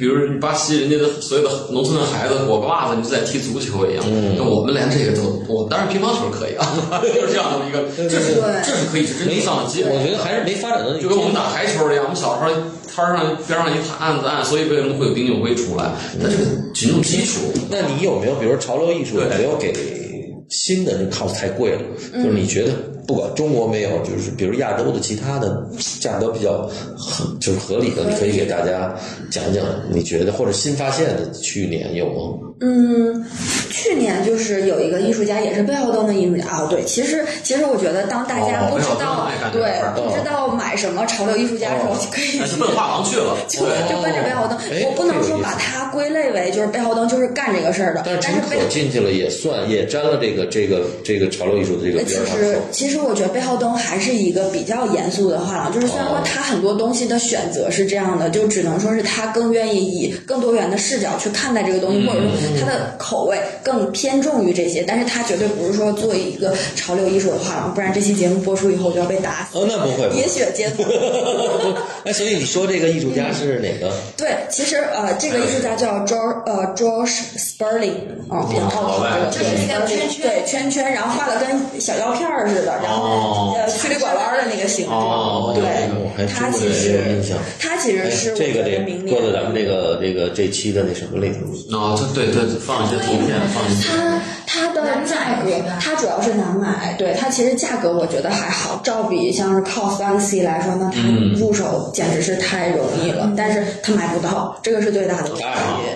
Speaker 2: 比如巴西人家的所有的农村的孩子裹个袜子，你就在踢足球一样。那我们连这个都，我们当然乒乓球可以啊， 就是这样的一个，这是这是可以是真正上了街。
Speaker 1: 我觉得还是没发展到那
Speaker 2: 就跟我们打台球一样，我们小时候摊儿上边上一案子案，哎所以为什么会有丁俊晖出来？那这个群众基础，
Speaker 1: 那你有没有，比如潮流艺术有
Speaker 2: 对
Speaker 1: 没有给新的就靠太贵了？就是
Speaker 3: 嗯
Speaker 1: 你觉得不管中国没有，就是比如亚洲的其他的价格比较合就是合理的，你可以给大家讲讲，你觉得或者新发现的去年有吗？
Speaker 3: 嗯，去年就是有一个艺术家，也是贝奥登的艺术家啊。对，其实其实我觉得，当大家
Speaker 2: 哦
Speaker 3: 不知
Speaker 2: 贝奥登
Speaker 3: 道、
Speaker 2: 爱干这
Speaker 3: 对
Speaker 2: 事儿
Speaker 3: 不知道买什么潮流艺术家的时候，
Speaker 1: 哦
Speaker 3: 就可以
Speaker 2: 哎，就奔画廊去了。
Speaker 3: 就
Speaker 2: 对，
Speaker 3: 就跟着贝奥登
Speaker 1: 哎，
Speaker 3: 我不能说
Speaker 1: 这个意思
Speaker 3: 把它归类为就是贝奥登就是干这个事儿的，
Speaker 1: 但
Speaker 3: 呃
Speaker 1: 是
Speaker 3: 但
Speaker 1: 陈
Speaker 3: 是贝
Speaker 1: 可进去了，也算也沾了这个这个这个潮流艺术的这个
Speaker 3: 呃
Speaker 1: 边
Speaker 3: 其
Speaker 1: 儿上
Speaker 3: 实
Speaker 1: 手。，
Speaker 3: 其实我觉得贝浩登还是一个比较严肃的画廊，就是虽然说
Speaker 1: 哦
Speaker 3: 他很多东西的选择是这样的，就只能说是他更愿意以更多元的视角去看待这个东西，或者说他的口味更偏重于这些，但是他绝对不是说做一个潮流艺术的画廊，不然这期节目播出以后我就要被打 死。
Speaker 1: 哦，那不会。
Speaker 3: 喋血街头，
Speaker 1: 哎，所以你说这个艺术家是哪个？
Speaker 3: 对，其实呃，这个艺术家叫 George 呃 George Sperling 啊、
Speaker 1: 嗯
Speaker 3: 比较
Speaker 2: 好
Speaker 3: 拗口
Speaker 2: 吧
Speaker 3: 这个，
Speaker 5: 就是那个圈圈
Speaker 3: 对圈圈，然后画的跟小药片儿似的，然后
Speaker 2: 哦
Speaker 3: 呃曲里拐弯的那个形
Speaker 2: 哦
Speaker 3: 状，
Speaker 2: 对
Speaker 3: 对
Speaker 2: 那个
Speaker 1: 我还，
Speaker 3: 它
Speaker 1: 真
Speaker 3: 其
Speaker 1: 没
Speaker 3: 实
Speaker 1: 有印象哎
Speaker 3: 它其实是我
Speaker 1: 这个
Speaker 3: 觉
Speaker 1: 得
Speaker 3: 得明
Speaker 1: 搁在
Speaker 3: 年
Speaker 1: 咱们这个这个这期的那什么里头。
Speaker 2: 啊，对对对，放一些图片，放一些。
Speaker 3: 它它的价格
Speaker 5: 难买是吧，
Speaker 3: 它主要是难买，对它其实价格我觉得还好，照比像是 COS 三 C 来说，那它
Speaker 1: 嗯
Speaker 3: 入手简直是太容易了，
Speaker 5: 嗯
Speaker 3: 但是它买不到，这个是最大的问题。
Speaker 1: 哎
Speaker 2: 啊
Speaker 1: 呀，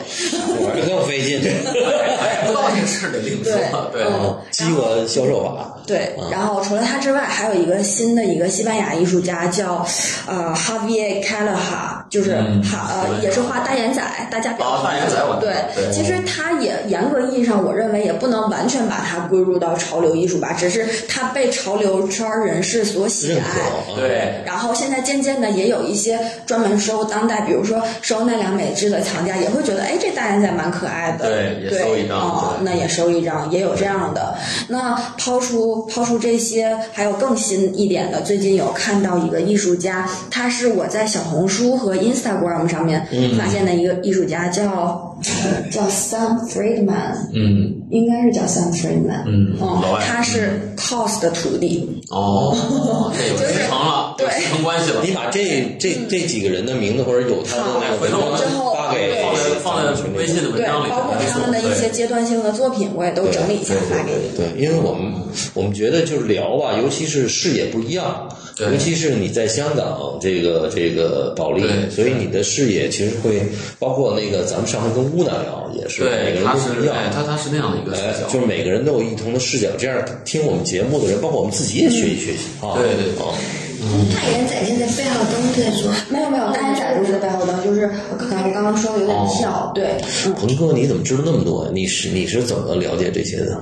Speaker 1: 我这更费 劲。
Speaker 2: 哎，不知道这个事儿得另说。对，
Speaker 3: 嗯
Speaker 1: 激我销售啊法。
Speaker 3: 对，
Speaker 2: 嗯
Speaker 3: 然后除了他之外，还有一个新的一个西班牙艺术家叫呃哈维耶·凯勒哈，就是
Speaker 2: 嗯
Speaker 3: 哈、
Speaker 2: 西班
Speaker 3: 呃
Speaker 2: 牙
Speaker 3: 也是画大眼仔，大家比较
Speaker 2: 哦大眼仔我知
Speaker 3: 对
Speaker 2: 道对嗯
Speaker 3: 其实他也严格意义上，我认为也不能完全把它归入到潮流艺术吧，只是他被潮流圈人士所喜
Speaker 1: 认
Speaker 3: 爱。
Speaker 1: 可。
Speaker 2: 对，
Speaker 3: 然后现在渐渐的也有一些专门收当代，比如说收奈良美智的藏家，也会觉得哎这大眼仔蛮可爱的，
Speaker 2: 对也收一张
Speaker 3: 哦
Speaker 2: 对
Speaker 3: 那也收一张，也有这样的。那抛出抛出这些，还有更新一点的，最近有看到一个艺术家，他是我在小红书和 Instagram 上面发现的一个艺术家，叫叫 Sam Friedman，
Speaker 2: 嗯
Speaker 3: 应该是叫 Sam Friedman，
Speaker 2: 嗯老外
Speaker 3: 他是 COS 的徒弟，
Speaker 2: 哦，这有
Speaker 3: 就是
Speaker 2: 师承了，有
Speaker 3: 对
Speaker 2: 师承关系了。
Speaker 1: 你把这这这几个人的名字或者有他的那个
Speaker 2: 嗯回头我
Speaker 1: 文
Speaker 2: 们
Speaker 1: 章发给
Speaker 2: 放在放在微信的文
Speaker 3: 对，
Speaker 2: 章里，
Speaker 3: 包括他们的一些阶段性的作品，我也都整理一下发给你。
Speaker 1: 对，因为我们我们觉得就是聊吧，尤其是视野不一样，
Speaker 2: 对
Speaker 1: 尤其是你在香港这个这个保利，
Speaker 2: 对
Speaker 1: 所以你的视野其实会包括那个咱们上回跟乌娜聊也是，每
Speaker 2: 对，
Speaker 1: 个人
Speaker 2: 他
Speaker 1: 都不一
Speaker 2: 是
Speaker 1: 样。
Speaker 2: 哎，他他是那样的一个视
Speaker 1: 哎
Speaker 2: 角，，
Speaker 1: 就是每个人都有异同的视角，这样听我们节目的人，包括我们自己也学习学习啊。
Speaker 2: 对对对
Speaker 1: 啊，
Speaker 5: 大眼仔现在背后灯在哦做，
Speaker 3: 嗯没有没有，大家假如是在背后灯，就是可能刚刚说有点跳，对，嗯，
Speaker 1: 鹏哥，你怎么知道那么多呀？啊你是你是怎么了解这些的？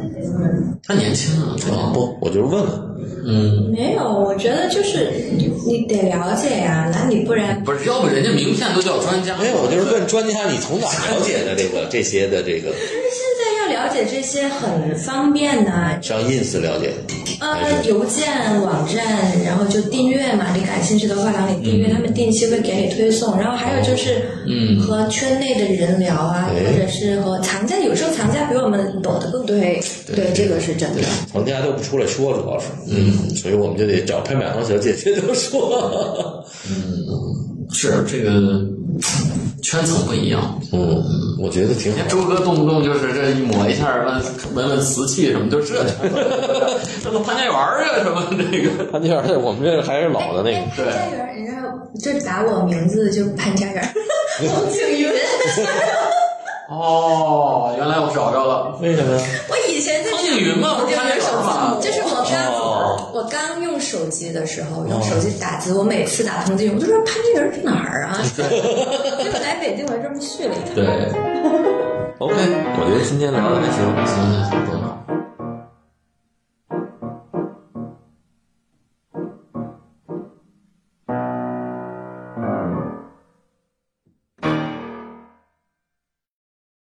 Speaker 2: 他年轻啊，
Speaker 1: 啊，不，我就是问问。
Speaker 2: 嗯，
Speaker 5: 没有，我觉得就是你得了解呀、那你不然
Speaker 2: 不是，要不人家名片都叫专家，
Speaker 1: 没有，我就是问专家，你从哪儿了解的这个这些的这个？
Speaker 5: 现在要了解这些很方便呐、
Speaker 1: 上 ins 了解还
Speaker 5: 呃，
Speaker 1: 是
Speaker 5: 邮件、网站，然后就订阅嘛，你感兴趣的画廊你订阅，他们定期会给你推送。然后还有就是，嗯，和圈内的人聊啊，
Speaker 1: 哎
Speaker 5: 或者是和藏家，有时候藏家比我们懂得更多。哎
Speaker 3: 对对，这个是真的。
Speaker 1: 藏家都不出来说，主要是，嗯，所以我们就得找拍卖行小姐姐都说。
Speaker 2: 是这个圈层不一样。
Speaker 1: 嗯， 我觉得挺
Speaker 2: 你
Speaker 1: 好
Speaker 2: 看。周哥动不动就是这一抹一下，呃闻闻瓷器什么，就 这，这个潘家园儿啊什么这个。
Speaker 1: 潘家园，我们这还是老的那
Speaker 5: 哎潘家园儿，你知道，就打我名字就潘家园儿，王景云。
Speaker 2: 哦，原来我找着了，
Speaker 1: 为什么呀？
Speaker 5: 我以前就
Speaker 2: 苍
Speaker 5: 是
Speaker 2: 井云嘛，不是潘家园儿嘛。
Speaker 5: 就是我刚、
Speaker 1: 哦
Speaker 5: 我刚用手机的时候，
Speaker 2: 哦
Speaker 5: 用手机打字，我每次打通这种，我都说潘家园是哪儿啊？ 结果来北京，我还专门去了一趟。
Speaker 2: 对
Speaker 1: OK，我觉得今天聊的还行。
Speaker 2: 嗯，